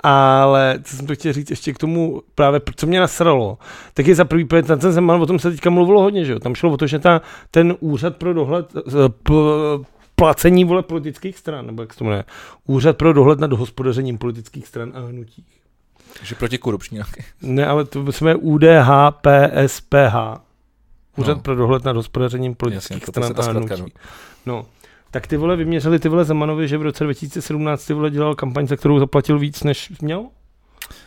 Ale co jsem to chtěl říct ještě k tomu, právě co mě nasralo, tak je za prvý, protože ten ten Zeman, o tom se teďka mluvilo hodně, že jo? Tam šlo o to, že ta, ten úřad pro dohled, eh, pl- placení vole politických stran, nebo jak se to jmenuje, úřad pro dohled nad hospodařením politických stran a hnutí. Že proti korupční nějaký. Ne, ale to jsme UDHPSPH. Úřad No. no. pro dohled nad hospodařením politických Jasně, to- Jasně, to se stran ta a zkratka, hnutí. No. Tak ty vole vyměřili ty vole Zemanovi, že v roce 2017 ty vole dělal kampaň, za kterou zaplatil víc, než měl?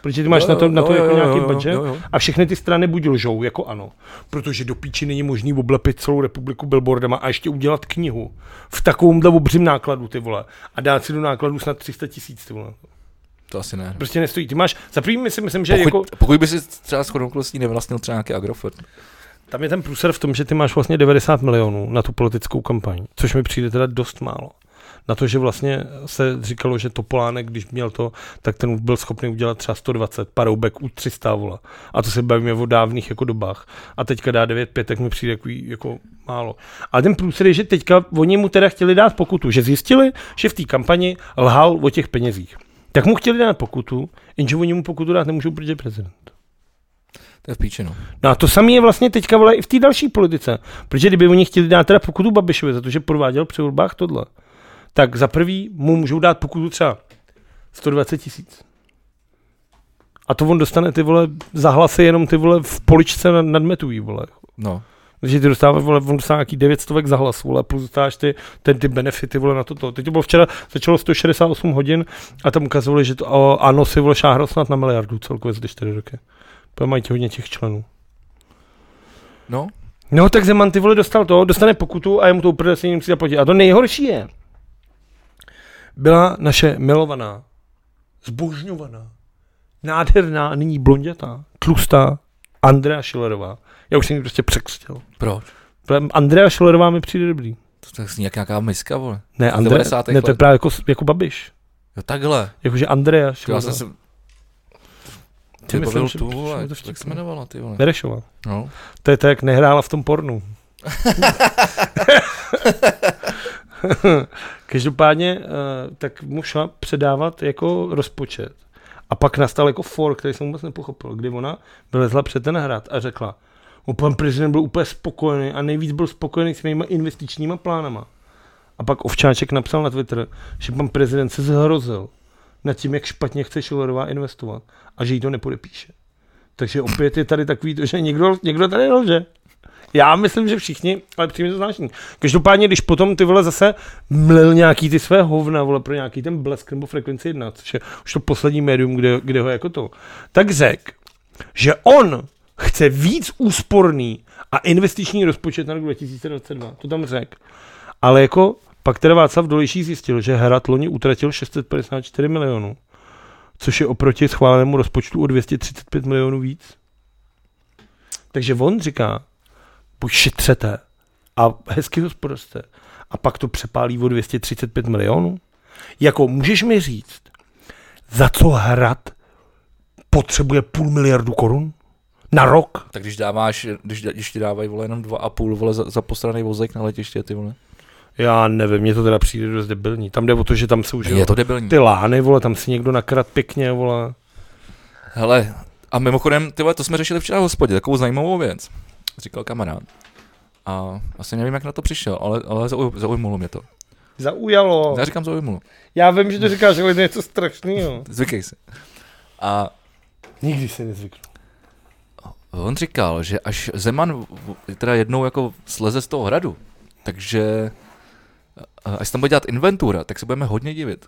Protože ty máš Jo, na to, na to jo, jako jo, nějaký jo, jo, budget jo, jo. a všechny ty strany buď lžou, jako ano. Protože do píči není možný oblepit celou republiku billboardama a ještě udělat knihu v takovémhle obřím nákladu, ty vole. A dát si do nákladu snad 300 tisíc, ty vole. To asi ne. Prostě nestojí. Ty máš, za první si myslím, že Pokud, jako... pokud by si třeba s chodonklostí nevlastnil třeba nějaký agrofert. Tam je ten průser v tom, že ty máš vlastně 90 milionů na tu politickou kampaň, což mi přijde teda dost málo. Na to, že vlastně se říkalo, že Topolánek, když měl to, tak ten byl schopný udělat třeba 120, paroubek u 300 vola. A to se bavíme o dávných jako dobách. A teďka dá 9 pětek mi přijde jako, jako málo. A ten průser je, že teďka oni mu teda chtěli dát pokutu, že zjistili, že v té kampani lhal o těch penězích. Tak mu chtěli dát pokutu, jenže oni mu pokutu dát nemůžou, protože je prezident. To je v píči, no. No a to samé je vlastně teďka vole i v té další politice. Protože kdyby oni chtěli dát teda pokutu Babišovi za to, že prováděl při volbách tohle, tak za prvý mu můžou dát pokutu třeba 120 tisíc. A to on dostane ty vole zahlasy jenom ty vole v poličce nad- nadmetují vole. no. Takže ty dostáváš, vole, on dostává nějaký 900 za hlas, vole, plus dostáváš ty, ten, ty benefity, vole, na toto. Teď to bylo včera, začalo 168 hodin a tam ukazovali, že to, o, ano, si, vole, šáhlo snad na miliardu celkově za ty 4 roky. Protože mají ti hodně těch členů. No, No, tak Zeman ty vole dostal to, dostane pokutu a jemu to úplně se musí zaplatit. A to nejhorší je, byla naše milovaná, zbožňovaná, nádherná, a nyní blondětá, tlustá Andrea Schillerová. Já už jsem ji prostě překřtil. proč? Protože Andrea Schillerová mi přijde dobrý. To, to zní jak nějaká miska, vole. Ne, Z Andre, 90. ne to je let. právě jako, jako Babiš. Jo, takhle. Jakože Andrea Já Schillerová. jsem se... Ty myslím, bavil že- tu, že vole, mi to no. jak se vtipné. jmenovala, ty vole. Berešová. No. To je tak, jak nehrála v tom pornu. Každopádně, eh, tak mu šla předávat jako rozpočet. A pak nastal jako for, který jsem vůbec nepochopil, kdy ona vylezla před ten hrad a řekla, "O, pan prezident byl úplně spokojený a nejvíc byl spokojený s mými investičníma plánama. A pak Ovčáček napsal na Twitter, že pan prezident se zhrozil nad tím, jak špatně chce Šilerová investovat a že jí to nepodepíše. Takže opět je tady takový, to, že někdo, někdo tady lže. Já myslím, že všichni, ale přímě to zvláštní. Každopádně, když potom ty vole zase mlil nějaký ty své hovna, vole, pro nějaký ten blesk nebo frekvenci 1, což je už to poslední médium, kde, kde ho jako to, tak řek, že on chce víc úsporný a investiční rozpočet na rok 2022. To tam řek. Ale jako pak teda Václav Dolejší zjistil, že Hrad loni utratil 654 milionů, což je oproti schválenému rozpočtu o 235 milionů víc. Takže on říká, buď šetřete a hezky hospodařte a pak to přepálí o 235 milionů. Jako můžeš mi říct, za co Hrad potřebuje půl miliardu korun na rok? Tak když dáváš, když, když ti dávají, vole, jenom dva a půl, vole, za, za posraný vozek na letiště, ty vole. Já nevím, mně to teda přijde dost debilní. Tam jde o to, že tam jsou že jo, Je to debilní. ty lány, vole, tam si někdo nakrat pěkně, vole. Hele, a mimochodem, ty vole, to jsme řešili včera v hospodě, takovou zajímavou věc, říkal kamarád. A asi nevím, jak na to přišel, ale, ale zauj- zaujmulo mě to. Zaujalo. Já říkám zaujmulo, Já vím, že to říkáš, ale to je něco strašného. zvykej si. A Nikdy si nezvyknu. on říkal, že až Zeman v- teda jednou jako sleze z toho hradu, takže a- až se tam bude dělat inventura, tak se budeme hodně divit.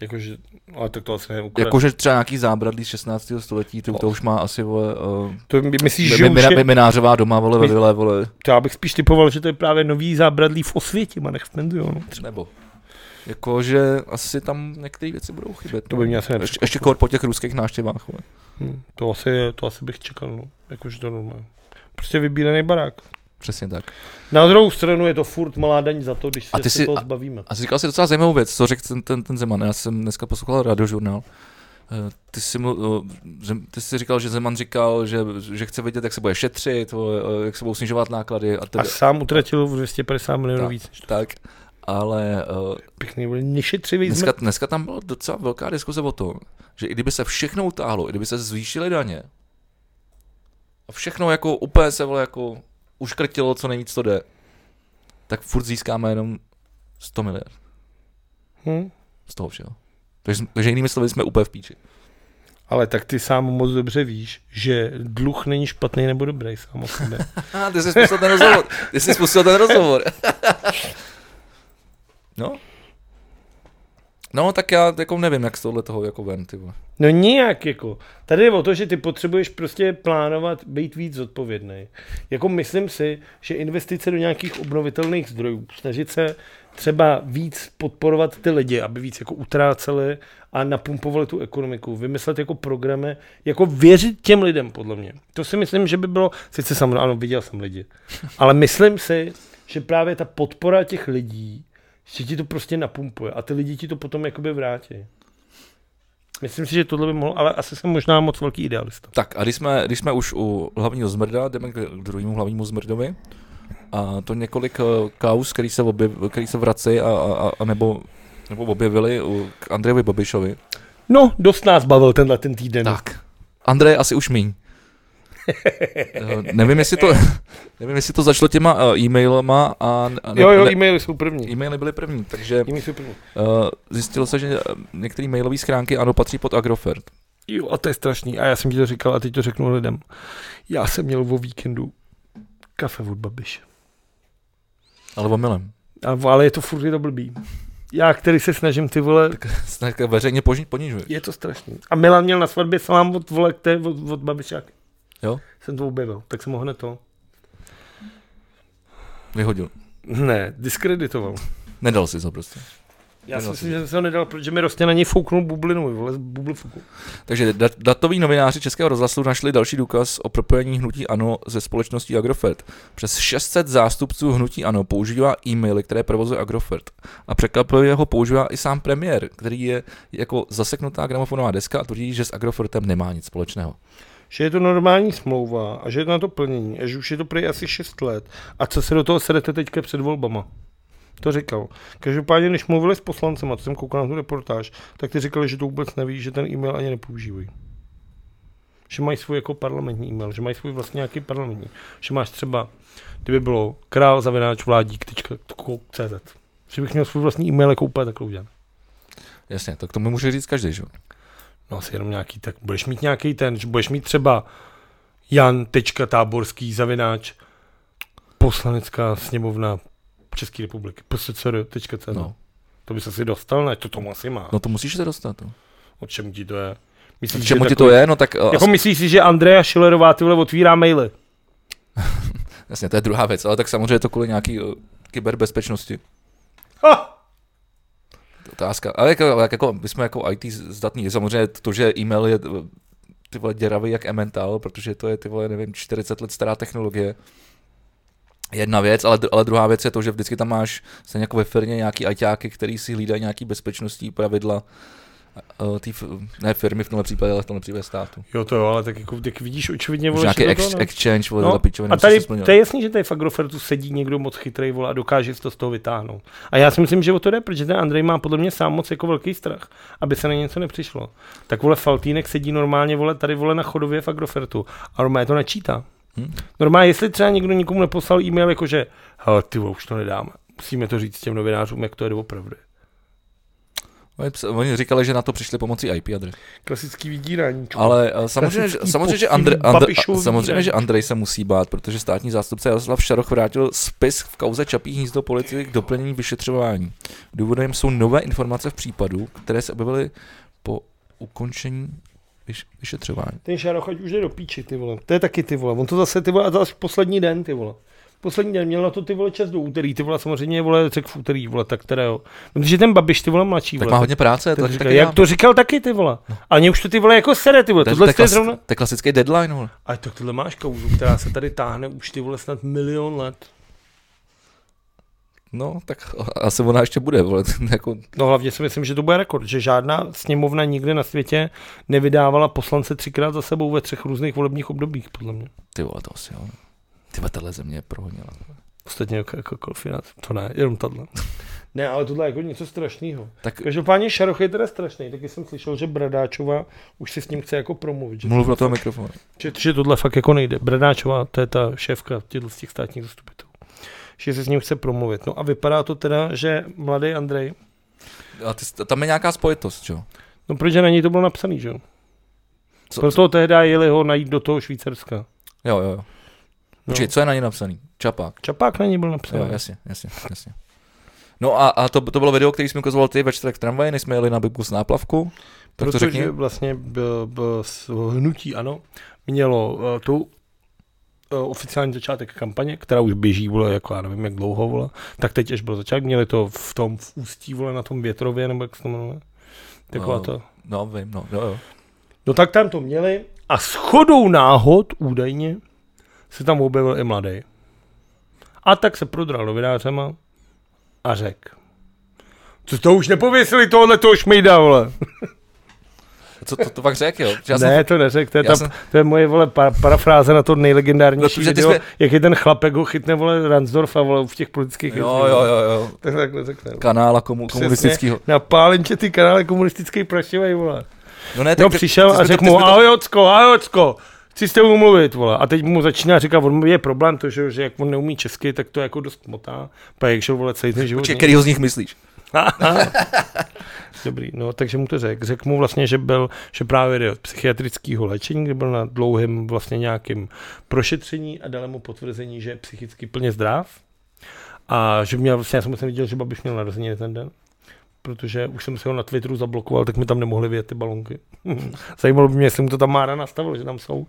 Jakože, Jako, ale tak to asi nevím. Jakože třeba nějaký zábradlí z 16. století, to, to už má asi vole, uh, to my- myslíš, že mi, už mi, mi, je, minářová doma, vole, ve My- vile, vole, to já bych spíš typoval, že to je právě nový zábradlí v Osvěti, a nech v no. penzionu. nebo. Jakože asi tam některé věci budou chybět. To no. by mě asi nepřekvapilo. Ještě, ještě kor po těch ruských návštěvách. vole. Hm, to, asi, to asi bych čekal, no. Jakože to normálně. Prostě vybílený barák. Přesně tak. Na druhou stranu je to furt malá daň za to, když A ty se, si- se toho a- zbavíme. A jsi říkal si docela zajímavou věc, co řekl ten, ten, ten Zeman. Já jsem dneska poslouchal radiožurnál. Eh, Ty jsi, mlu, eh, Zem- ty jsi říkal, že Zeman říkal, že, že chce vědět, jak se bude šetřit, vole, eh, jak se budou snižovat náklady a A tak. sám utratil 250 milionů Tak. víc. než to. tak. Ale eh, Pěkný, byl nešetřivý dneska, zmrt. dneska tam byla docela velká diskuze o tom, že i kdyby se všechno utáhlo, i kdyby se zvýšily daně, a všechno jako úplně se vole jako uškrtilo, co nejvíc to jde, tak furt získáme jenom 100 miliard. Hm? z toho všeho. Takže, takže jinými slovy jsme úplně v píči. Ale tak ty sám moc dobře víš, že dluh není špatný nebo dobrý sám o sobě. Aha, ty jsi spustil ten rozhovor. Ty jsi spustil ten rozhovor. *laughs* no. No, tak já jako nevím, jak z tohle toho jako ven, ty vole. No nijak, jako. Tady je o to, že ty potřebuješ prostě plánovat, být víc zodpovědný. Jako myslím si, že investice do nějakých obnovitelných zdrojů, snažit se třeba víc podporovat ty lidi, aby víc jako utráceli a napumpovali tu ekonomiku, vymyslet jako programy, jako věřit těm lidem, podle mě. To si myslím, že by bylo, sice samozřejmě, ano, viděl jsem lidi, ale myslím si, že právě ta podpora těch lidí Že ti to prostě napumpuje a ty lidi ti to potom jakoby vrátí. Myslím si, že tohle by mohlo, ale asi jsem možná moc velký idealista. Tak a když jsme, když jsme už u hlavního zmrda, jdeme k k druhému hlavnímu zmrdovi. A to několik eh, kaus, který se, objev, který se vrací a, a, a- a nebo, nebo objevili u, k Andrejovi Babišovi. No, dost nás bavil tenhle ten týden. Tak. Andrej asi už míň. Eh, nevím, jestli to, *laughs* nevím, jestli to začalo těma eh, e-mailama a, a ne, jo, jo, ne, e-maily jsou první. e-maily byly první, takže E-maily jsou první. eh, zjistilo se, že eh, některé mailové schránky ano patří pod Agrofert. Jo, a to je strašný. A já jsem ti to říkal a teď to řeknu lidem. Já jsem měl o víkendu kafe od Babiše. Ale omylem. A, ale je to furt je to blbý. Já, který se snažím ty vole, Tak *laughs* veřejně poži- ponižuje. je to strašný. A Milan měl na svatbě salám od vole, který od, od Babišák. Jo? Jsem to objevil, tak jsem ho hned to. Vyhodil. Ne, diskreditoval. Nedal si to prostě. Já si Nedal myslím, si. že jsem se ho nedal, protože mi prostě na něj fouknul bublinu, vole, bubl fuku. Takže dat- datoví novináři Českého rozhlasu našli další důkaz o propojení hnutí ANO ze společností Agrofert. Přes 600 zástupců hnutí ANO používá e-maily, které provozuje Agrofert. A překvapivě ho používá i sám premiér, který je jako zaseknutá gramofonová deska a tvrdí, že s Agrofertem nemá nic společného. Že je to normální smlouva a že je to na to plnění a že už je to prý asi 6 let. A co se do toho sedete teďka před volbama? To říkal. Každopádně, když mluvili s poslancem, a co jsem koukal na tu reportáž, tak ty říkali, že to vůbec neví, že ten e-mail ani nepoužívají. Že mají svůj jako parlamentní e-mail, že mají svůj vlastně nějaký parlamentní. Že máš třeba, kdyby bylo král zavináč vládík tečka tko- CZ. Že bych měl svůj vlastní e-mail jako úplně takhle udělaný. Jasně, tak to mi může říct každý, že? jo? No asi jenom nějaký, tak budeš mít nějaký ten, že budeš mít třeba jan.táborský zavináč poslanecká sněmovna České republiky. pscr.cz. No. No. To bys asi dostal, ne? To tomu asi má. No. no to musíš se dostat. No. O čem ti to je? K Myslíš, že čemu ti to takový- je? No tak eh, Jako myslíš si, že Andrea Schillerová tyhle otvírá maily? Jasně, to je druhá věc, ale tak samozřejmě je to kvůli nějaký eh, kyberbezpečnosti. Ha! Otázka. Ale jako, ale jako, my jsme jako IT zdatní. Samozřejmě to, že e-mail je eh, ty vole děravý jak Emmental, protože to je ty vole, nevím, 40 let stará technologie. Jedna věc, ale, dru- ale druhá věc je to, že vždycky tam máš se jako ve firmě nějaký ajťáky, který si hlídají nějaký bezpečnostní pravidla eh, tý, f- ne firmy v tomhle případě, ale v tomhle případě státu. Jo to jo, ale tak jako tak vidíš očividně, Už vole, nějaký že ex, to, exchange, vole, No, no, pičoviny, a musíš tady, se splňovat. to je jasný, že tady v Agrofertu sedí někdo moc chytrý vole a dokáže to z toho vytáhnout. A já si myslím, že o to jde, protože ten Andrej má podle mě sám moc jako velký strach, aby se na něco nepřišlo. Tak vole Faltínek sedí normálně vole tady vole na chodově v Agrofertu a normálně to načítá. Hm. Normálně, jestli třeba někdo někomu neposlal e-mail, jakože, hele, ty vole, už to nedáme. Musíme to říct těm novinářům, jak to je doopravdy. Oni ps- Oni říkali, že na to přišli pomocí IP adres. Klasický vydírání. čku. Ale eh, samozřejmě, že- Klasický samozřejmě, že poctivý Andr, Andr, Babišův a- samozřejmě, výdaj. že Andrej se musí bát, protože státní zástupce Jaroslav Šaroch vrátil spis v kauze Čapí hnízdo policii k doplnění vyšetřování. Důvodem jsou nové informace v případu, které se objevily po ukončení vyš- vyšetřování. Ten Šaroch, ať už jde do píči, ty vole. To je taky ty vole. On to zase ty vole, a zase poslední den, ty vole. Poslední den měl na to ty vole čas do úterý, ty vole, samozřejmě vole, řekl v úterý, vole, tak teda jo. Protože ten Babiš, ty vole, mladší, Tak vole. má hodně práce, ten tak, říkal, taky jak mám. No. to říkal taky, ty vole. A mě už to ty vole jako sere, ty vole, To je- tohle to je je zrovna. klasi- to je klasický deadline. vole. Ale tak tohle máš kauzu, která se tady táhne už ty vole snad milion let. No, tak asi ona ještě bude. Vole. *laughs* jako, No hlavně si myslím, že to bude rekord, že žádná sněmovna nikdy na světě nevydávala poslance třikrát za sebou ve třech různých volebních obdobích, podle mě. ty vole, to asi jo. Ty vole, tahle země je prohonila. Ostatně jako, jako finance. To ne, jenom tato. *laughs* Ne, ale tohle je jako něco strašného. Tak Každopádně Šaroch je teda strašný, taky jsem slyšel, že Bradáčová už si s ním chce jako promluvit, že, mluv do toho mikrofonu. že, že tohle fakt jako nejde. Bradáčová, to je ta šéfka těchto z těch státních zastupitelů že si s ním chce promluvit. No a vypadá to teda, že mladý Andrej, A ty, tam je nějaká spojitost, jo? no protože na něj to bylo napsaný, že jo? Co- Proto tehdy jeli ho najít do toho Švýcarska. Jo, jo, jo. Počkej, No. co je na ní napsaný? Čapák. Čapák na něj byl Jo, napsaný. jasně, jasně, jasně. No a, a to, to bylo video, který jsme ukazoval ty ve čtvrtek v tramvaji, než jsme jeli na Bibku s náplavku. Tak to řekni. Protože vlastně b, b, s- hnutí ano mělo uh, tu uh, oficiální začátek kampaně, která už běží, vole, jako já nevím, jak dlouho, vole, tak teď, až byl začátek, měli to v tom v ústí, vole, na tom větrově, nebo jak se to jmenuje, taková No. to. No, vím, no, jo, jo. No tak tam to měli a shodou náhod údajně se tam objevil i mladý. A tak se prodral novinářema a řekl, Co to už nepověsili tohle toho šmejda, vole? Co to, to pak řekl, jo? Že Já jsem, ne, to neřek, to je, já ta, jsem- to je moje, vole, pa, parafráze na to nejlegendárnější No, protože ty video, jsme- jak je ten chlapek ho chytne, vole, Ransdorfa, vole, v těch politických jo, jo, jo, jo. Tak takhle řekne. vole. Kanála komu, komunistického. Na pálenče ty kanály komunistický prašivej, vole. No ne, No ty- přišel ty a jsi- řekl ty jsi mu, to- ahoj Ocko, ahoj Ocko, chci s tebou mluvit, vole. A teď mu začíná říkat, on mu je problém to, že, že jak on neumí česky, tak to jako dost motá. Pak jak šel, vole, celý ten život. *laughs* Počkej, kterýho z nich myslíš? No. Dobrý, no, takže mu to řekl. Řekl mu vlastně, že byl, že právě jde od psychiatrického léčení, kde byl na dlouhém vlastně nějakým prošetření a dali mu potvrzení, že je psychicky plně zdrav. A že měl, vlastně já jsem moc neviděl, že Babiš měl narozeniny ten den protože už jsem si ho na Twitteru zablokoval, tak mi tam nemohly vyjet ty balonky. *laughs* Zajímalo by mě, jestli mu to tam Mára nastavil, že tam jsou.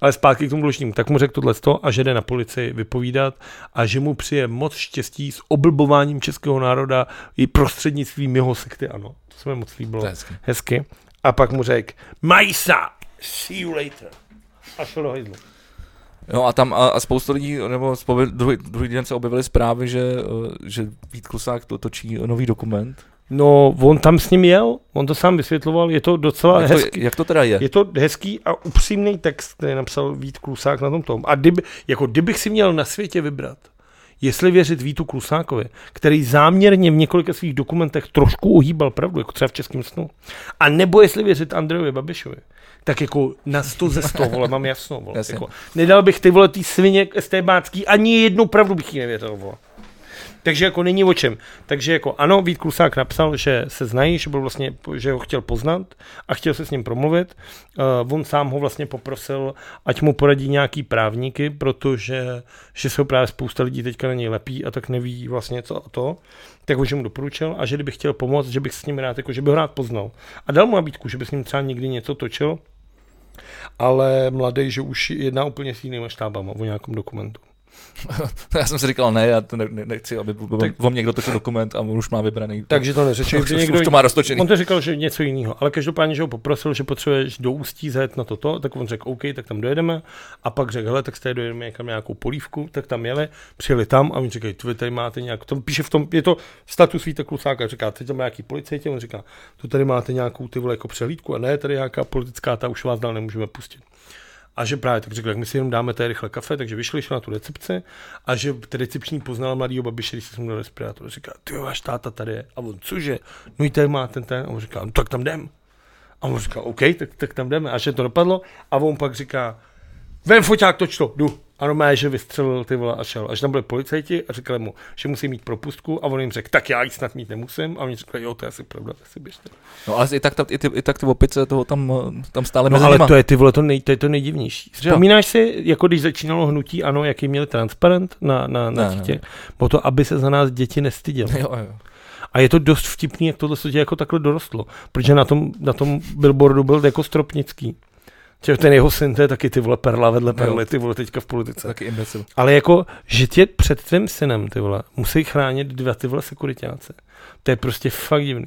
Ale zpátky k tomu dlužnímu. Tak mu řekl tohle a že jde na policii vypovídat a že mu přijde moc štěstí s oblbováním českého národa i prostřednictvím jeho sekty, ano. To se mi moc líbilo. To je hezky. Hezky. A pak mu řekl, Majsa, see you later. A šel do hajzlu. No a tam a, a spoustu lidí, nebo spouvi- druhý, druhý den se objevily zprávy, že, eh, že Vít Klusák to točí nový dokument. No, on tam s ním jel, on to sám vysvětloval, je to docela jak, hezky. to, jak to teda je? Je to hezký a upřímný text, který napsal Vít Klusák na tom tom. A kdyby, jako kdybych si měl na světě vybrat, jestli věřit Vítu Klusákovi, který záměrně v několika svých dokumentech trošku ohýbal pravdu, jako třeba v Českém snu, a nebo jestli věřit Andrejovi Babišovi, tak jako na 100 ze 100, vole, mám jasno, *laughs* vole. Jasně. Jako, nedal bych ty vole tý svině estébácký, ani jednu pravdu bych jí nevěřil, vole. Takže jako není o čem. Takže jako ano, Vít Klusák napsal, že se znají, že, byl vlastně, že ho chtěl poznat a chtěl se s ním promluvit. Uh, on sám ho vlastně poprosil, ať mu poradí nějaký právníky, protože že se ho právě spousta lidí teďka na něj lepí a tak neví vlastně co a to. Tak ho, že mu doporučil a že kdyby chtěl pomoct, že bych s ním rád, jako že by ho rád poznal. A dal mu nabídku, že by s ním třeba někdy něco točil, ale mladý, že už jedná úplně s jinýma štábama o nějakém dokumentu. *laughs* Já jsem si říkal, ne, já to ne, ne, nechci, aby tak... vám někdo točil dokument a on už má vybraný. Takže to *laughs* už, neřečil. už, už to má roztočený. On to říkal, že něco jiného, ale každopádně, že ho poprosil, že potřebuješ do ústí zajet na toto, tak on řekl OK, tak tam dojedeme. A pak řekl, hele, tak stejně dojedeme někam na nějakou polívku, tak tam jeli, přijeli tam a on říkají, ty tady máte nějak, tam píše v tom, je to status Víta Klusáka, říká, teď tam nějaký policajti, on říká, tu tady máte nějakou ty vole jako přehlídku a ne, tady nějaká politická, ta už vás dál nemůžeme pustit. A že právě tak řekl, jak my si jenom dáme tady rychle kafe, takže vyšli šli na tu recepci a že ten recepční poznal mladýho babiše, když se mu dal respirátor. Říká, ty jo, váš táta tady je. A on, cože? No i tady má ten ten. A on říká, no tak tam jdem. A on říká, OK, tak, tak tam jdeme. A že to dopadlo. A on pak říká, vem foťák, toč to, jdu. A normálně, že vystřelil ty vole a šel. Až tam byli policajti a řekli mu, že musí mít propustku a on jim řekl, tak já ji snad mít nemusím. A oni řekli, jo, to je asi pravda, tak si běžte. No ale i tak, ta, i, ty, i tak ty opice toho tam, eh, tam stále No mezi ale nima. to je, ty vole, to, nej, to je to nejdivnější. Že jo? Vzpomínáš si, jako když začínalo hnutí, ano, jaký měli transparent na, na, na Ne, ne. dítě? Bylo to, aby se za nás děti *laughs* nestyděly. Jo, jo. A je to dost vtipný, jak tohle se tě jako takhle dorostlo. Protože na tom, na tom billboardu byl jako Stropnický. Tě, ten jeho syn, to je taky ty vole perla vedle perly, ty vole teďka v politice. Taky imbecil. Ale jako, že tě před tvým synem, ty vole, musí chránit dva ty vole sekuritáce. To je prostě fakt divný.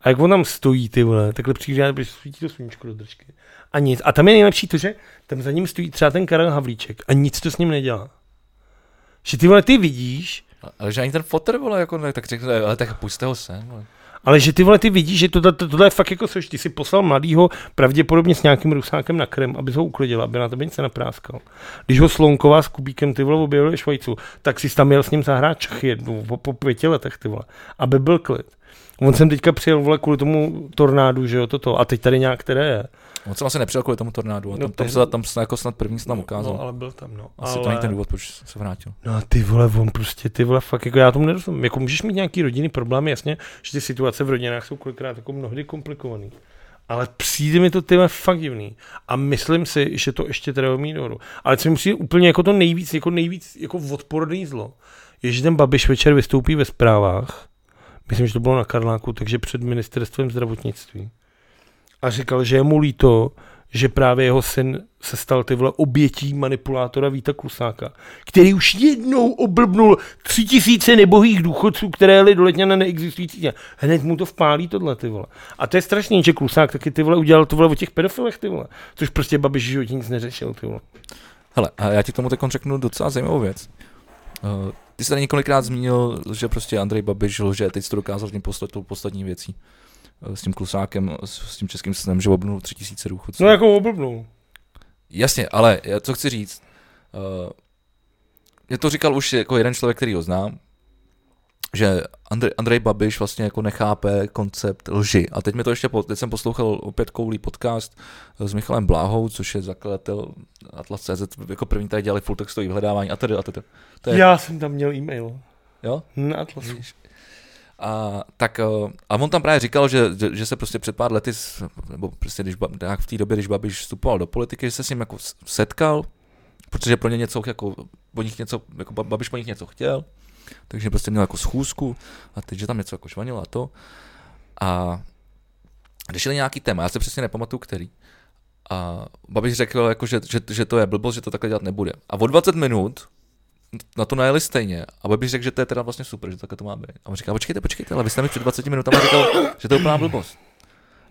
A jak on tam stojí, ty vole, takhle přijde, protože svítí to sluníčko do držky. A nic. A tam je nejlepší to, že tam za ním stojí třeba ten Karel Havlíček a nic to s ním nedělá. Že ty vole, ty vidíš, A- Ale že ani ten fotr, vole, jako ne, tak řekne, ale tak pusťte ho sem, vole. ale že ty vole, ty vidíš, že tohle, to- tohle je fakt jako což, ty si poslal mladýho pravděpodobně s nějakým rusákem na Krym, aby ho uklidil, aby na tebe nic nenapráskal. Když ho Slonková s Kubíkem ty vole objevili ve Švajcu, tak si tam jel s ním zahrát čachy jednou po, po pěti letech ty vole, aby byl klid. On jsem teďka přijel vole kvůli tomu tornádu, že jo, toto, a teď tady nějak které je. On jsem asi nepřijel kvůli tomu tornádu, a No, tam, to tam, je- se, tam se jako snad první se tam ukázal. ale byl tam, no. asi to není ten důvod, proč se vrátil. No a ty vole, on prostě, ty vole, fakt, jako já tomu nerozumím. Jako můžeš mít nějaký rodinný problém, jasně, že ty situace v rodinách jsou kolikrát jako mnohdy komplikovaný. Ale přijde mi to ty vole, fakt divný. A myslím si, že to ještě teda mít dohodu. Ale co mi přijde úplně jako to nejvíc, jako nejvíc jako odporný zlo, je, že ten Babiš večer vystoupí ve zprávách, myslím, že to bylo na Karláku, takže před ministerstvem zdravotnictví. A říkal, že je mu líto, že právě jeho syn se stal ty vole obětí manipulátora Víta Klusáka, který už jednou oblbnul tři tisíce nebohých důchodců, které jeli do letně na neexistující dně. Hned mu to vpálí tohle, ty vole. A to je strašný, že Klusák taky ty vole udělal to vole o těch pedofilech, ty vole. Což prostě Babiš v životě nic neřešil, ty vole. Hele, a já ti k tomu teď řeknu docela zajímavou věc. Eh, Uh, ty jsi tady několikrát zmínil, že prostě Andrej Babiš lže, teď jsi to dokázal tím posled, tou poslední věcí. Eh, S tím klusákem, s, s tím českým snem, že obnul tři tisíce důchodců. No jako oblbnul. Jasně, ale já- co chci říct. Uh, mě to říkal už jako jeden člověk, který ho znám, že Andrej, Andrej Babiš vlastně jako nechápe koncept lži. A teď, mi to ještě, po, teď jsem poslouchal opět koulí podcast eh, s Michalem Bláhou, což je zakladatel Atlas.cz, jako první tady dělali full textový vyhledávání a tedy a tedy. To je- Já jsem tam měl e-mail. Jo? Na Atlasu. A, tak, eh, a on tam právě říkal, že, že- že se prostě před pár lety, s- nebo prostě když, Ba- nějak v té době, když Babiš vstupoval do politiky, že se s ním jako s- setkal, protože pro ně něco, jako, po nich něco, jako Ba- Babiš po nich něco chtěl, takže prostě měl jako schůzku a teď, že tam něco jako švanil a to. A řešili nějaký téma, já se přesně nepamatuju, který. A Babiš řekl, jako, že, že, že, to je blbost, že to takhle dělat nebude. A o 20 minut na to najeli stejně. A Babiš řekl, že to je teda vlastně super, že takhle to má být. A on říká, počkejte, počkejte, ale vy jste mi před 20 minutami říkal, že to je úplná blbost.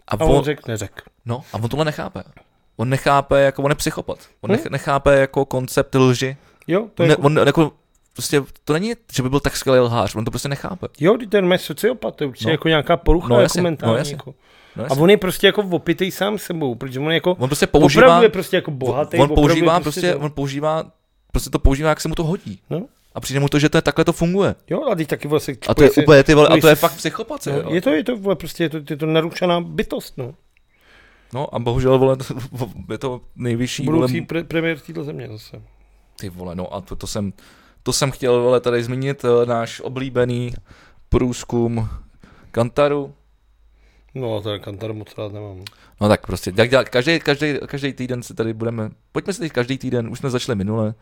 A, A on- on řekl, neřekl. No, a on tohle nechápe. On nechápe, jako on je psychopat. On nech, nechápe jako koncept lži. Jo, Hm? to To je ne, jako, On jako, prostě, to není, že by byl tak skvělý lhář, on to prostě nechápe. jo, ty ten je sociopat, to je určitě No. jako nějaká porucha No, no, jako jasně, no, mentální. jasně. jako. No, A jasně. on je prostě jako opitej sám sebou, protože on je jako, on prostě používá, opravdu je prostě jako bohatý. on používá, opravdu je prostě, on používá, prostě to používá, jak se mu to hodí. No. A přijde mu to, že to je, takhle to funguje. Jo, a teď taky vlastně... A to je se- úplně ty vole, a bude to je se- fakt psychopat, No, no, je to, je to, vole, prostě je to, je to narušená bytost, no. no a bohužel, vole, je to nejvyšší, vole, Budoucí pre, premiér této země zase. Ty vole, no a to, to jsem, to jsem chtěl vole, tady zmínit, eh, náš oblíbený průzkum Kantaru. No a ten Kantar moc rád nemám. No tak prostě, jak dělat, každý, každý, každý týden se tady budeme, pojďme se teď každý týden, už jsme začali minule,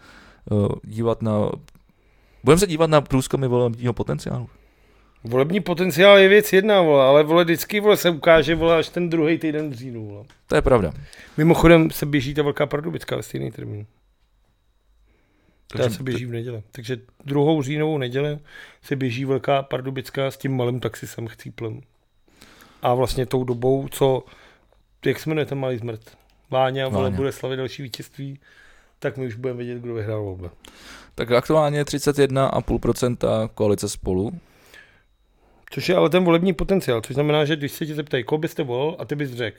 eh, dívat na, budeme se dívat na průzkumy volebního potenciálu. Volební potenciál je věc jedna, vole, ale vole, vždycky vole, se ukáže vole, až ten druhý týden v říjnu. Vole. To je pravda. Mimochodem se běží ta velká pardubická ve stejný termín. Ta Takže- se běží v neděli. Takže druhou říjnovou neděli se běží velká pardubická s tím malým taxisem chcíplem. A vlastně tou dobou, co, jak se jmenuje ten malý zmrt? Váňa, vole, Váňa. bude slavit další vítězství, tak my už budeme vědět, kdo vyhrál volby. Tak aktuálně 31,5% koalice spolu. Což je ale ten volební potenciál, což znamená, že když se tě zeptají, koho byste volil a ty bys řekl,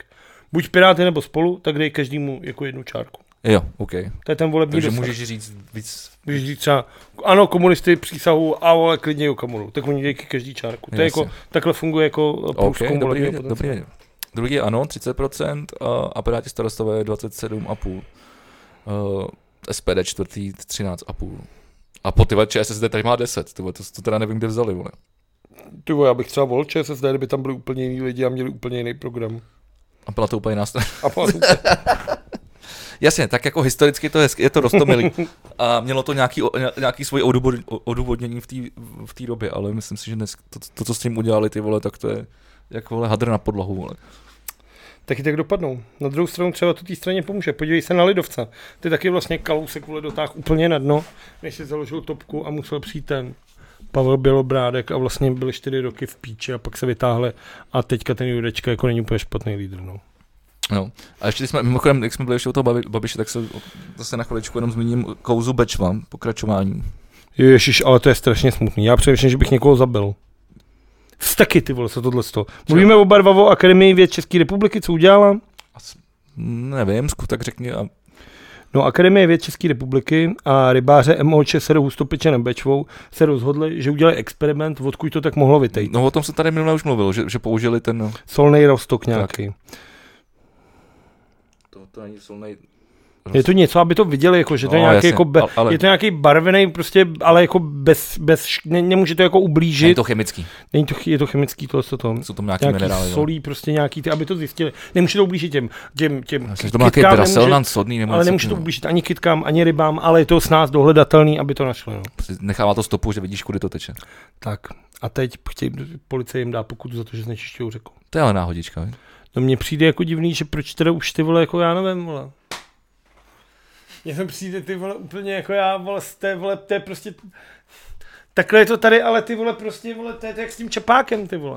buď Piráty nebo spolu, tak dej každému jako jednu čárku. Jo, OK. To je ten volební Takže dosah. můžeš říct víc. Můžeš říct třeba, ano, komunisty přísahu a vole, klidně Okamuru. Tak oni dějí ke každý čárku. To je Jasně. jako, takhle funguje jako OK, průzkum dobrý, okay, volebního vědět, dobrý. potenciálu. vědět. Druhý je ano, 30% a, a Piráti starostové 27,5. Uh, SPD čtvrtý 13,5. A po ty vole, ČSSD tady má 10, ty vole, to, to teda nevím, kde vzali, vole. Ty vole, já bych třeba volil ČSSD, kdyby tam byli úplně jiní lidi a měli úplně jiný program. A byla to úplně nástroj. A pak- Jasně, tak jako historicky to je, je to rostomilý. A mělo to nějaký, o- ně- nějaký svoje odůvod- o- odůvodnění v té v té době, ale myslím si, že dnes, to, to, co s tím udělali ty vole, tak to je jak vole hadr na podlahu, vole. taky tak dopadnou. Na druhou stranu třeba to té straně pomůže. Podívej se na Lidovce. Ty taky vlastně kalousek vole dotáhl úplně na dno, než si založil topku a musel přijít ten Pavel Bělobrádek a vlastně byly čtyři roky v píči a pak se vytáhle a teďka ten Jurečka jako není úplně špatný lídr. No. No. A ještě když jsme, mimochodem, jak jsme byli ještě u toho Babi- Babiše, tak se o- zase na chviličku jenom zmíním Kouzu Bečva, pokračování. Ježíš, ale to je strašně smutný. Já přemýšlím, že bych někoho zabil. Vztaky ty vole, co tohle sto. Mluvíme oba dva o Akademii věd České republiky, co udělala? As, nevím, zkus tak řekni. A, No, Akademie věd České republiky a rybáře MOČ Seru Hustopečenem Bečvou se rozhodli, že udělají experiment, odkud to tak mohlo vytejt. no o tom se tady minule už mluvil, že, že použili ten... Solnej rostok nějaký. To, to není silnej... Je to něco, aby to viděli, jako, že to je No, nějaký, jasně, jako be, ale- ale- je to nějaký barvený, prostě, ale jako bez, bez š- ne, nemůže to jako Je ublížit. to chemický, Není to, ch- je to chemický to, co to. jsou tam nějaký, Nějaký minerály. no. jo. solí, prostě nějaký ty, aby to zjistili. Nemůže to ublížit těm, těm, těm Myslím, kit- že to má nějaký kitkám draselnan sodný, nebo ale něco nemůže to takového. ublížit ani kitkám, ani rybám, ale je to s nás dohledatelný, aby to našli. No. Prostě Nechává to stopu, že vidíš, kudy to teče. Tak. A teď chtějí, policie jim dá pokutu za to, že znečišťují řeku. To je ale náhodička, vi? No mně přijde jako divný, že proč teda už ty vole, jako já nevím, vole. Mně to přijde ty vole úplně jako já, vole, z té vole, to je prostě... Takhle je to tady, ale ty vole prostě, vole, to je to jak s tím čepákem, ty vole.